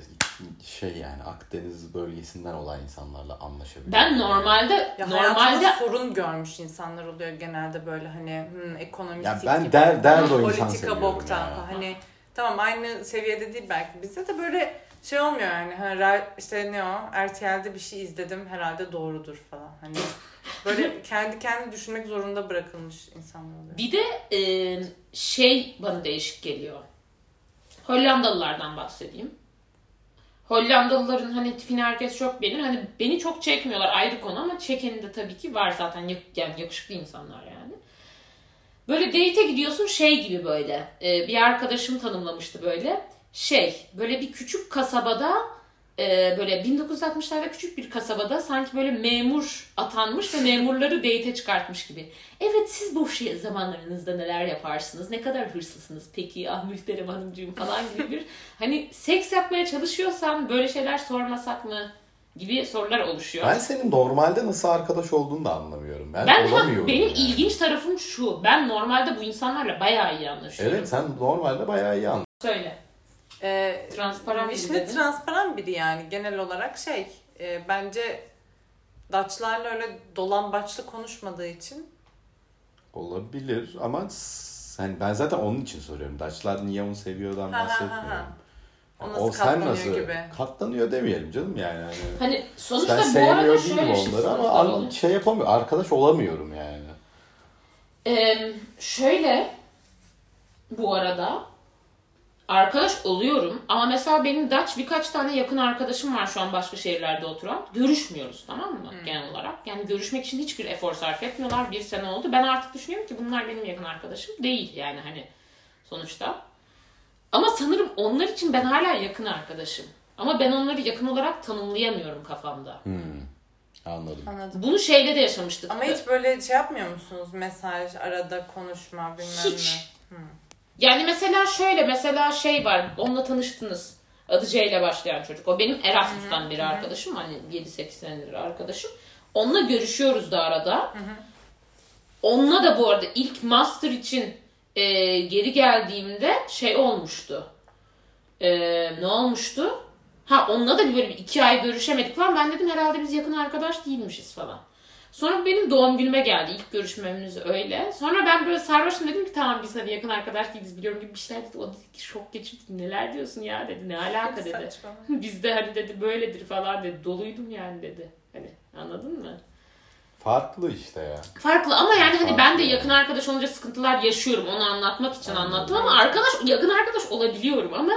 [SPEAKER 2] şey yani Akdeniz bölgesinden olan insanlarla anlaşabiliyorum.
[SPEAKER 1] Ben normalde
[SPEAKER 3] Ya
[SPEAKER 1] normalde
[SPEAKER 3] hayatında sorun görmüş insanlar oluyor genelde böyle hani hmm, ekonomik
[SPEAKER 2] Ya
[SPEAKER 3] sik
[SPEAKER 2] ben
[SPEAKER 3] gibi.
[SPEAKER 2] der der de o insan
[SPEAKER 3] politika
[SPEAKER 2] seviyorum
[SPEAKER 3] boktan
[SPEAKER 2] ya.
[SPEAKER 3] falan. hani tamam aynı seviyede değil belki bizde de böyle şey olmuyor yani hani ra- işte ne o RTL'de bir şey izledim herhalde doğrudur falan hani böyle kendi kendi düşünmek zorunda bırakılmış insanlar oluyor.
[SPEAKER 1] bir de e, şey bana değişik geliyor. Hollandalılardan bahsedeyim. Hollandalıların hani tipini herkes çok beğenir. Hani beni çok çekmiyorlar ayrı konu ama çekeni de tabii ki var zaten. Yak- Yani yakışıklı insanlar yani. Böyle date'e gidiyorsun şey gibi böyle. Ee, bir arkadaşım tanımlamıştı böyle. Şey böyle bir küçük kasabada e, böyle 1960'larda küçük bir kasabada sanki böyle memur atanmış ve memurları date'e çıkartmış gibi. Evet siz boş zamanlarınızda neler yaparsınız? Ne kadar hırslısınız? Peki ah mühterem hanımcığım falan gibi bir hani seks yapmaya çalışıyorsan böyle şeyler sormasak mı? gibi sorular oluşuyor.
[SPEAKER 2] Ben senin normalde nasıl arkadaş olduğunu da anlamıyorum. Ben,
[SPEAKER 1] Ben ha,
[SPEAKER 2] olamıyorum.
[SPEAKER 1] benim
[SPEAKER 2] yani.
[SPEAKER 1] ilginç tarafım şu. Ben normalde bu insanlarla bayağı iyi anlaşıyorum.
[SPEAKER 2] Evet sen normalde bayağı iyi anlıyorsun.
[SPEAKER 1] Söyle.
[SPEAKER 3] Ee,
[SPEAKER 1] Transparan biri
[SPEAKER 3] Vişne
[SPEAKER 1] dedin.
[SPEAKER 3] transparan biri yani genel olarak şey e, bence Daçlarla öyle dolambaçlı konuşmadığı için
[SPEAKER 2] Olabilir ama s- hani ben zaten onun için soruyorum. Daçlar niye onu seviyordan
[SPEAKER 3] Ha, ha, ha, ha.
[SPEAKER 2] bahsetmiyorum.
[SPEAKER 3] O
[SPEAKER 2] Yani
[SPEAKER 3] nasıl katlanıyor gibi.
[SPEAKER 2] Katlanıyor demeyelim canım yani. Hani
[SPEAKER 1] Hani sonuçta
[SPEAKER 2] ben
[SPEAKER 1] bu arada
[SPEAKER 2] sevmiyor değilim
[SPEAKER 1] şöyle şey
[SPEAKER 2] onları ama
[SPEAKER 1] sonuçta
[SPEAKER 2] an-
[SPEAKER 1] oluyor.
[SPEAKER 2] şey yapamıyorum. Arkadaş olamıyorum yani.
[SPEAKER 1] Ee, şöyle bu arada arkadaş oluyorum ama mesela benim Dutch birkaç tane yakın arkadaşım var şu an başka şehirlerde oturan. Görüşmüyoruz tamam mı
[SPEAKER 3] Hmm.
[SPEAKER 1] genel olarak? Yani görüşmek için hiçbir efor sarf etmiyorlar. Bir sene oldu. Ben artık düşünüyorum ki bunlar benim yakın arkadaşım değil yani hani sonuçta. Ama sanırım onlar için ben hala yakın arkadaşım. Ama ben onları yakın olarak tanımlayamıyorum kafamda.
[SPEAKER 2] Anladım.
[SPEAKER 3] Anladım.
[SPEAKER 1] Bunu şeyde de yaşamıştık.
[SPEAKER 3] Ama hiç böyle şey yapmıyor musunuz? Mesaj, arada konuşma bilmem
[SPEAKER 1] Hiç.
[SPEAKER 3] ne.
[SPEAKER 1] Yani mesela şöyle mesela şey var. Onunla tanıştınız. Adı C ile başlayan çocuk. O benim Erasmus'tan biri arkadaşım. Hani 7-8 senedir arkadaşım. Onunla görüşüyoruz da arada. Onunla da bu arada ilk master için e, geri geldiğimde şey olmuştu. E, ne olmuştu? Ha onunla da bir böyle bir iki ay görüşemedik falan. Ben dedim herhalde biz yakın arkadaş değilmişiz falan. Sonra benim doğum günüme geldi. İlk görüşmemiz öyle. Sonra ben böyle sarhoşum dedim ki tamam biz hani yakın arkadaş değiliz biliyorum gibi bir şeyler dedi. O dedi ki şok geçirdi neler diyorsun ya dedi. Ne alaka dedi.
[SPEAKER 3] Saçma.
[SPEAKER 1] Bizde hani dedi böyledir falan dedi. Doluydum yani dedi. Hani anladın mı?
[SPEAKER 2] Farklı işte ya.
[SPEAKER 1] Farklı ama yani hani ben de
[SPEAKER 2] Farklı.
[SPEAKER 1] yakın arkadaş olunca sıkıntılar yaşıyorum. Onu anlatmak için anlattım ama arkadaş yakın arkadaş olabiliyorum ama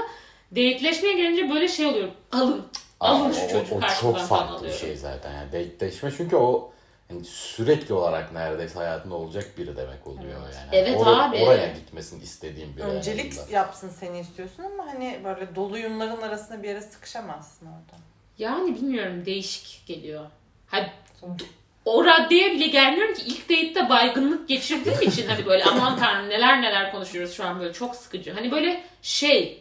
[SPEAKER 1] date'leşmeye gelince böyle şey oluyorum. Alın. Alın şu
[SPEAKER 2] Aa, o-
[SPEAKER 1] çocuğu
[SPEAKER 2] o,
[SPEAKER 1] karşımdan
[SPEAKER 2] çok
[SPEAKER 1] falan
[SPEAKER 2] farklı bir
[SPEAKER 1] alıyorum.
[SPEAKER 2] şey zaten. Yani denkleşme çünkü o hani sürekli olarak neredeyse hayatında olacak biri demek oluyor yani.
[SPEAKER 1] Evet
[SPEAKER 2] Ora-
[SPEAKER 1] abi.
[SPEAKER 2] Oraya gitmesini istediğim biri. en
[SPEAKER 3] Öncelik
[SPEAKER 2] azından.
[SPEAKER 3] yapsın seni istiyorsun ama hani böyle dolu yunların arasında bir yere sıkışamazsın orada.
[SPEAKER 1] Yani bilmiyorum değişik geliyor. Ha, d- o raddeye bile gelmiyorum ki ilk date'de baygınlık geçirdiğim için hani böyle aman tanrım neler neler konuşuyoruz şu an böyle çok sıkıcı. Hani böyle şey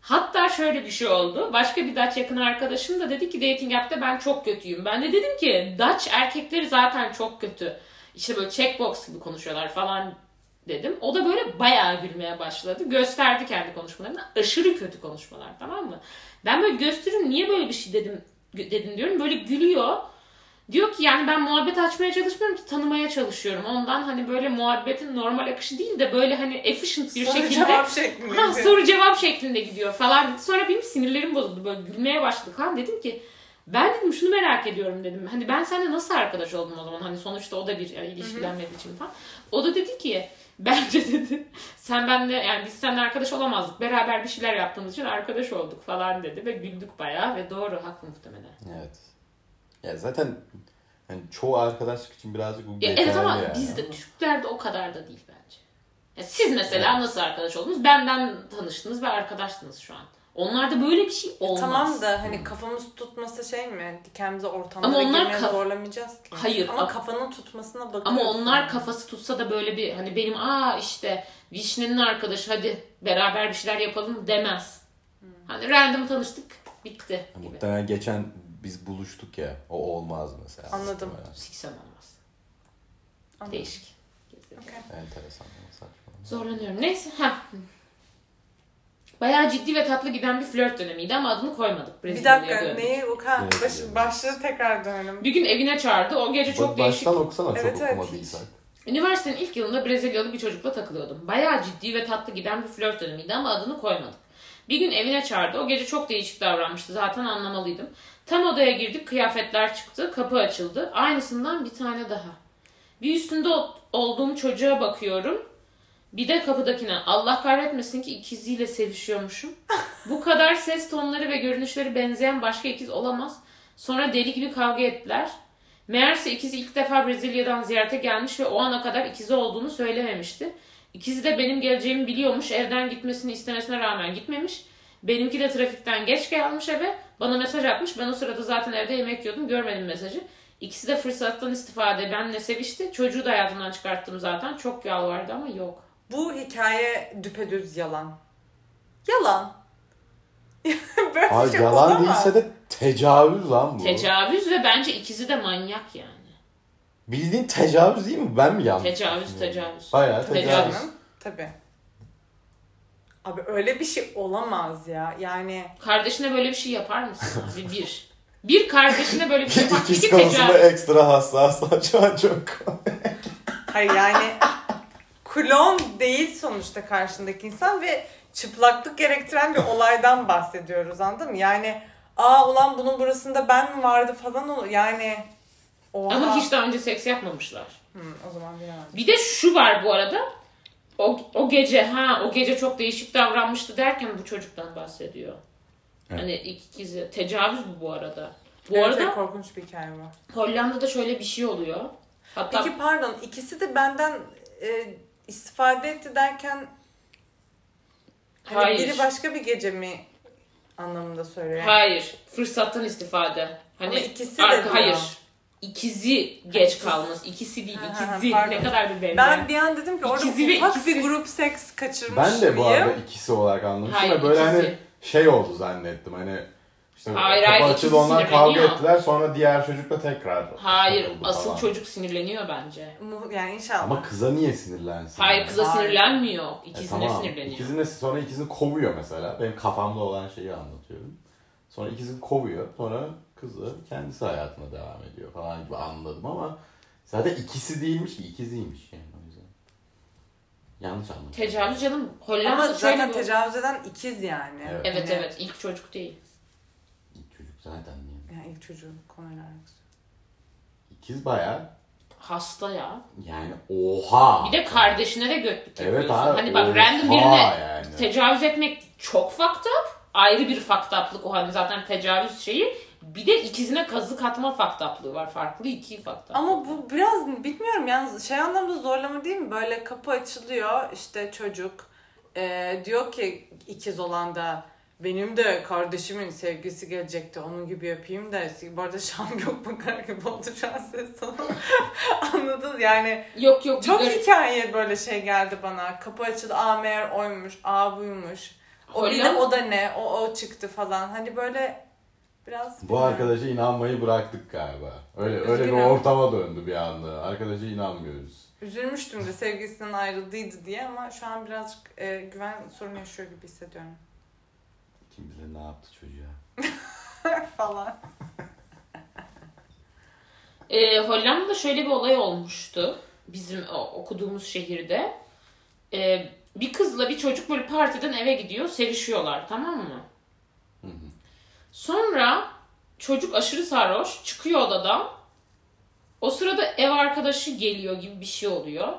[SPEAKER 1] hatta şöyle bir şey oldu. Başka bir Dutch yakın arkadaşım da dedi ki dating app'te ben çok kötüyüm. Ben de dedim ki Dutch erkekleri zaten çok kötü. İşte böyle checkbox gibi konuşuyorlar falan dedim. O da böyle bayağı gülmeye başladı. Gösterdi kendi konuşmalarını. Aşırı kötü konuşmalar tamam mı? Ben böyle gösteriyorum niye böyle bir şey dedim gü- dedim diyorum. Böyle gülüyor. Diyor ki yani ben muhabbet açmaya çalışmıyorum ki tanımaya çalışıyorum. Ondan hani böyle muhabbetin normal akışı değil de böyle hani efficient bir
[SPEAKER 3] Soru
[SPEAKER 1] şekilde
[SPEAKER 3] cevap şeklinde.
[SPEAKER 1] Ha, soru cevap şeklinde gidiyor falan. Sonra benim sinirlerim bozuldu. Böyle gülmeye başladık. Lan dedim ki ben dedim şunu merak ediyorum dedim. Hani ben seninle nasıl arkadaş oldum o zaman? Hani sonuçta o da bir yani ilişkilenmediği için falan. O da dedi ki bence dedi sen benle yani biz seninle arkadaş olamazdık. Beraber bir şeyler yaptığımız için arkadaş olduk falan dedi. Ve güldük bayağı ve doğru haklı muhtemelen.
[SPEAKER 2] Evet. Ya zaten yani çoğu arkadaşlık için birazcık bu
[SPEAKER 1] Ya,
[SPEAKER 2] geçerli
[SPEAKER 1] evet ama
[SPEAKER 2] yani.
[SPEAKER 1] bizde Türklerde o kadar da değil bence. Ya siz mesela nasıl arkadaş oldunuz? Benden tanıştınız ve arkadaşsınız şu an. Onlarda böyle bir şey olmaz.
[SPEAKER 3] Tamam da hani kafamız tutması şey mi? Dikenimize ortamlara
[SPEAKER 1] Ama onlar
[SPEAKER 3] girmeye
[SPEAKER 1] kaf-
[SPEAKER 3] zorlamayacağız ki.
[SPEAKER 1] Hayır.
[SPEAKER 3] Ama kafanın tutmasına bakıyorsun.
[SPEAKER 1] Ama onlar kafası tutsa da böyle bir hani benim aa işte Vişne'nin arkadaşı hadi beraber bir şeyler yapalım demez.
[SPEAKER 3] Hmm.
[SPEAKER 1] Hani random tanıştık bitti
[SPEAKER 2] Yani
[SPEAKER 1] gibi.
[SPEAKER 2] Muhtemelen geçen biz buluştuk ya. O olmaz mesela.
[SPEAKER 3] Anladım.
[SPEAKER 2] Muhtemelen.
[SPEAKER 1] Siksen olmaz.
[SPEAKER 3] Anladım.
[SPEAKER 1] Değişik.
[SPEAKER 2] Enteresan. Saçma.
[SPEAKER 1] Zorlanıyorum. Neyse. Ha. Bayağı ciddi ve tatlı giden bir flört dönemiydi ama adını koymadık.
[SPEAKER 3] Bir
[SPEAKER 1] Brezilya'ya
[SPEAKER 3] dakika
[SPEAKER 1] döndük.
[SPEAKER 3] neyi o kadar
[SPEAKER 2] Evet,
[SPEAKER 3] baş,
[SPEAKER 2] evet.
[SPEAKER 3] başlığı tekrar dönelim.
[SPEAKER 1] Bir gün evine çağırdı. O gece Şey çok
[SPEAKER 2] Bak,
[SPEAKER 1] değişik.
[SPEAKER 2] baştan okusana
[SPEAKER 3] Evet,
[SPEAKER 2] çok
[SPEAKER 3] evet.
[SPEAKER 2] okumadıysak.
[SPEAKER 1] Üniversitenin ilk yılında Brezilyalı bir çocukla takılıyordum. Bayağı ciddi ve tatlı giden bir flört dönemiydi ama adını koymadık. Bir gün evine çağırdı. O gece çok değişik davranmıştı. Zaten anlamalıydım. Tam odaya girdik. Kıyafetler çıktı. Kapı açıldı. Aynısından bir tane daha. Bir üstünde ol- olduğum çocuğa bakıyorum. Bir de kapıdakine. Allah kahretmesin ki ikiziyle sevişiyormuşum. Bu kadar ses tonları ve görünüşleri benzeyen başka ikiz olamaz. Sonra deli gibi kavga ettiler. Meğerse ikizi ilk defa Brezilya'dan ziyarete gelmiş ve o ana kadar ikizi olduğunu söylememişti. İkizi de benim geleceğimi biliyormuş. Evden gitmesini istemesine rağmen gitmemiş. Benimki de trafikten geç gelmiş eve. Bana mesaj atmış. Ben o sırada zaten evde yemek yiyordum. Görmedim mesajı. İkisi de fırsattan istifade benle sevişti. Çocuğu da hayatımdan çıkarttım zaten. Çok yalvardı ama yok.
[SPEAKER 3] Bu hikaye düpedüz yalan. Yalan. Böyle
[SPEAKER 2] Ay
[SPEAKER 3] bir şey
[SPEAKER 2] yalan
[SPEAKER 3] olamaz.
[SPEAKER 2] değilse de tecavüz lan bu.
[SPEAKER 1] Tecavüz ve bence ikizi de manyak yani.
[SPEAKER 2] Bildiğin tecavüz değil mi? Ben mi yanlış?
[SPEAKER 1] Tecavüz
[SPEAKER 2] düşünüyorum?
[SPEAKER 1] tecavüz.
[SPEAKER 2] Bayağı
[SPEAKER 1] Tecavüz.
[SPEAKER 2] tecavüz.
[SPEAKER 3] Canım, Tabii. Abi öyle bir şey olamaz ya. Yani
[SPEAKER 1] Kardeşine böyle bir şey yapar mısın? Bir. Bir, bir kardeşine böyle bir şey yapar mısın?
[SPEAKER 2] İkiz
[SPEAKER 1] İki
[SPEAKER 2] konusunda
[SPEAKER 1] tecavüz.
[SPEAKER 2] ekstra hassaslar şu an çok.
[SPEAKER 3] hayır yani klon değil sonuçta karşındaki insan ve çıplaklık gerektiren bir olaydan bahsediyoruz anladın mı? Yani aa ulan bunun burasında ben mi vardı falan olur. Yani oha.
[SPEAKER 1] Ama hiç daha önce seks yapmamışlar.
[SPEAKER 3] Hı, o zaman bilemem.
[SPEAKER 1] Bir de şu var bu arada. O, o gece ha o gece çok değişik davranmıştı derken bu çocuktan bahsediyor.
[SPEAKER 2] Evet.
[SPEAKER 1] Hani iki ikizi tecavüz bu bu arada. Bu
[SPEAKER 3] Evet,
[SPEAKER 1] arada
[SPEAKER 3] evet, korkunç bir hikaye var.
[SPEAKER 1] Hollanda'da şöyle bir şey oluyor. Hatta
[SPEAKER 3] Peki pardon ikisi de benden e, istifade etti derken hani
[SPEAKER 1] hayır.
[SPEAKER 3] biri başka bir gece mi anlamında söylüyor. Yani.
[SPEAKER 1] Hayır. Fırsattan istifade. Hani
[SPEAKER 3] Ama ikisi de diyor.
[SPEAKER 1] hayır. İkizi geç
[SPEAKER 3] İkisi.
[SPEAKER 1] kalması. İkisi değil.
[SPEAKER 3] Ha, ha,
[SPEAKER 1] ikizi.
[SPEAKER 3] pardon.
[SPEAKER 1] ne kadar bir benzer.
[SPEAKER 3] Ben bir an dedim ki orada
[SPEAKER 1] İkisi ve
[SPEAKER 3] ufak
[SPEAKER 1] ikisi.
[SPEAKER 3] bir grup seks kaçırmış
[SPEAKER 2] Ben de bu
[SPEAKER 3] mıyım?
[SPEAKER 2] arada ikisi olarak anlamıştım
[SPEAKER 1] Hayır,
[SPEAKER 2] ve böyle hani
[SPEAKER 1] ikisi.
[SPEAKER 2] şey oldu zannettim hani işte
[SPEAKER 1] Hayır,
[SPEAKER 2] kapı
[SPEAKER 1] hayır,
[SPEAKER 2] açıldı
[SPEAKER 1] ikisi
[SPEAKER 2] onlar kavga
[SPEAKER 1] sinirleniyor.
[SPEAKER 2] ettiler sonra diğer çocukla tekrar
[SPEAKER 1] Hayır.
[SPEAKER 2] takıldı
[SPEAKER 1] Asıl
[SPEAKER 2] falan.
[SPEAKER 1] çocuk sinirleniyor bence.
[SPEAKER 3] Mu- Yani inşallah.
[SPEAKER 2] Ama kıza niye sinirlensin?
[SPEAKER 1] Hayır kıza
[SPEAKER 3] Hayır.
[SPEAKER 1] sinirlenmiyor.
[SPEAKER 2] E,
[SPEAKER 1] İkisine
[SPEAKER 2] tamam.
[SPEAKER 1] sinirleniyor.
[SPEAKER 2] İkizine, sonra ikizini kovuyor mesela. Benim kafamda olan şeyi anlatıyorum. Sonra ikizini kovuyor. Sonra kızı kendisi hayatına devam ediyor falan gibi anladım ama zaten ikisi değilmiş ki ikiziymiş yani o yüzden. Yanlış anladım.
[SPEAKER 1] Tecavüz canım.
[SPEAKER 3] Ama
[SPEAKER 1] Hollanda şöyle
[SPEAKER 3] zaten
[SPEAKER 1] bir-
[SPEAKER 3] tecavüz eden ikiz yani.
[SPEAKER 2] Evet.
[SPEAKER 1] Evet
[SPEAKER 3] Hani-
[SPEAKER 1] evet. ilk çocuk değil.
[SPEAKER 2] Çocuk zaten yani.
[SPEAKER 3] Yani ilk çocuğun konuyla alakası. yok.
[SPEAKER 2] İkiz baya
[SPEAKER 1] Hasta ya.
[SPEAKER 2] yani oha.
[SPEAKER 1] Bir de kardeşine de götlük
[SPEAKER 2] Evet
[SPEAKER 1] yapıyorsun.
[SPEAKER 2] abi,
[SPEAKER 1] hani bak
[SPEAKER 2] oha
[SPEAKER 1] random birine
[SPEAKER 2] yani.
[SPEAKER 1] tecavüz etmek çok fucked up. Ayrı bir fucked up'lık o hani zaten tecavüz şeyi. Bir de ikizine kazık atma fucked up'lığı var. Farklı iki fucked up.
[SPEAKER 3] Ama bu biraz bilmiyorum yani şey anlamda zorlama değil mi? Böyle kapı açılıyor işte çocuk e, diyor ki ikiz olan da benim de kardeşimin sevgisi gelecekti onun gibi yapayım da bu arada şam yok bakar gibi oldu şu an ses tonu. Anladınız yani
[SPEAKER 1] Yok yok. bir
[SPEAKER 3] Çok
[SPEAKER 1] garip.
[SPEAKER 3] hikaye böyle şey geldi bana. Kapı açıldı. Aa meğer oymuş. Aa buymuş. O bir de
[SPEAKER 1] Hollanda-
[SPEAKER 3] o da ne? O o çıktı falan. Hani böyle biraz...
[SPEAKER 2] Bu arkadaşa inanmayı bıraktık galiba. Öyle öyle bir
[SPEAKER 3] Üzgünüm.
[SPEAKER 2] ortama döndü bir anda. Arkadaşa inanmıyoruz.
[SPEAKER 3] Üzülmüştüm de sevgisinden ayrıldıydı diye ama şu an birazcık e, güven sorunu yaşıyor gibi hissediyorum.
[SPEAKER 2] Kim bilir ne yaptı çocuğa.
[SPEAKER 3] falan.
[SPEAKER 1] Ee, Hollanda'da şöyle bir olay olmuştu. Bizim o- okuduğumuz şehirde. Ee, bir kızla bir çocuk böyle partiden eve gidiyor. Sevişiyorlar tamam mı?
[SPEAKER 2] Hı hı.
[SPEAKER 1] Sonra çocuk aşırı sarhoş çıkıyor odadan. O sırada ev arkadaşı geliyor gibi bir şey oluyor.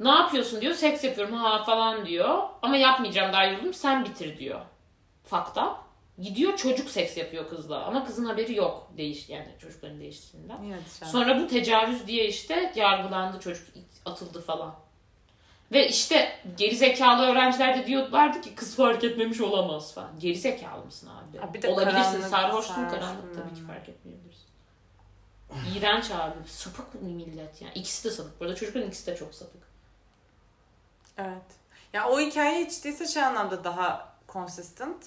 [SPEAKER 1] Ne yapıyorsun diyor. Seks yapıyorum ha falan diyor. Ama yapmayacağım daha ayrıldım sen bitir diyor. Fakta. Gidiyor çocuk seks yapıyor kızla. Ama kızın haberi yok. Değiş yani çocukların değiştiğinden.
[SPEAKER 3] Niye dışarı?
[SPEAKER 1] Sonra bu tecavüz diye işte yargılandı çocuk atıldı falan. Ve işte gerizekalı öğrenciler de diyorlardı ki kız fark etmemiş olamaz falan. Gerizekalı mısın abi?
[SPEAKER 3] Ha, bir de
[SPEAKER 1] Olabilirsin
[SPEAKER 3] karanlık,
[SPEAKER 1] sarhoşsun
[SPEAKER 3] sarhoşsun,
[SPEAKER 1] karanlık tabii ki
[SPEAKER 3] hmm.
[SPEAKER 1] fark etmeyebilirsin. İğrenç abi. Sapık bir millet yani. İkisi de sapık. Burada çocukların ikisi de çok sapık.
[SPEAKER 3] Evet. Ya o hikaye hiç değilse şey anlamda daha consistent.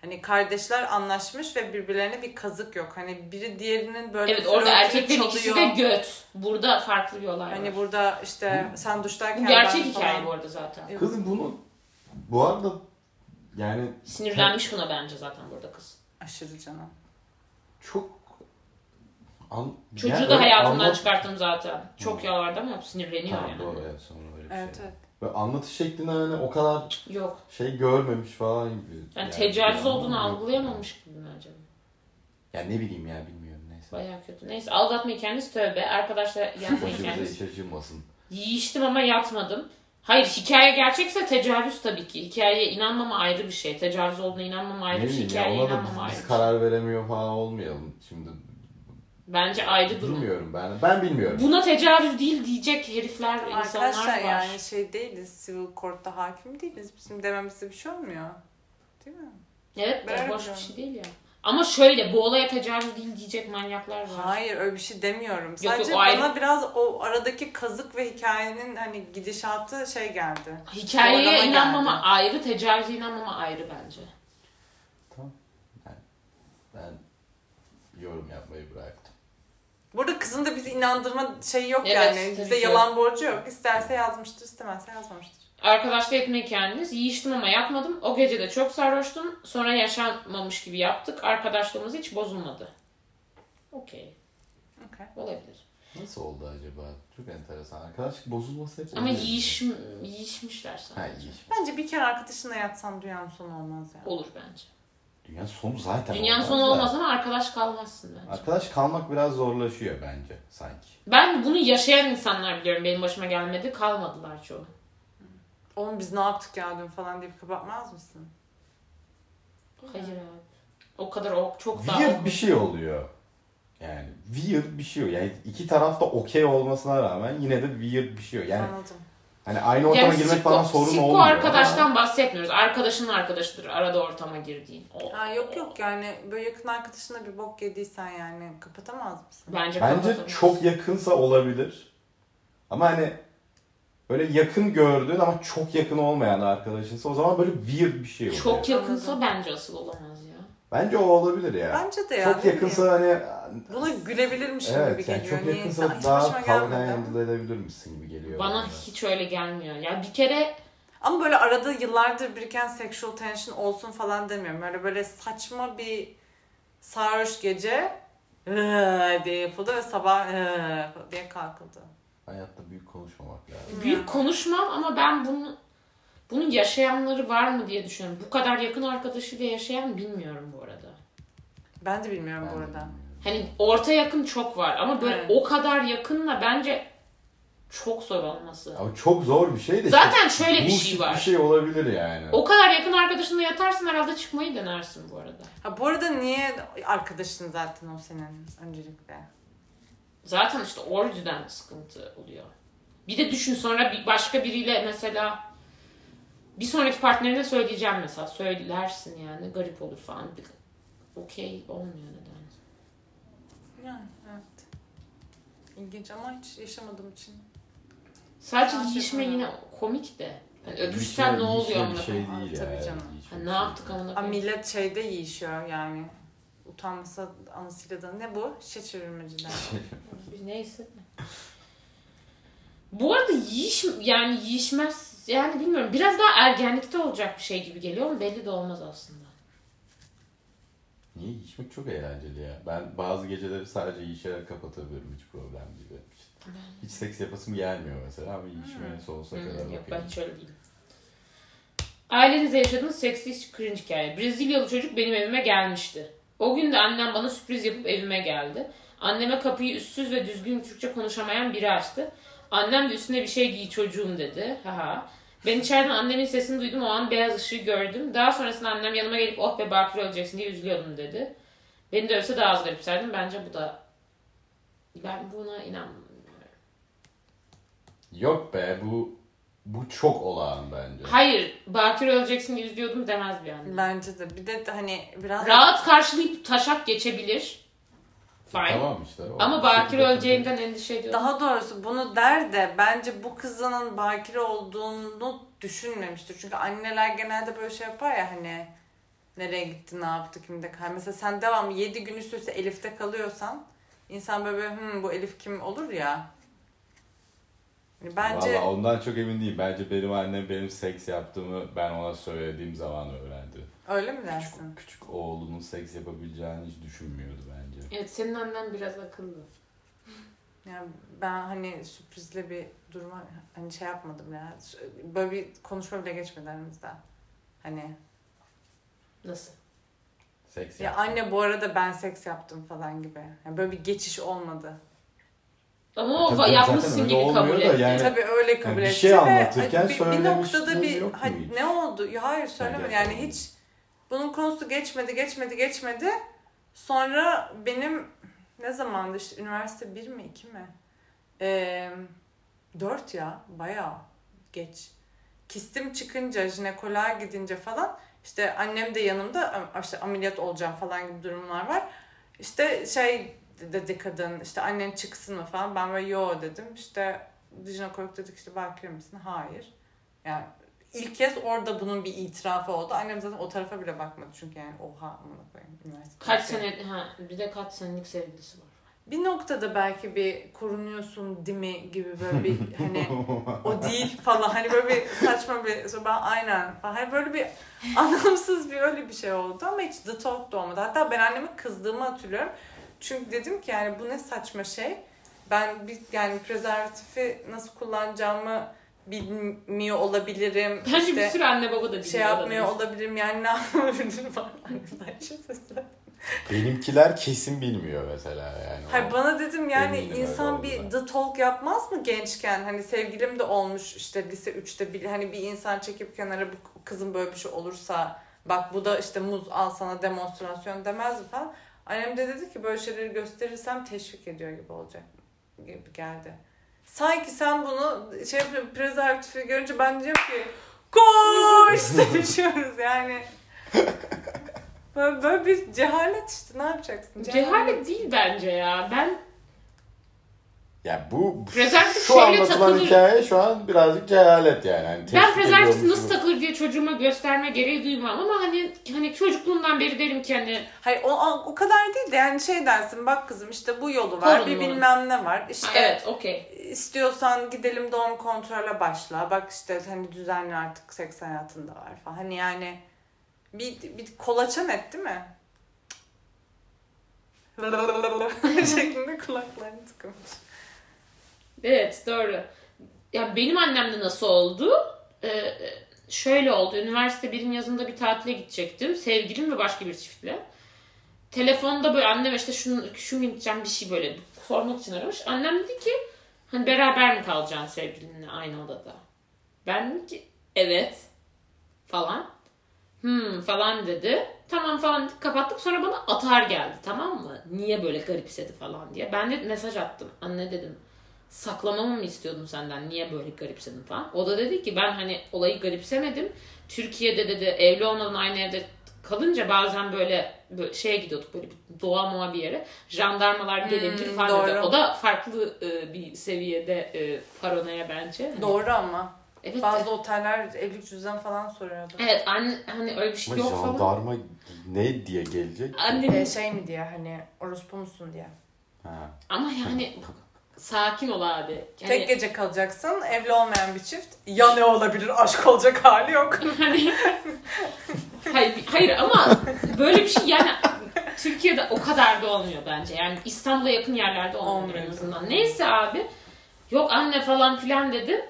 [SPEAKER 3] Hani kardeşler anlaşmış ve birbirlerine bir kazık yok. Hani biri diğerinin böyle
[SPEAKER 1] Evet orada
[SPEAKER 3] flörtünü
[SPEAKER 1] erkeklerin ikisi de
[SPEAKER 3] çalıyor.
[SPEAKER 1] göt. Burada farklı bir olay
[SPEAKER 3] Hani
[SPEAKER 1] var.
[SPEAKER 3] burada işte sen duştayken
[SPEAKER 1] Bu gerçek
[SPEAKER 3] ben
[SPEAKER 1] hikaye
[SPEAKER 3] falan-
[SPEAKER 1] bu arada zaten.
[SPEAKER 2] Kızım bunu bu arada yani
[SPEAKER 1] Sinirlenmiş buna bence zaten burada kız.
[SPEAKER 3] Aşırı canım.
[SPEAKER 2] çok an,
[SPEAKER 1] Çocuğu
[SPEAKER 2] yani
[SPEAKER 1] da
[SPEAKER 2] öyle
[SPEAKER 1] hayatından
[SPEAKER 2] anlat-
[SPEAKER 1] çıkarttım zaten. Çok yalardı ama sinirleniyor
[SPEAKER 2] Tamam,
[SPEAKER 1] yani.
[SPEAKER 2] doğru, evet, sonra öyle bir
[SPEAKER 3] Evet
[SPEAKER 2] şey.
[SPEAKER 3] evet.
[SPEAKER 2] Ve anlatış şeklinde hani o kadar
[SPEAKER 1] Yok.
[SPEAKER 2] şey görmemiş falan gibi.
[SPEAKER 1] Yani
[SPEAKER 2] bir
[SPEAKER 1] tecavüz
[SPEAKER 2] anlam
[SPEAKER 1] olduğunu
[SPEAKER 2] yok.
[SPEAKER 1] algılayamamış gibi mi acaba?
[SPEAKER 2] Ya ne bileyim ya bilmiyorum neyse.
[SPEAKER 1] Bayağı kötü. Neyse aldatmayın kendiniz tövbe. Arkadaşlar yatmayın
[SPEAKER 2] Başımıza
[SPEAKER 1] kendiniz.
[SPEAKER 2] hiç açılmasın.
[SPEAKER 1] Yiyiştim ama yatmadım. Hayır hikaye gerçekse tecavüz tabii ki. Hikayeye inanmama ayrı bir şey. Tecavüz olduğuna inanmama
[SPEAKER 2] Ne
[SPEAKER 1] ayrı bir şey.
[SPEAKER 2] bileyim ya
[SPEAKER 1] Hikayeye
[SPEAKER 2] ona da
[SPEAKER 1] inanmama ayrı
[SPEAKER 2] biz,
[SPEAKER 1] bir
[SPEAKER 2] biz
[SPEAKER 1] şey.
[SPEAKER 2] karar veremiyor falan olmayalım şimdi.
[SPEAKER 1] Bence ayrı durum.
[SPEAKER 2] Bilmiyorum ben. Ben bilmiyorum.
[SPEAKER 1] Buna tecavüz değil diyecek herifler, insanlar
[SPEAKER 3] Arkadaşlar
[SPEAKER 1] var.
[SPEAKER 3] yani şey değiliz. Civil Court'ta hakim değiliz. Bizim dememize bir şey olmuyor. Değil mi?
[SPEAKER 1] Evet de
[SPEAKER 3] Ben
[SPEAKER 1] boş bir
[SPEAKER 3] öyle
[SPEAKER 1] şey değil ya. Ama şöyle bu olaya tecavüz değil diyecek manyaklar var.
[SPEAKER 3] Hayır öyle bir şey demiyorum.
[SPEAKER 1] yok,
[SPEAKER 3] Sadece
[SPEAKER 1] o ayrı-
[SPEAKER 3] bana biraz o aradaki kazık ve hikayenin hani gidişatı şey geldi.
[SPEAKER 1] Hikayeye
[SPEAKER 3] Zorlama
[SPEAKER 1] inanmama
[SPEAKER 3] geldi.
[SPEAKER 1] ayrı, tecavüze inanmama ayrı bence.
[SPEAKER 2] Ben yorum yapmayı bıraktım.
[SPEAKER 3] Burada kızın da bizi inandırma şeyi yok
[SPEAKER 1] Evet,
[SPEAKER 3] yani.
[SPEAKER 1] tabii
[SPEAKER 3] Bize
[SPEAKER 1] ki.
[SPEAKER 3] yalan borcu yok. İsterse yazmıştır, istemezse yazmamıştır.
[SPEAKER 1] Arkadaşla etmeyi kendiniz. Yiyiştim ama yatmadım. O gece de çok sarhoştum. Sonra yaşanmamış gibi yaptık. Arkadaşlığımız hiç bozulmadı. Okey.
[SPEAKER 3] Okey.
[SPEAKER 1] Olabilir.
[SPEAKER 2] Nasıl oldu acaba? Çok enteresan. Arkadaşlık bozulması hep
[SPEAKER 1] Ama
[SPEAKER 2] öyle.
[SPEAKER 1] yiyiş, yiyişmişler
[SPEAKER 2] Ha
[SPEAKER 1] sadece.
[SPEAKER 2] yiyiş.
[SPEAKER 3] Bence bir kere arkadaşınla yatsan dünyanın sonu olmaz yani.
[SPEAKER 1] Olur bence.
[SPEAKER 2] Dünyanın sonu zaten
[SPEAKER 1] Dünyanın
[SPEAKER 2] olmaz
[SPEAKER 1] sonu
[SPEAKER 2] da.
[SPEAKER 1] olmaz ama arkadaş kalmazsın bence.
[SPEAKER 2] Arkadaş kalmak biraz zorlaşıyor bence sanki.
[SPEAKER 1] Ben bunu yaşayan insanlar biliyorum. Benim başıma gelmedi. Kalmadılar çoğu.
[SPEAKER 3] oğlum biz ne yaptık ya dün falan deyip kapatmaz mısın?
[SPEAKER 1] Hayır abi. O kadar o çok daha
[SPEAKER 2] Weird bir şey oluyor. Yani weird bir şey. oluyor. Yani iki tarafta okey olmasına rağmen yine de weird bir şey. Yani
[SPEAKER 3] Anladım.
[SPEAKER 2] hani aynı ortama
[SPEAKER 1] Yani
[SPEAKER 2] girmek
[SPEAKER 1] sikko-
[SPEAKER 2] falan sorun
[SPEAKER 1] sikko
[SPEAKER 2] olmuyor.
[SPEAKER 1] arkadaştan bahsetmiyoruz. Arkadaşının arkadaşıdır arada ortama girdiğin. O,
[SPEAKER 3] Ha, yok yok yani böyle yakın arkadaşına bir bok yediysen yani kapatamaz mısın?
[SPEAKER 1] Bence,
[SPEAKER 2] Bence
[SPEAKER 1] kapatamaz.
[SPEAKER 2] çok yakınsa olabilir. Ama hani böyle yakın gördüğün ama çok yakın olmayan arkadaşınsa o zaman böyle weird bir şey oluyor.
[SPEAKER 1] çok yakınsa bence asıl olamaz ya.
[SPEAKER 2] Bence o olabilir ya.
[SPEAKER 3] Bence de ya.
[SPEAKER 2] çok
[SPEAKER 3] ne bileyim.
[SPEAKER 2] yakınsa hani
[SPEAKER 3] Buna gülebilirmişim gibi
[SPEAKER 2] evet yani
[SPEAKER 3] geliyor.
[SPEAKER 2] çok
[SPEAKER 3] Niye?
[SPEAKER 2] yakınsa
[SPEAKER 3] hiç başıma
[SPEAKER 2] daha
[SPEAKER 3] gelmedi.
[SPEAKER 2] kavgaya
[SPEAKER 3] ama.
[SPEAKER 2] handle edebilir misin gibi geliyor.
[SPEAKER 1] Bana hiç öyle gelmiyor. Ya bir kere
[SPEAKER 3] Ama böyle arada yıllardır biriken sexual tension olsun falan demiyorum. Öyle böyle saçma bir sarhoş gece "Iıı" diye yapıldı ve sabah "Iıı" diye kalkıldı.
[SPEAKER 2] Hayatta büyük konuşmamak lazım.
[SPEAKER 1] büyük konuşmam ama ben bunu bunun yaşayanları var mı diye düşünüyorum. Bu kadar yakın arkadaşıyla yaşayan bilmiyorum bu arada.
[SPEAKER 3] Ben de bilmiyorum
[SPEAKER 2] Ben
[SPEAKER 3] bu
[SPEAKER 2] de
[SPEAKER 3] arada.
[SPEAKER 2] bilmiyorum.
[SPEAKER 1] Hani orta yakın çok var ama böyle
[SPEAKER 3] Evet.
[SPEAKER 1] o kadar yakınla bence çok zor olması.
[SPEAKER 2] Ama çok zor bir şey de.
[SPEAKER 1] Zaten
[SPEAKER 2] işte
[SPEAKER 1] şöyle bir
[SPEAKER 2] bullshit
[SPEAKER 1] şey var.
[SPEAKER 2] Bir şey olabilir yani.
[SPEAKER 1] O kadar yakın arkadaşınla yatarsın herhalde çıkmayı denersin bu arada.
[SPEAKER 3] Ha, bu arada niye arkadaşın zaten o senin öncelikle?
[SPEAKER 1] Zaten işte o yüzden sıkıntı oluyor. Bir de düşün sonra bir başka biriyle mesela bir sonraki partnerine söyleyeceğim mesela. Söylersin yani garip olur falan. Bir- Okey olmuyor neden.
[SPEAKER 3] Yani evet. İlginç ama hiç yaşamadığım için.
[SPEAKER 1] Sadece
[SPEAKER 3] Ben
[SPEAKER 1] yiyişme
[SPEAKER 3] şey-
[SPEAKER 1] yine komik de. Hani
[SPEAKER 2] Bir
[SPEAKER 1] öpüşsen
[SPEAKER 2] şey-
[SPEAKER 1] ne
[SPEAKER 2] bir şey-
[SPEAKER 1] oluyor
[SPEAKER 2] Bir
[SPEAKER 1] amına
[SPEAKER 2] şey
[SPEAKER 1] koyayım?
[SPEAKER 2] değil
[SPEAKER 3] Tabii
[SPEAKER 2] ya.
[SPEAKER 3] canım.
[SPEAKER 1] Ha, ne yaptık amına
[SPEAKER 3] Aa,
[SPEAKER 1] koyayım?
[SPEAKER 3] millet şeyde yiyişiyor yani. Utanmasa anasıyla da ne bu? Şişe çevirmeciler.
[SPEAKER 1] Biz Neyse. Bu arada yiyiş yani yiyişmez yani bilmiyorum biraz daha ergenlikte olacak bir şey gibi geliyor ama belli de olmaz aslında.
[SPEAKER 2] Niye yiyişmek çok eğlenceli ya. Ben bazı geceleri sadece yiyişerek kapatabilirim hiç problem değil benim için. Hiç seks yapasım gelmiyor mesela ama yiyişmeye sonsuza
[SPEAKER 1] Hmm,
[SPEAKER 2] kadar
[SPEAKER 1] yok
[SPEAKER 2] bakıyorum.
[SPEAKER 1] ben şöyle değilim. Ailenizde yaşadığınız seksi cringe hikaye. Brezilyalı çocuk benim evime gelmişti. O gün de annem bana sürpriz yapıp evime geldi. Anneme kapıyı üstsüz ve düzgün Türkçe konuşamayan biri açtı. Annem de üstüne bir şey giy çocuğum dedi. Haha. Ben içeriden annemin sesini duydum o an beyaz ışığı gördüm. Daha sonrasında annem yanıma gelip oh be bakire öleceksin diye üzülüyordum dedi. Beni de ölse daha az garipserdim. Bence bu da... Ben buna inanmıyorum.
[SPEAKER 2] Yok be bu bu çok olağan bence.
[SPEAKER 1] Hayır, bakire öleceksin diye üzülüyordum demez bir anne.
[SPEAKER 3] Bence de. Bir de hani biraz
[SPEAKER 1] Rahat karşılayıp taşak geçebilir. Fine.
[SPEAKER 2] Tamam işte. o
[SPEAKER 1] Ama
[SPEAKER 2] bir şekilde
[SPEAKER 1] bakir öleceğinden endişe ediyorum.
[SPEAKER 3] daha doğrusu bunu der de bence bu kızının bakire olduğunu düşünmemiştir. Çünkü anneler genelde böyle şey yapar ya hani nereye gitti, ne yaptı, kimde kal. Hani Mesela sen devamlı 7 gün üst üste Elif'te kalıyorsan insan böyle böyle, "Hmm, bu Elif kim olur ya. Yani Bence
[SPEAKER 2] Valla ondan çok emin değilim. Bence benim annem benim seks yaptığımı ben ona söylediğim zaman öğrendi.
[SPEAKER 3] öyle mi dersin?
[SPEAKER 2] Küçük, küçük oğlunun seks yapabileceğini hiç düşünmüyordu bence.
[SPEAKER 1] Evet senin annen biraz akıllı.
[SPEAKER 3] Yani ben hani sürprizle bir duruma hani şey yapmadım ya. Böyle bir konuşma bile geçmedi aramızda. Hani
[SPEAKER 1] Nasıl?
[SPEAKER 2] Seks
[SPEAKER 3] Ya
[SPEAKER 2] yaptı.
[SPEAKER 3] anne bu arada ben seks yaptım falan gibi. Yani böyle bir geçiş olmadı.
[SPEAKER 1] Ama o
[SPEAKER 2] Tabii zaten
[SPEAKER 1] yapmışsın
[SPEAKER 2] öyle
[SPEAKER 1] gibi kabul
[SPEAKER 2] olmuyor da
[SPEAKER 1] etti.
[SPEAKER 2] yani-
[SPEAKER 3] Tabii öyle kabul
[SPEAKER 2] bir
[SPEAKER 3] etti
[SPEAKER 2] şey
[SPEAKER 3] ve
[SPEAKER 2] anlatırken
[SPEAKER 3] hani bir, bir
[SPEAKER 2] söylemişliğin
[SPEAKER 3] noktada bir
[SPEAKER 2] yok mu
[SPEAKER 3] hani
[SPEAKER 2] hiç?
[SPEAKER 3] ne oldu? Ya hayır söylemedi.
[SPEAKER 2] Hayır,
[SPEAKER 3] Yani
[SPEAKER 2] olmadı.
[SPEAKER 3] hiç bunun konusu geçmedi, geçmedi, geçmedi. Sonra benim ne zamandı işte üniversite 1 mi 2 mi? Ee, 4 ya bayağı geç. Kistim çıkınca, jinekoloğa gidince falan işte annem de yanımda "Am- işte ameliyat olacağım falan gibi durumlar var. İşte şey dedi kadın işte annen çıksın mı falan ben böyle yo dedim işte jinekolog dedik işte bakire misin? Hayır. Yani ilk kez orada bunun bir itirafı oldu. Annem zaten o tarafa bile bakmadı çünkü yani oha amına koyayım üniversite.
[SPEAKER 1] Kaç sene ha bir de kaç senelik sevgilisi var.
[SPEAKER 3] Bir noktada belki bir korunuyorsun dimi gibi böyle bir hani o değil falan hani böyle bir saçma bir sonra ben aynen falan hani böyle bir anlamsız bir öyle bir şey oldu ama hiç the talk da olmadı. Hatta ben anneme kızdığımı hatırlıyorum. Çünkü dedim ki yani bu ne saçma şey. Ben bir yani prezervatifi nasıl kullanacağımı bilmiyor olabilirim.
[SPEAKER 1] Bence
[SPEAKER 3] İşte-
[SPEAKER 1] bir sürü anne baba da
[SPEAKER 3] şey
[SPEAKER 1] bilmiyor
[SPEAKER 3] yapmıyor
[SPEAKER 1] olabilir.
[SPEAKER 3] olabilirim yani ne yapabilirim falan. şey Saçma sapan.
[SPEAKER 2] Benimkiler kesin bilmiyor mesela yani.
[SPEAKER 3] Hayır bana dedim yani
[SPEAKER 2] Eminim öyle
[SPEAKER 3] insan bir
[SPEAKER 2] olduğuna.
[SPEAKER 3] the talk yapmaz mı gençken? Hani sevgilim de olmuş işte lise 3'te bir hani bir insan çekip kenara bu kızın böyle bir şey olursa bak bu da işte muz al sana demonstrasyon demez mi falan. Annem de dedi ki böyle şeyleri gösterirsem teşvik ediyor gibi olacak gibi geldi. Sanki sen bunu şey yapıyorum prezervatifi görünce ben diyeceğim ki koş sevişiyoruz yani. Böyle, böyle bir cehalet işte ne yapacaksın?
[SPEAKER 1] Cehalet değil bence ya. Ben
[SPEAKER 2] Ya bu
[SPEAKER 1] Prezervatif
[SPEAKER 2] şu
[SPEAKER 1] şöyle
[SPEAKER 2] anlatılan
[SPEAKER 1] takılır.
[SPEAKER 2] hikaye şu an birazcık cehalet yani. Hani
[SPEAKER 1] ben
[SPEAKER 2] teşvik
[SPEAKER 1] prezervatif
[SPEAKER 2] ediyormuş
[SPEAKER 1] nasıl
[SPEAKER 2] gibi.
[SPEAKER 1] takılır diye çocuğuma gösterme gereği duymam ama hani hani çocukluğumdan beri derim ki hani
[SPEAKER 3] Hayır o, o o kadar değil de yani şey dersin bak kızım işte bu yolu var
[SPEAKER 1] Korun
[SPEAKER 3] bir
[SPEAKER 1] bunu.
[SPEAKER 3] bilmem ne var işte
[SPEAKER 1] "Ha, evet okey.
[SPEAKER 3] istiyorsan gidelim doğum kontrole başla bak işte hani düzenli artık seks hayatında var falan hani yani bir, bir kolaçan et değil mi? şeklinde kulaklarını tıkamış.
[SPEAKER 1] Evet doğru. Ya benim annemde nasıl oldu? Ee, şöyle oldu. Üniversite birin yazında bir tatile gidecektim. Sevgilim ve başka bir çiftle. Telefonda böyle annem işte şunu, şu gün gideceğim bir şey böyle sormak için aramış. Annem dedi ki hani beraber mi kalacaksın sevgilinle aynı odada? Ben dedim ki evet falan. Hmm falan dedi. Tamam falan dedik, kapattık. Sonra bana atar geldi tamam mı? Niye böyle garipsedi falan diye. Ben de mesaj attım. Anne dedim saklamamı mı istiyordun senden? Niye böyle garipsedin falan. O da dedi ki ben hani olayı garipsemedim. Türkiye'de dedi evli olmadan aynı evde kalınca bazen böyle, böyle şeye gidiyorduk böyle bir doğa moğa bir yere. Jandarmalar gelebilir
[SPEAKER 3] Hmm,
[SPEAKER 1] falan dedi.
[SPEAKER 3] doğru.
[SPEAKER 1] O da farklı e, bir seviyede e, paranoya bence. Hani-
[SPEAKER 3] Doğru ama
[SPEAKER 1] Evet.
[SPEAKER 3] bazı oteller evlilik cüzdanı falan soruyordu.
[SPEAKER 1] Evet anne hani öyle bir şey
[SPEAKER 2] Ama
[SPEAKER 1] yok falan.
[SPEAKER 2] jandarma ne diye gelecek?
[SPEAKER 3] Ee,
[SPEAKER 1] Annem
[SPEAKER 3] şey mi diye hani orospu musun diye.
[SPEAKER 2] Ha.
[SPEAKER 1] ama yani sakin ol abi.
[SPEAKER 3] Tek
[SPEAKER 1] Yani,
[SPEAKER 3] gece kalacaksın, evli olmayan bir çift. Ya ne olabilir? Aşk olacak hali yok.
[SPEAKER 1] hani hayır, hayır ama böyle bir şey yani Türkiye'de o kadar da olmuyor bence. Yani İstanbul'a yakın yerlerde olmuyor en
[SPEAKER 3] Olmuyor.
[SPEAKER 1] azından. Neyse abi. Yok anne falan filan dedim.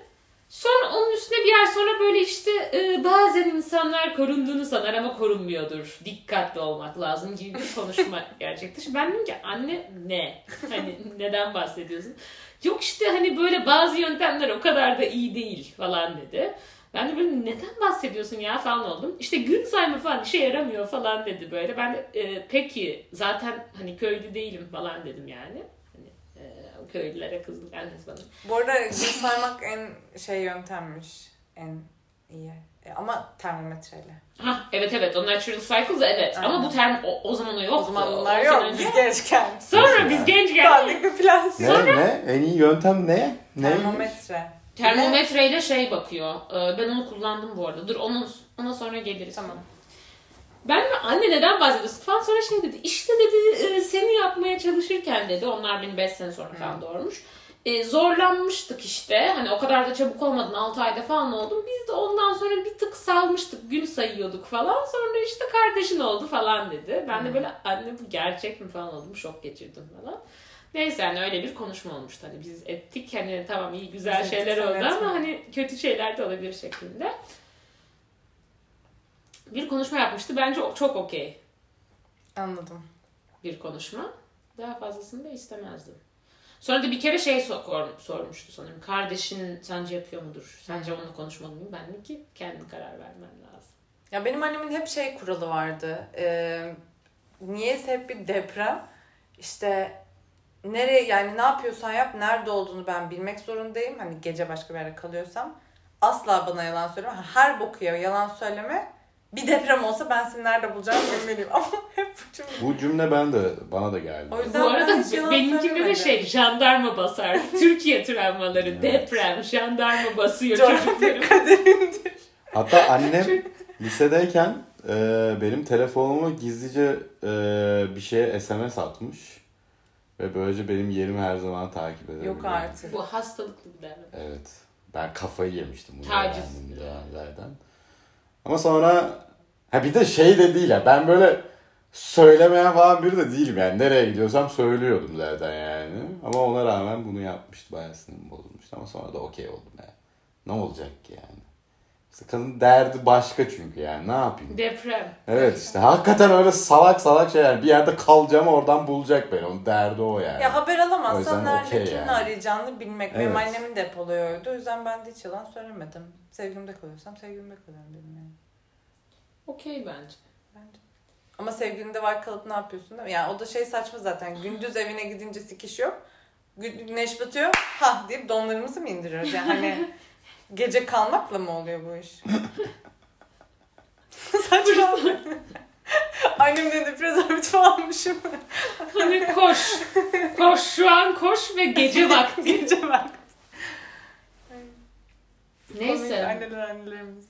[SPEAKER 1] Sonra onun üstüne bir ay sonra böyle işte e, bazen insanlar korunduğunu sanar ama korunmuyordur. Dikkatli olmak lazım gibi bir konuşma gerçekleşti. Ben dedim ki anne ne? Hani neden bahsediyorsun? Yok işte hani böyle bazı yöntemler o kadar da iyi değil falan dedi. Ben de böyle neden bahsediyorsun ya falan oldum. İşte gün sayma falan işe yaramıyor falan dedi böyle. Ben de e, peki zaten hani köylü değilim falan dedim yani. Hani e, o köylülere kızdım kendisi bana.
[SPEAKER 3] Bu arada gün saymak en şey yöntemmiş. En iyi. E, ama termometreyle.
[SPEAKER 1] Ha evet evet o Natural Cycles evet
[SPEAKER 3] Aynen.
[SPEAKER 1] ama bu term o, o zaman o yoktu.
[SPEAKER 3] O zaman bunlar
[SPEAKER 1] O sene
[SPEAKER 3] yok.
[SPEAKER 1] önce-
[SPEAKER 3] Biz gençken.
[SPEAKER 1] Sonra
[SPEAKER 2] Nasıl
[SPEAKER 1] biz
[SPEAKER 2] yani?
[SPEAKER 1] genç geldik.
[SPEAKER 3] Dandik bir plan.
[SPEAKER 2] Ne ne? En iyi yöntem ne? Ne?
[SPEAKER 3] Termometre.
[SPEAKER 1] Termometreyle şey bakıyor. Ee, Ben onu kullandım bu arada. Dur onun, ona sonra geliriz.
[SPEAKER 3] Tamam.
[SPEAKER 1] Ben de anne neden bahsediyorsun falan sonra şey dedi. İşte dedi e, seni yapmaya çalışırken dedi. Onlar beni 5 sene sonra falan doğurmuş. E, zorlanmıştık işte. Hani o kadar da çabuk olmadın 6 ayda falan oldum. Biz de ondan sonra bir tık salmıştık. Gün sayıyorduk falan. Sonra işte kardeşin oldu falan dedi. Ben de böyle anne bu gerçek mi falan oldum. Şok geçirdim falan. Neyse hani öyle bir konuşma olmuştu. Hani biz ettik hani tamam iyi güzel
[SPEAKER 3] Biz ettik,
[SPEAKER 1] şeyler
[SPEAKER 3] sen
[SPEAKER 1] oldu
[SPEAKER 3] etme.
[SPEAKER 1] ama hani kötü şeyler de olabilir şeklinde. Bir konuşma yapmıştı. Bence o- çok okey
[SPEAKER 3] Anladım.
[SPEAKER 1] bir konuşma. Daha fazlasını da istemezdim. Sonra da bir kere şey sor- sormuştu sanırım. Kardeşin sence yapıyor mudur? Sence onunla konuşmalı mıyım? Ben de ki kendi karar vermem lazım.
[SPEAKER 3] Ya benim annemin hep şey kuralı vardı. Ee, niyeyse hep bir deprem. İşte nereye yani ne yapıyorsan yap nerede olduğunu ben bilmek zorundayım. Hani gece başka bir yerde kalıyorsam asla bana yalan söyleme. Her bokuya yalan söyleme. Bir deprem olsa ben seni nerede bulacağımı bilmeliyim. Ama hep bu cümle.
[SPEAKER 2] Bu cümle ben de bana da geldi.
[SPEAKER 3] O yüzden-
[SPEAKER 1] Bu
[SPEAKER 3] Sen
[SPEAKER 1] arada
[SPEAKER 3] bana hiç yalan
[SPEAKER 1] benimkinde de
[SPEAKER 3] söylemedin.
[SPEAKER 1] şey jandarma basar. Türkiye travmaları,
[SPEAKER 2] Evet.
[SPEAKER 1] deprem, jandarma basıyor çocukları.
[SPEAKER 3] Coğrafya kaderindir.
[SPEAKER 2] Hatta annem lisedeyken e, benim telefonumu gizlice e, bir şeye SMS atmış. Ve böylece benim yerimi her zaman takip edebiliyor.
[SPEAKER 3] Yok artık.
[SPEAKER 1] Bu hastalıklı bir derdim.
[SPEAKER 2] Evet. Ben kafayı yemiştim bunu
[SPEAKER 1] Taciz.
[SPEAKER 2] öğrendiğim dönemlerden. Ama sonra ha bir de şey de değil ya ben böyle söylemeyen falan biri de değilim yani nereye gidiyorsam söylüyordum zaten yani. Ama ona rağmen bunu yapmıştı bayağı sinirim bozulmuştu ama sonra da okey oldum yani. Ne olacak ki yani? İşte kadın derdi başka çünkü yani ne yapayım.
[SPEAKER 1] Deprem.
[SPEAKER 2] Evet işte hakikaten öyle salak salak şeyler. Bir yerde kalacağım oradan bulacak beni. Onun derdi o yani.
[SPEAKER 3] Ya haber
[SPEAKER 2] O yüzden
[SPEAKER 3] alamazsan nerede
[SPEAKER 2] okey
[SPEAKER 3] kimle
[SPEAKER 2] yani.
[SPEAKER 3] arayacağını bilmek. Benim
[SPEAKER 2] Evet.
[SPEAKER 3] annemin depoluyor öyle. O yüzden ben de hiç yalan söylemedim. Sevgimde kalıyorsam sevgimde kalıyorum dedim yani.
[SPEAKER 1] Okey bence.
[SPEAKER 3] Ama sevgilinde var kalıp ne yapıyorsun değil mi? Yani o da şey saçma zaten. Gündüz evine gidince sikiş yok. Gü- Güneş batıyor. Ha deyip donlarımızı mı indiriyoruz? Yani hani gece kalmakla mı oluyor bu iş? saçma. Annemden de prezervatif almışım.
[SPEAKER 1] Hani koş. Koş şu an koş ve gece vakti.
[SPEAKER 3] gece bak. Komik
[SPEAKER 1] Neyse.
[SPEAKER 3] Anneler annelerimiz.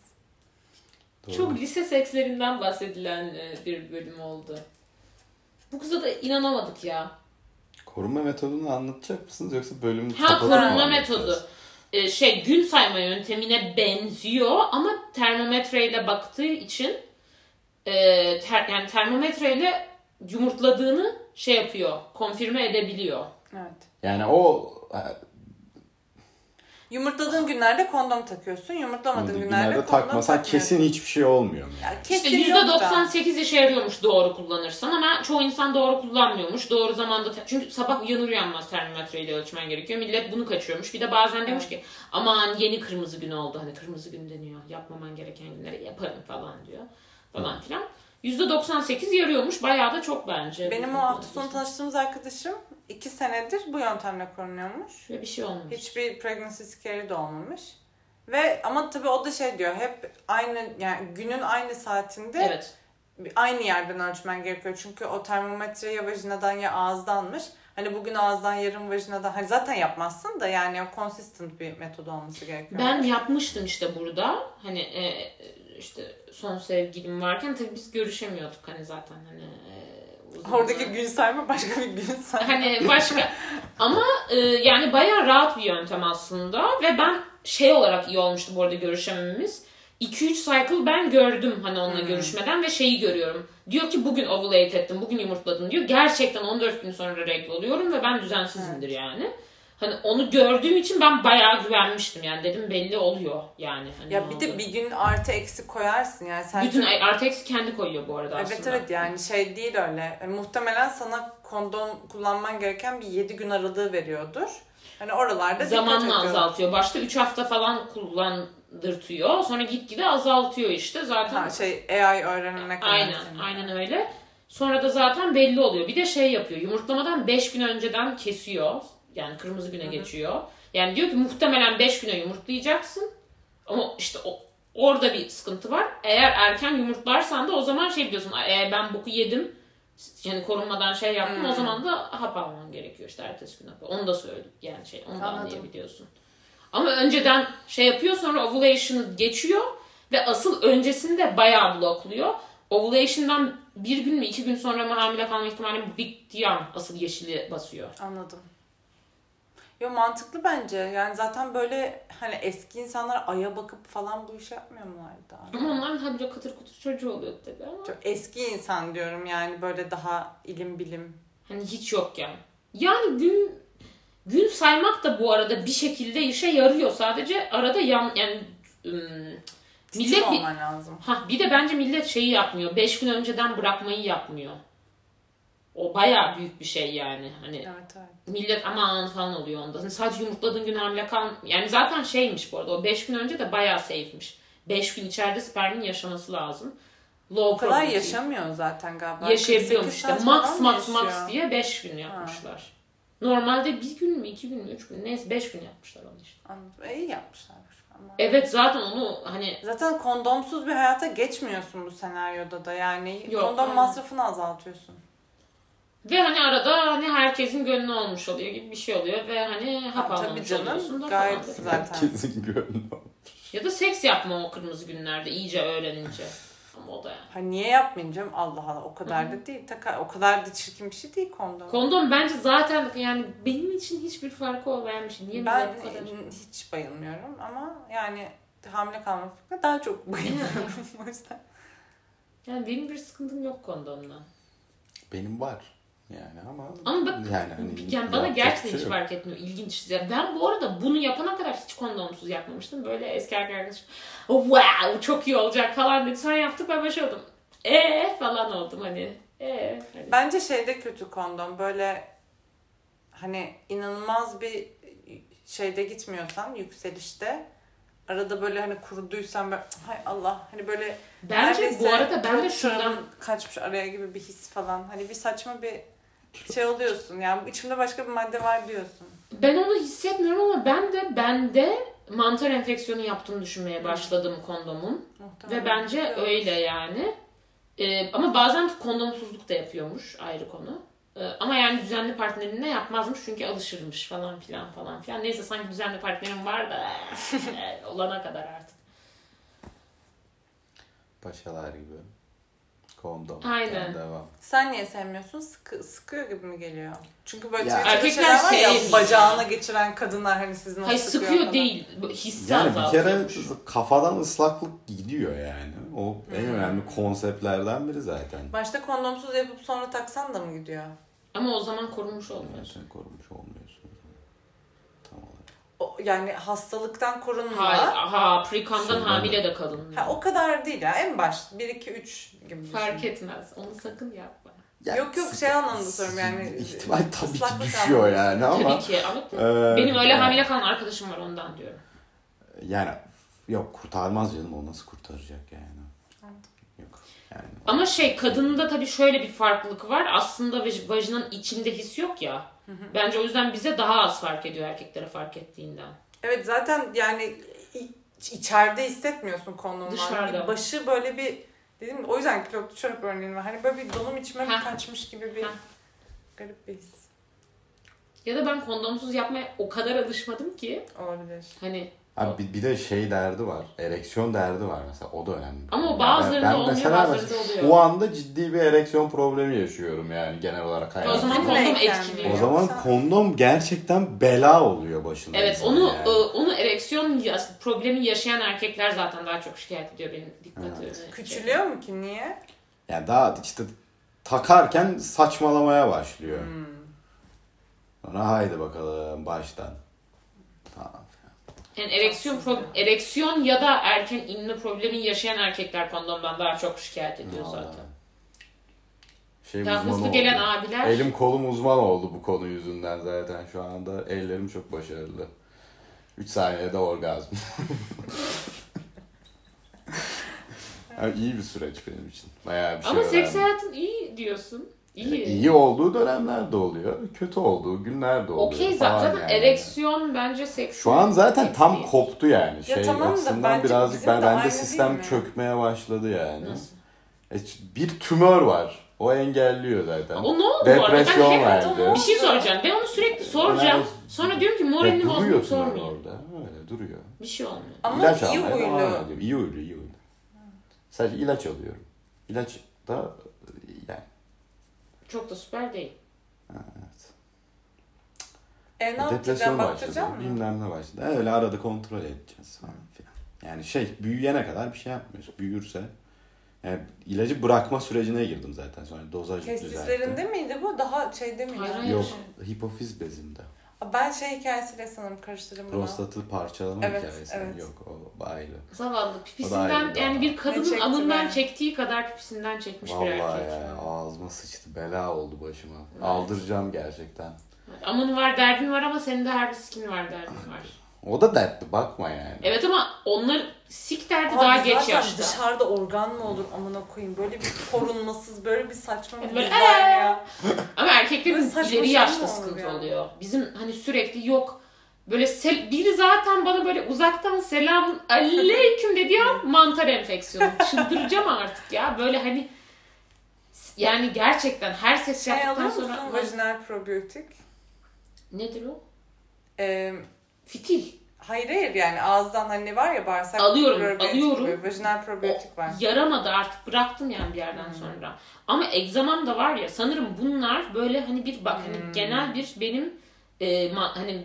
[SPEAKER 2] Doğru.
[SPEAKER 1] Çok lise sekslerinden bahsedilen e, bir bölüm oldu. Bu kıza da inanamadık ya.
[SPEAKER 2] Korunma metodunu anlatacak mısınız yoksa bölümü
[SPEAKER 1] Ha
[SPEAKER 2] kapatıp mı
[SPEAKER 1] korunma
[SPEAKER 2] anlatacağız?
[SPEAKER 1] metodu. Ee, şey gün sayma yöntemine benziyor ama termometreyle baktığı için e, ter- yani termometreyle yumurtladığını şey yapıyor. Konfirme edebiliyor.
[SPEAKER 3] Evet.
[SPEAKER 2] Yani o e,
[SPEAKER 3] Yumurtladığın günlerde kondom takıyorsun. Yumurtlamadığın günlerde,
[SPEAKER 2] günlerde
[SPEAKER 3] kondom
[SPEAKER 2] takmasan kesin hiçbir şey olmuyor. mu Yani.
[SPEAKER 3] Ya
[SPEAKER 1] İşte
[SPEAKER 3] kesin yok da.
[SPEAKER 1] %98 işe yarıyormuş doğru kullanırsan ama çoğu insan doğru kullanmıyormuş. Doğru zamanda te- çünkü sabah uyanır uyanmaz termometreyle ölçmen gerekiyor. Millet bunu kaçırıyormuş. Bir de bazen demiş ki aman yeni kırmızı gün oldu. Hani kırmızı gün deniyor. Yapmaman gereken günleri yaparım falan diyor. Falan filan. %98 yarıyormuş. Bayağı da çok bence.
[SPEAKER 3] Benim o hafta sonu tanıştığımız arkadaşım iki senedir bu yöntemle korunuyormuş.
[SPEAKER 1] Ve bir şey olmuş.
[SPEAKER 3] Hiçbir pregnancy scare de olmamış. Ve ama tabii o da şey diyor hep aynı yani günün aynı saatinde
[SPEAKER 1] Evet.
[SPEAKER 3] aynı yerden ölçmen gerekiyor. Çünkü o termometre ya vajinadan ya ağızdanmış. Hani bugün ağızdan yarın vajinadan hani zaten yapmazsın da yani o consistent bir metod olması gerekiyor.
[SPEAKER 1] Ben yapmıştım işte burada. Hani e, e, işte son sevgilim varken tabii biz görüşemiyorduk hani zaten hani e, uzun
[SPEAKER 3] Oradaki gün sayma başka bir gün sayma.
[SPEAKER 1] Hani başka. Ama e, yani bayağı rahat bir yöntem aslında. Ve ben şey olarak iyi olmuştu bu arada görüşememiz. 2-3 cycle ben gördüm hani onunla
[SPEAKER 3] Hmm.
[SPEAKER 1] görüşmeden ve şeyi görüyorum. Diyor ki bugün ovulate ettim, bugün yumurtladım diyor. Gerçekten 14 gün sonra regl oluyorum ve ben düzensizimdir yani. Hani onu gördüğüm için ben bayağı güvenmiştim yani dedim belli oluyor yani. Hani
[SPEAKER 3] Ya
[SPEAKER 1] ne
[SPEAKER 3] bir de
[SPEAKER 1] oldu?
[SPEAKER 3] bir gün artı eksi koyarsın yani sen
[SPEAKER 1] Bütün artı eksi kendi koyuyor bu arada
[SPEAKER 3] Evet
[SPEAKER 1] aslında.
[SPEAKER 3] evet yani şey değil öyle. Yani muhtemelen sana kondom kullanman gereken bir 7 gün aralığı veriyordur. Hani oralarda
[SPEAKER 1] zamanla
[SPEAKER 3] dikkat ediyor.
[SPEAKER 1] azaltıyor. Başta 3 hafta falan kullandırtıyor. Sonra gitgide azaltıyor işte. Zaten
[SPEAKER 3] Ha, şey AI öğrenene kadar.
[SPEAKER 1] aynen
[SPEAKER 3] yani.
[SPEAKER 1] aynen öyle. Sonra da zaten belli oluyor. Bir de şey yapıyor. Yumurtlamadan 5 gün önceden kesiyor. Yani kırmızı güne geçiyor. Yani diyor ki muhtemelen 5 güne yumurtlayacaksın. Ama işte o, orada bir sıkıntı var. Eğer erken yumurtlarsan da o zaman şey biliyorsun. E, ben boku yedim. Yani korunmadan şey yaptım. O zaman da hap alman gerekiyor işte ertesi gün hapı. Onu da söyledik yani şey. Onu da
[SPEAKER 3] Anladım.
[SPEAKER 1] anlayabiliyorsun. Ama önceden şey yapıyor sonra ovulation geçiyor ve asıl öncesinde bayağı blokluyor. Ovulation'dan bir gün mü iki gün sonra mı hamile kalma ihtimali bittiği an asıl yeşili basıyor.
[SPEAKER 3] Anladım. Yo mantıklı bence. Yani zaten böyle hani eski insanlar aya bakıp falan bu iş yapmıyorlardı.
[SPEAKER 1] Ama onların habire kıtır kutur çocuğu oluyordu tabii ama
[SPEAKER 3] Çok eski insan diyorum yani böyle daha ilim bilim.
[SPEAKER 1] hani hiç yokken. Yani gün gün saymak da bu arada bir şekilde işe yarıyor. Sadece arada yan yani ım,
[SPEAKER 3] Millet
[SPEAKER 1] millet bir,
[SPEAKER 3] olman lazım.
[SPEAKER 1] ha, bir de bence millet şeyi yapmıyor. Beş gün önceden bırakmayı yapmıyor. O bayağı büyük bir şey yani. Hani
[SPEAKER 3] Evet evet.
[SPEAKER 1] millet aman falan oluyor onda. Hani sadece yumurtladığın gün hamile kal... Yani zaten şeymiş bu arada o 5 gün önce de bayağı safe'miş. 5 gün içeride spermin yaşaması lazım. Low
[SPEAKER 3] O kadar
[SPEAKER 1] probability.
[SPEAKER 3] yaşamıyor zaten galiba.
[SPEAKER 1] Yaşayabiliyormuş
[SPEAKER 3] 48
[SPEAKER 1] işte.
[SPEAKER 3] saat
[SPEAKER 1] Max
[SPEAKER 3] falan
[SPEAKER 1] max
[SPEAKER 3] yaşıyor.
[SPEAKER 1] max diye 5 gün yapmışlar. Normalde bir gün mü, iki gün mü, üç gün mü? neyse 5 gün yapmışlar onu işte.
[SPEAKER 3] Anladım. E, iyi yapmışlar. Ama...
[SPEAKER 1] Evet zaten onu hani
[SPEAKER 3] Zaten kondomsuz bir hayata geçmiyorsun bu senaryoda da yani.
[SPEAKER 1] Yok,
[SPEAKER 3] kondom
[SPEAKER 1] aynen.
[SPEAKER 3] masrafını azaltıyorsun.
[SPEAKER 1] ve hani arada hani herkesin gönlü olmuş oluyor gibi bir şey oluyor ve hani hap
[SPEAKER 3] Ha,
[SPEAKER 1] almamış
[SPEAKER 3] tabii canım
[SPEAKER 1] oluyorsun da
[SPEAKER 3] gayet
[SPEAKER 1] falan.
[SPEAKER 3] zaten.
[SPEAKER 2] Herkesin gönlü.
[SPEAKER 1] Ya da seks yapma o kırmızı günlerde iyice öğrenince. Ama o da yani.
[SPEAKER 3] Ha, niye yapmayayım canım Allah Allah o kadar da değil. Taka, o kadar da çirkin bir şey değil kondom.
[SPEAKER 1] Kondom bence zaten yani benim için hiçbir farkı olmayan bir şey. Niye
[SPEAKER 3] ben
[SPEAKER 1] millet bu kadar-
[SPEAKER 3] hiç bayılmıyorum ama yani hamile kalma fikrine daha çok bayılıyorum. o yüzden.
[SPEAKER 1] Yani benim bir sıkıntım yok kondomla.
[SPEAKER 2] Benim var. Yani ama...
[SPEAKER 1] Ama bak
[SPEAKER 2] yani,
[SPEAKER 1] yani bana
[SPEAKER 2] yapacak
[SPEAKER 1] gerçekten
[SPEAKER 2] bir şey
[SPEAKER 1] hiç
[SPEAKER 2] yok.
[SPEAKER 1] fark etmiyor. İlginç. Ya ben bu arada bunu yapana kadar hiç kondomsuz yapmamıştım. Böyle eski erkek arkadaşım "Oh, wow çok iyi olacak falan dedi. Sonra yaptık ben başı oldum. Eee falan oldum hani. Eee. Hani.
[SPEAKER 3] Bence şeyde kötü kondom. Böyle hani inanılmaz bir şeyde gitmiyorsan yükselişte arada böyle hani kuruduysan böyle "Cık, hay Allah hani böyle
[SPEAKER 1] Bence bu
[SPEAKER 3] neredeyse
[SPEAKER 1] arada ben de
[SPEAKER 3] dört
[SPEAKER 1] şundan
[SPEAKER 3] çorabın kaçmış araya gibi bir his falan hani bir saçma bir şey oluyorsun yani içimde başka bir madde var diyorsun.
[SPEAKER 1] Ben onu hissetmiyorum ama ben de bende mantar enfeksiyonu yaptığını düşünmeye başladım kondomun.
[SPEAKER 3] Muhtemelen.
[SPEAKER 1] Ve bence
[SPEAKER 3] Yok.
[SPEAKER 1] öyle yani. Ee, ama bazen kondomsuzluk da yapıyormuş ayrı konu. Ee, ama yani düzenli partnerinle yapmazmış çünkü alışırmış falan filan falan filan. Neyse sanki düzenli partnerim var da eh, olana kadar artık.
[SPEAKER 2] Paşalar gibi. Kondom.
[SPEAKER 1] Aynen.
[SPEAKER 2] Devam.
[SPEAKER 3] Sen niye sevmiyorsun? Sıkı, sıkıyor gibi mi geliyor? Çünkü böyle
[SPEAKER 2] Ya-
[SPEAKER 3] Twitter'da
[SPEAKER 1] Erkekler
[SPEAKER 3] şeyler var
[SPEAKER 1] şey-
[SPEAKER 3] ya bacağına geçiren kadınlar hani siz nasıl
[SPEAKER 1] Hayır
[SPEAKER 3] sıkıyor
[SPEAKER 1] sıkıyor
[SPEAKER 3] falan.
[SPEAKER 1] değil. bu Hissi
[SPEAKER 2] Yani bir kere
[SPEAKER 1] azaltıyormuş.
[SPEAKER 2] kafadan ıslaklık gidiyor yani. O en
[SPEAKER 1] Hmm.
[SPEAKER 2] önemli konseptlerden biri zaten.
[SPEAKER 3] Başta kondomsuz yapıp sonra taksan da mı gidiyor?
[SPEAKER 1] Ama o zaman korunmuş
[SPEAKER 2] Yani
[SPEAKER 1] olmuyor.
[SPEAKER 2] sen korumuş olmuyorsun. Tam olarak.
[SPEAKER 3] O, yani hastalıktan korunma.
[SPEAKER 1] Hayır, ha prekamdan
[SPEAKER 2] Şundan
[SPEAKER 1] hamile
[SPEAKER 2] da.
[SPEAKER 1] de kadın.
[SPEAKER 3] Ha, o kadar değil ya. En baş 1 2 3 gibi. düşün.
[SPEAKER 1] Fark etmez. Onu sakın yapma.
[SPEAKER 2] Ya
[SPEAKER 3] Yok, yok, şey anlamda soruyorum yani.
[SPEAKER 2] İhtimal tabii ki
[SPEAKER 3] Islaklık
[SPEAKER 2] düşüyor
[SPEAKER 3] anlamında.
[SPEAKER 2] yani ama.
[SPEAKER 1] Tabii ki ama
[SPEAKER 2] eee,
[SPEAKER 1] benim öyle
[SPEAKER 2] yani-
[SPEAKER 1] hamile kalan arkadaşım var ondan diyorum.
[SPEAKER 2] Yani yok kurtarmaz canım o nasıl kurtaracak yani. Yok yani.
[SPEAKER 1] Ama şey kadında tabii şöyle bir farklılık var. Aslında vaj- vajinanın içinde his yok ya. Bence o yüzden bize daha az fark ediyor erkeklere fark ettiğinden.
[SPEAKER 3] Evet zaten yani iç- içeride hissetmiyorsun kondomdan.
[SPEAKER 1] Dışarıda.
[SPEAKER 3] Başı böyle bir dedim ya, o yüzden kilotlu çorap örneğin var. Hani böyle bir donum içime
[SPEAKER 1] Ha.
[SPEAKER 3] kaçmış gibi bir
[SPEAKER 1] Ha.
[SPEAKER 3] garip bir his
[SPEAKER 1] Ya da ben kondomsuz yapmaya o kadar alışmadım ki.
[SPEAKER 3] olabilir.
[SPEAKER 1] Hani
[SPEAKER 2] Abi bir, bir de şey derdi var. Ereksiyon derdi var mesela. O da önemli.
[SPEAKER 1] Ama o
[SPEAKER 2] Yani
[SPEAKER 1] bazılarında
[SPEAKER 2] ben
[SPEAKER 1] olmuyor,
[SPEAKER 2] mesela
[SPEAKER 1] bazılarında oluyor.
[SPEAKER 2] O anda ciddi bir ereksiyon problemi yaşıyorum yani genel olarak hayatımda.
[SPEAKER 1] o zaman
[SPEAKER 3] Bizim
[SPEAKER 1] kondom
[SPEAKER 3] renkler
[SPEAKER 1] etkiliyor.
[SPEAKER 3] mi?
[SPEAKER 2] O zaman kondom gerçekten bela oluyor başına.
[SPEAKER 1] evet
[SPEAKER 2] insanın
[SPEAKER 1] onu
[SPEAKER 2] yani.
[SPEAKER 1] e, onu ereksiyon ya- problemi yaşayan erkekler zaten daha çok şikayet ediyor benim dikkatimi.
[SPEAKER 3] Küçülüyor mu ki niye?
[SPEAKER 2] Yani daha işte takarken saçmalamaya başlıyor.
[SPEAKER 1] Hmm.
[SPEAKER 2] Sonra haydi bakalım baştan. Tamam.
[SPEAKER 1] Yani ereksiyon pro- ereksiyon ya da erken inme problemi yaşayan erkekler kondomdan daha çok şikayet ediyor zaten.
[SPEAKER 2] Şey
[SPEAKER 1] Daha
[SPEAKER 2] uzmanı
[SPEAKER 1] hızlı gelen
[SPEAKER 2] oldu.
[SPEAKER 1] abiler
[SPEAKER 2] Elim kolum uzman oldu bu konu yüzünden zaten şu anda. Ellerim çok başarılı. 3 saniyede orgazm. yani iyi bir süreç benim için. Bayağı bir şey
[SPEAKER 1] Ama seks
[SPEAKER 2] öğrendim. E,
[SPEAKER 1] hayatın iyi diyorsun. İyi.
[SPEAKER 2] İyi olduğu dönemler de oluyor. Kötü olduğu günler de oluyor.
[SPEAKER 1] Okey
[SPEAKER 2] falan
[SPEAKER 1] zaten
[SPEAKER 2] yani.
[SPEAKER 1] ereksiyon bence seks.
[SPEAKER 2] Şu an zaten tam
[SPEAKER 1] Değil.
[SPEAKER 2] koptu yani. Şey
[SPEAKER 3] tamam da
[SPEAKER 2] açısından
[SPEAKER 3] bence
[SPEAKER 2] birazcık
[SPEAKER 3] bizim
[SPEAKER 2] ben,
[SPEAKER 3] de
[SPEAKER 2] bende
[SPEAKER 3] aynı değil
[SPEAKER 2] sistem
[SPEAKER 3] mi?
[SPEAKER 2] çökmeye başladı yani.
[SPEAKER 1] Nasıl?
[SPEAKER 2] E, bir tümör var. O engelliyor zaten.
[SPEAKER 1] O ne oldu bu arada? Ben
[SPEAKER 2] Depresyon
[SPEAKER 1] hep
[SPEAKER 2] verdi.
[SPEAKER 3] onu-
[SPEAKER 1] bir şey soracağım. Ben onu sürekli soracağım.
[SPEAKER 2] Ben-
[SPEAKER 1] Sonra diyorum ki
[SPEAKER 2] Ya
[SPEAKER 1] moralini
[SPEAKER 2] duruyor
[SPEAKER 1] bozdum
[SPEAKER 2] tümör
[SPEAKER 1] sormuyor.
[SPEAKER 2] E, orada. Öyle duruyor.
[SPEAKER 1] Bir şey olmuyor.
[SPEAKER 3] Ama
[SPEAKER 2] ilaç
[SPEAKER 3] iyi
[SPEAKER 2] almaya devam
[SPEAKER 3] huylu.
[SPEAKER 2] ediyorum. İyi huylu, iyi huylu. Sadece ilaç alıyorum. İlaç da e, yani
[SPEAKER 1] Çok da süper değil.
[SPEAKER 3] E ne
[SPEAKER 2] depresyon
[SPEAKER 3] yaptıracaksın?
[SPEAKER 2] başladı.
[SPEAKER 3] Baktıracaksın mı?
[SPEAKER 2] Bilmem ne başladı. Ha, Öyle arada kontrol edeceğiz falan filan. Yani şey büyüyene kadar bir şey yapmıyoruz. Büyürse yani ilacı bırakma sürecine girdim zaten. Sonra dozajı düzelttim.
[SPEAKER 3] Testislerinde miydi bu? Daha şeyde miydi?
[SPEAKER 1] Hayır, hayır.
[SPEAKER 2] Yok hipofiz bezimde.
[SPEAKER 3] Aa, Ben şey hikayesiyle sanırım karıştırdım bunu.
[SPEAKER 2] Prostatı parçalama
[SPEAKER 3] Evet,
[SPEAKER 2] hikayesi.
[SPEAKER 3] evet.
[SPEAKER 2] Yok o ayrı.
[SPEAKER 1] Zavallı
[SPEAKER 2] O da
[SPEAKER 1] pipisinden
[SPEAKER 2] ayrı bir
[SPEAKER 1] yani
[SPEAKER 2] dava.
[SPEAKER 1] bir
[SPEAKER 3] Ne
[SPEAKER 1] kadının
[SPEAKER 3] çekti
[SPEAKER 1] anından
[SPEAKER 3] be?
[SPEAKER 1] çektiği kadar pipisinden çekmiş bir
[SPEAKER 2] Vallahi
[SPEAKER 1] erkek.
[SPEAKER 2] ya ağzıma sıçtı. Bela oldu başıma.
[SPEAKER 1] Evet.
[SPEAKER 2] Aldıracağım gerçekten.
[SPEAKER 1] Aman var derdin var ama senin de her bir sikin var derdin var.
[SPEAKER 2] O da dertli bakma yani.
[SPEAKER 1] Evet ama onlar sik derdi
[SPEAKER 3] Abi
[SPEAKER 1] daha geç
[SPEAKER 3] zaten
[SPEAKER 1] yaşta.
[SPEAKER 3] dışarıda organ mı olur amına koyayım? Böyle bir korunmasız, böyle bir saçma bir
[SPEAKER 1] Böyle,
[SPEAKER 3] düzen ya.
[SPEAKER 1] Ama
[SPEAKER 3] Böyle
[SPEAKER 1] erkeklerin
[SPEAKER 3] saçma
[SPEAKER 1] ileri
[SPEAKER 3] şey
[SPEAKER 1] yaşta
[SPEAKER 3] mi olur
[SPEAKER 1] sıkıntı
[SPEAKER 3] ya?
[SPEAKER 1] oluyor. Bizim hani sürekli yok. Böyle sel- biri zaten bana böyle uzaktan selam aleyküm dedi ya mantar enfeksiyonu. Çıldıracağım artık ya. Böyle hani yani gerçekten her ses
[SPEAKER 3] Şey alıyor
[SPEAKER 1] yaptıktan
[SPEAKER 3] musun?
[SPEAKER 1] sonra
[SPEAKER 3] Vajinal probiyotik.
[SPEAKER 1] nedir o?
[SPEAKER 3] Ee,
[SPEAKER 1] Fitil.
[SPEAKER 3] hayır hayır yani ağızdan hani var ya bağırsak
[SPEAKER 1] Alıyorum,
[SPEAKER 3] probiyotik
[SPEAKER 1] alıyorum.
[SPEAKER 3] gibi. Vajinal probiyotik var.
[SPEAKER 1] Yaramadı artık bıraktım yani bir yerden sonra. Ama egzamam da var ya sanırım bunlar böyle hani bir bak hani genel bir benim e, ma- hani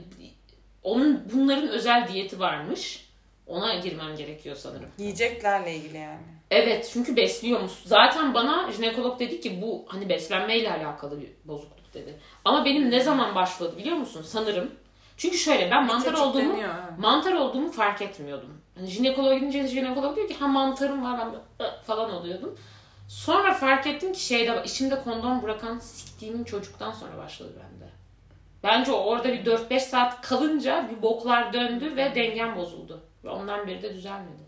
[SPEAKER 1] onun bunların özel diyeti varmış. Ona girmem gerekiyor sanırım.
[SPEAKER 3] Yiyeceklerle ilgili yani.
[SPEAKER 1] Evet çünkü besliyormuş. Zaten bana jinekolog dedi ki bu hani beslenmeyle alakalı bir bozukluk dedi. Ama benim ne zaman başladı biliyor musun? Sanırım. Çünkü şöyle ben mantar olduğumu
[SPEAKER 3] Tetikleniyor, ha.
[SPEAKER 1] mantar olduğumu fark etmiyordum. Hani jinekoloğa gidince jinekolog diyor ki ha mantarım var ben de, "Ih," falan oluyordum. Sonra fark ettim ki şeyde içimde kondom bırakan siktiğimin çocuktan sonra başladı bende. Bence orada bir 4-5 saat kalınca bir boklar döndü ve dengem bozuldu. Ve ondan beri de düzelmedi.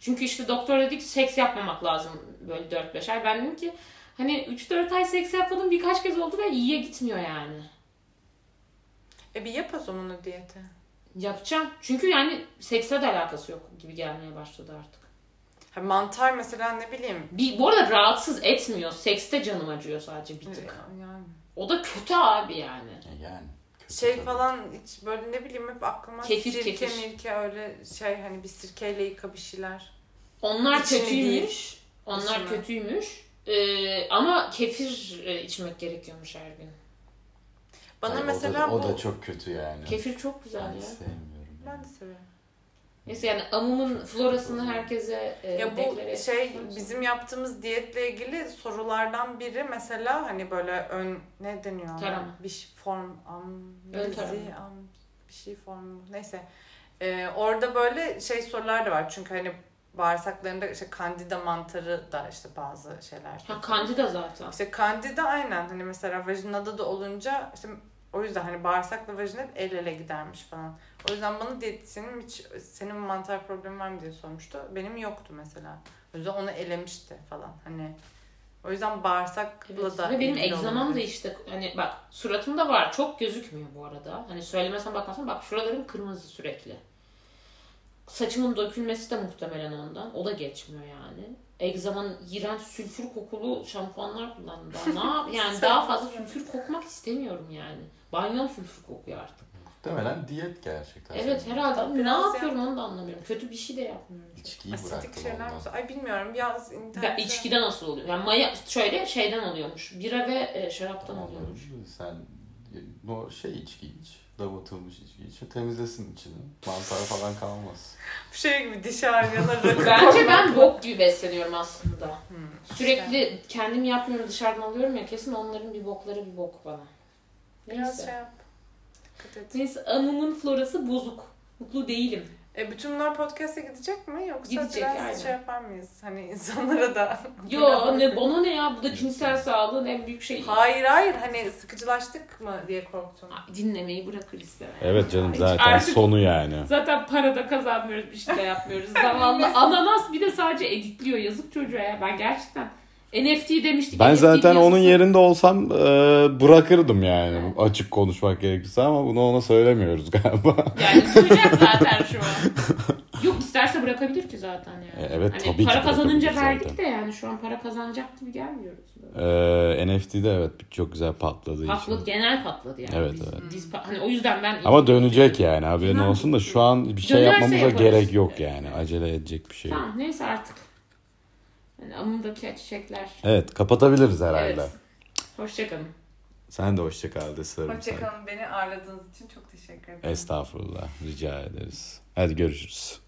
[SPEAKER 1] Çünkü işte doktor dedi ki seks yapmamak lazım böyle 4-5 ay. Ben dedim ki hani 3-4 ay seks yapmadım birkaç kez oldu ve iyiye gitmiyor yani.
[SPEAKER 3] E bir yap o zaman o diyeti.
[SPEAKER 1] Yapacağım. Çünkü yani seksle de alakası yok gibi gelmeye başladı artık.
[SPEAKER 3] Ha, mantar mesela ne bileyim.
[SPEAKER 1] Bir, bu arada rahatsız etmiyor. Sekste canım acıyor sadece bir tık.
[SPEAKER 3] e, Yani.
[SPEAKER 1] O da kötü abi yani.
[SPEAKER 2] E, Yani. kötü
[SPEAKER 3] Şey
[SPEAKER 2] tabii.
[SPEAKER 3] falan hiç böyle ne bileyim hep aklıma
[SPEAKER 1] Kefir,
[SPEAKER 3] sirke
[SPEAKER 1] kefir.
[SPEAKER 3] mirke öyle şey hani bir sirkeyle yıka bir şeyler.
[SPEAKER 1] Onlar
[SPEAKER 3] İçini
[SPEAKER 1] kötüymüş. Onlar
[SPEAKER 3] İçimi.
[SPEAKER 1] kötüymüş. Ee, ama kefir e, içmek gerekiyormuş her gün.
[SPEAKER 3] Bana
[SPEAKER 2] Ay,
[SPEAKER 3] mesela
[SPEAKER 2] o da, o
[SPEAKER 3] bu...
[SPEAKER 2] da çok kötü yani.
[SPEAKER 1] Kefir çok güzel
[SPEAKER 2] Ben
[SPEAKER 1] ya.
[SPEAKER 2] sevmiyorum.
[SPEAKER 3] Ben de seviyorum.
[SPEAKER 1] Neyse yani amumun florasını herkese e,
[SPEAKER 3] Ya
[SPEAKER 1] deklare
[SPEAKER 3] bu şey
[SPEAKER 1] etmek lazım.
[SPEAKER 3] bizim yaptığımız diyetle ilgili sorulardan biri mesela hani böyle ön ne deniyor? ona?
[SPEAKER 1] Tarama.
[SPEAKER 3] Bir şey form am,
[SPEAKER 1] Ön
[SPEAKER 3] bizi,
[SPEAKER 1] tarama.
[SPEAKER 3] am bir şey formu neyse. Ee, orada böyle şey sorular da var çünkü hani bağırsaklarında işte kandida mantarı da işte bazı şeyler.
[SPEAKER 1] Ha kandida zaten.
[SPEAKER 3] İşte kandida aynen hani mesela vajinada da olunca işte o yüzden hani bağırsakla vajina hep el ele gidermiş falan. O yüzden bana diyetisyenim hiç senin mantar problemi var mı diye sormuştu. Benim yoktu mesela. O yüzden onu elemişti falan hani. O yüzden bağırsakla
[SPEAKER 1] Evet.
[SPEAKER 3] da
[SPEAKER 1] Ve benim
[SPEAKER 3] ilgili
[SPEAKER 1] egzamam da
[SPEAKER 3] olabilir.
[SPEAKER 1] işte hani bak suratımda var çok gözükmüyor bu arada. Hani söylemesen bakmasan bak şuralarım kırmızı sürekli. Saçımın dökülmesi de muhtemelen ondan. O da geçmiyor yani. Egzamanın iğrenç sülfür kokulu şampuanlar kullandım. daha. Ne yap- yani daha fazla sülfür kokmak istemiyorum yani. Banyom sülfür kokuyor artık.
[SPEAKER 2] Muhtemelen diyet gerçekten.
[SPEAKER 1] Evet herhalde. Ne
[SPEAKER 3] Biraz ya.
[SPEAKER 1] yapıyorum onu da anlamıyorum. Kötü bir şey de yapmıyorum.
[SPEAKER 2] İçkiyi
[SPEAKER 3] Asidik
[SPEAKER 2] bıraktım
[SPEAKER 3] şeyler
[SPEAKER 2] ondan.
[SPEAKER 3] mi? Ay bilmiyorum yaz
[SPEAKER 1] Ya
[SPEAKER 3] internette.
[SPEAKER 1] içkide nasıl oluyor? Yani maya şöyle şeyden oluyormuş. Bira ve e, şaraptan
[SPEAKER 2] Tamam,
[SPEAKER 1] oluyormuş.
[SPEAKER 2] Sen bu şey içki iç. Damıtılmış içki iç. Temizlesin içini. Mantar falan kalmaz.
[SPEAKER 3] Şey gibi diş ağrıyalar. rakı
[SPEAKER 1] Bence ben
[SPEAKER 3] koymak.
[SPEAKER 1] bok gibi besleniyorum aslında.
[SPEAKER 3] Hmm.
[SPEAKER 1] Sürekli kendim yapmıyorum dışarıdan alıyorum ya kesin onların bir bokları bir bok bana.
[SPEAKER 3] Biraz
[SPEAKER 1] Neyse.
[SPEAKER 3] şey yap. Dikkat et.
[SPEAKER 1] şey- Neyse anımın florası bozuk. Mutlu değilim.
[SPEAKER 3] E bütün bunlar podcast'e gidecek mi yoksa
[SPEAKER 1] Gidecek,
[SPEAKER 3] biraz
[SPEAKER 1] aynen.
[SPEAKER 3] şey yapar mıyız? Hani insanlara da.
[SPEAKER 1] Yo ne bana ne ya bu da cinsel sağlığın en büyük şeyi.
[SPEAKER 3] Hayır hayır hani sıkıcılaştık mı diye korktum.
[SPEAKER 1] Ay, Dinlemeyi bırakır istemem.
[SPEAKER 2] Evet canım
[SPEAKER 1] zaten artık-
[SPEAKER 2] sonu yani.
[SPEAKER 1] Zaten para da kazanmıyoruz bir şey de yapmıyoruz. Zavallı ananas bir de sadece editliyor yazık çocuğa ya ben gerçekten. NFT demiştik.
[SPEAKER 2] Ben
[SPEAKER 1] NFT
[SPEAKER 2] zaten onun
[SPEAKER 1] piyasası-
[SPEAKER 2] yerinde olsam e, bırakırdım yani açık konuşmak gerekirse ama bunu ona söylemiyoruz galiba.
[SPEAKER 1] Yani duyacak zaten şu an. Yok isterse bırakabilir ki zaten yani.
[SPEAKER 2] E, evet,
[SPEAKER 1] hani
[SPEAKER 2] tabii ki
[SPEAKER 1] Para kazanınca
[SPEAKER 2] bırakabilir
[SPEAKER 1] verdik
[SPEAKER 2] zaten.
[SPEAKER 1] de yani şu an para kazanacak gibi gelmiyoruz. Böyle.
[SPEAKER 4] Ee, NFT'de evet çok güzel patladığı
[SPEAKER 1] Patladı,
[SPEAKER 4] için.
[SPEAKER 1] genel patladı yani.
[SPEAKER 4] Evet,
[SPEAKER 1] Biz-
[SPEAKER 4] evet.
[SPEAKER 1] biz pa- hani o yüzden ben...
[SPEAKER 4] Ama dönecek yani haberin
[SPEAKER 1] Döner-
[SPEAKER 4] olsun da şu an bir şey
[SPEAKER 1] Dönerse
[SPEAKER 4] yapmamıza
[SPEAKER 1] yaparız.
[SPEAKER 4] gerek yok yani. Acele edecek bir şey yok.
[SPEAKER 1] Tamam neyse artık. Yani amındaki çiçekler.
[SPEAKER 4] Evet kapatabiliriz herhalde.
[SPEAKER 1] Evet. Hoşçakalın.
[SPEAKER 4] Sen de hoşça kal deserim.
[SPEAKER 3] Hoşçakalın beni ağırladığınız için çok teşekkür ederim.
[SPEAKER 4] Estağfurullah rica ederiz. Hadi görüşürüz.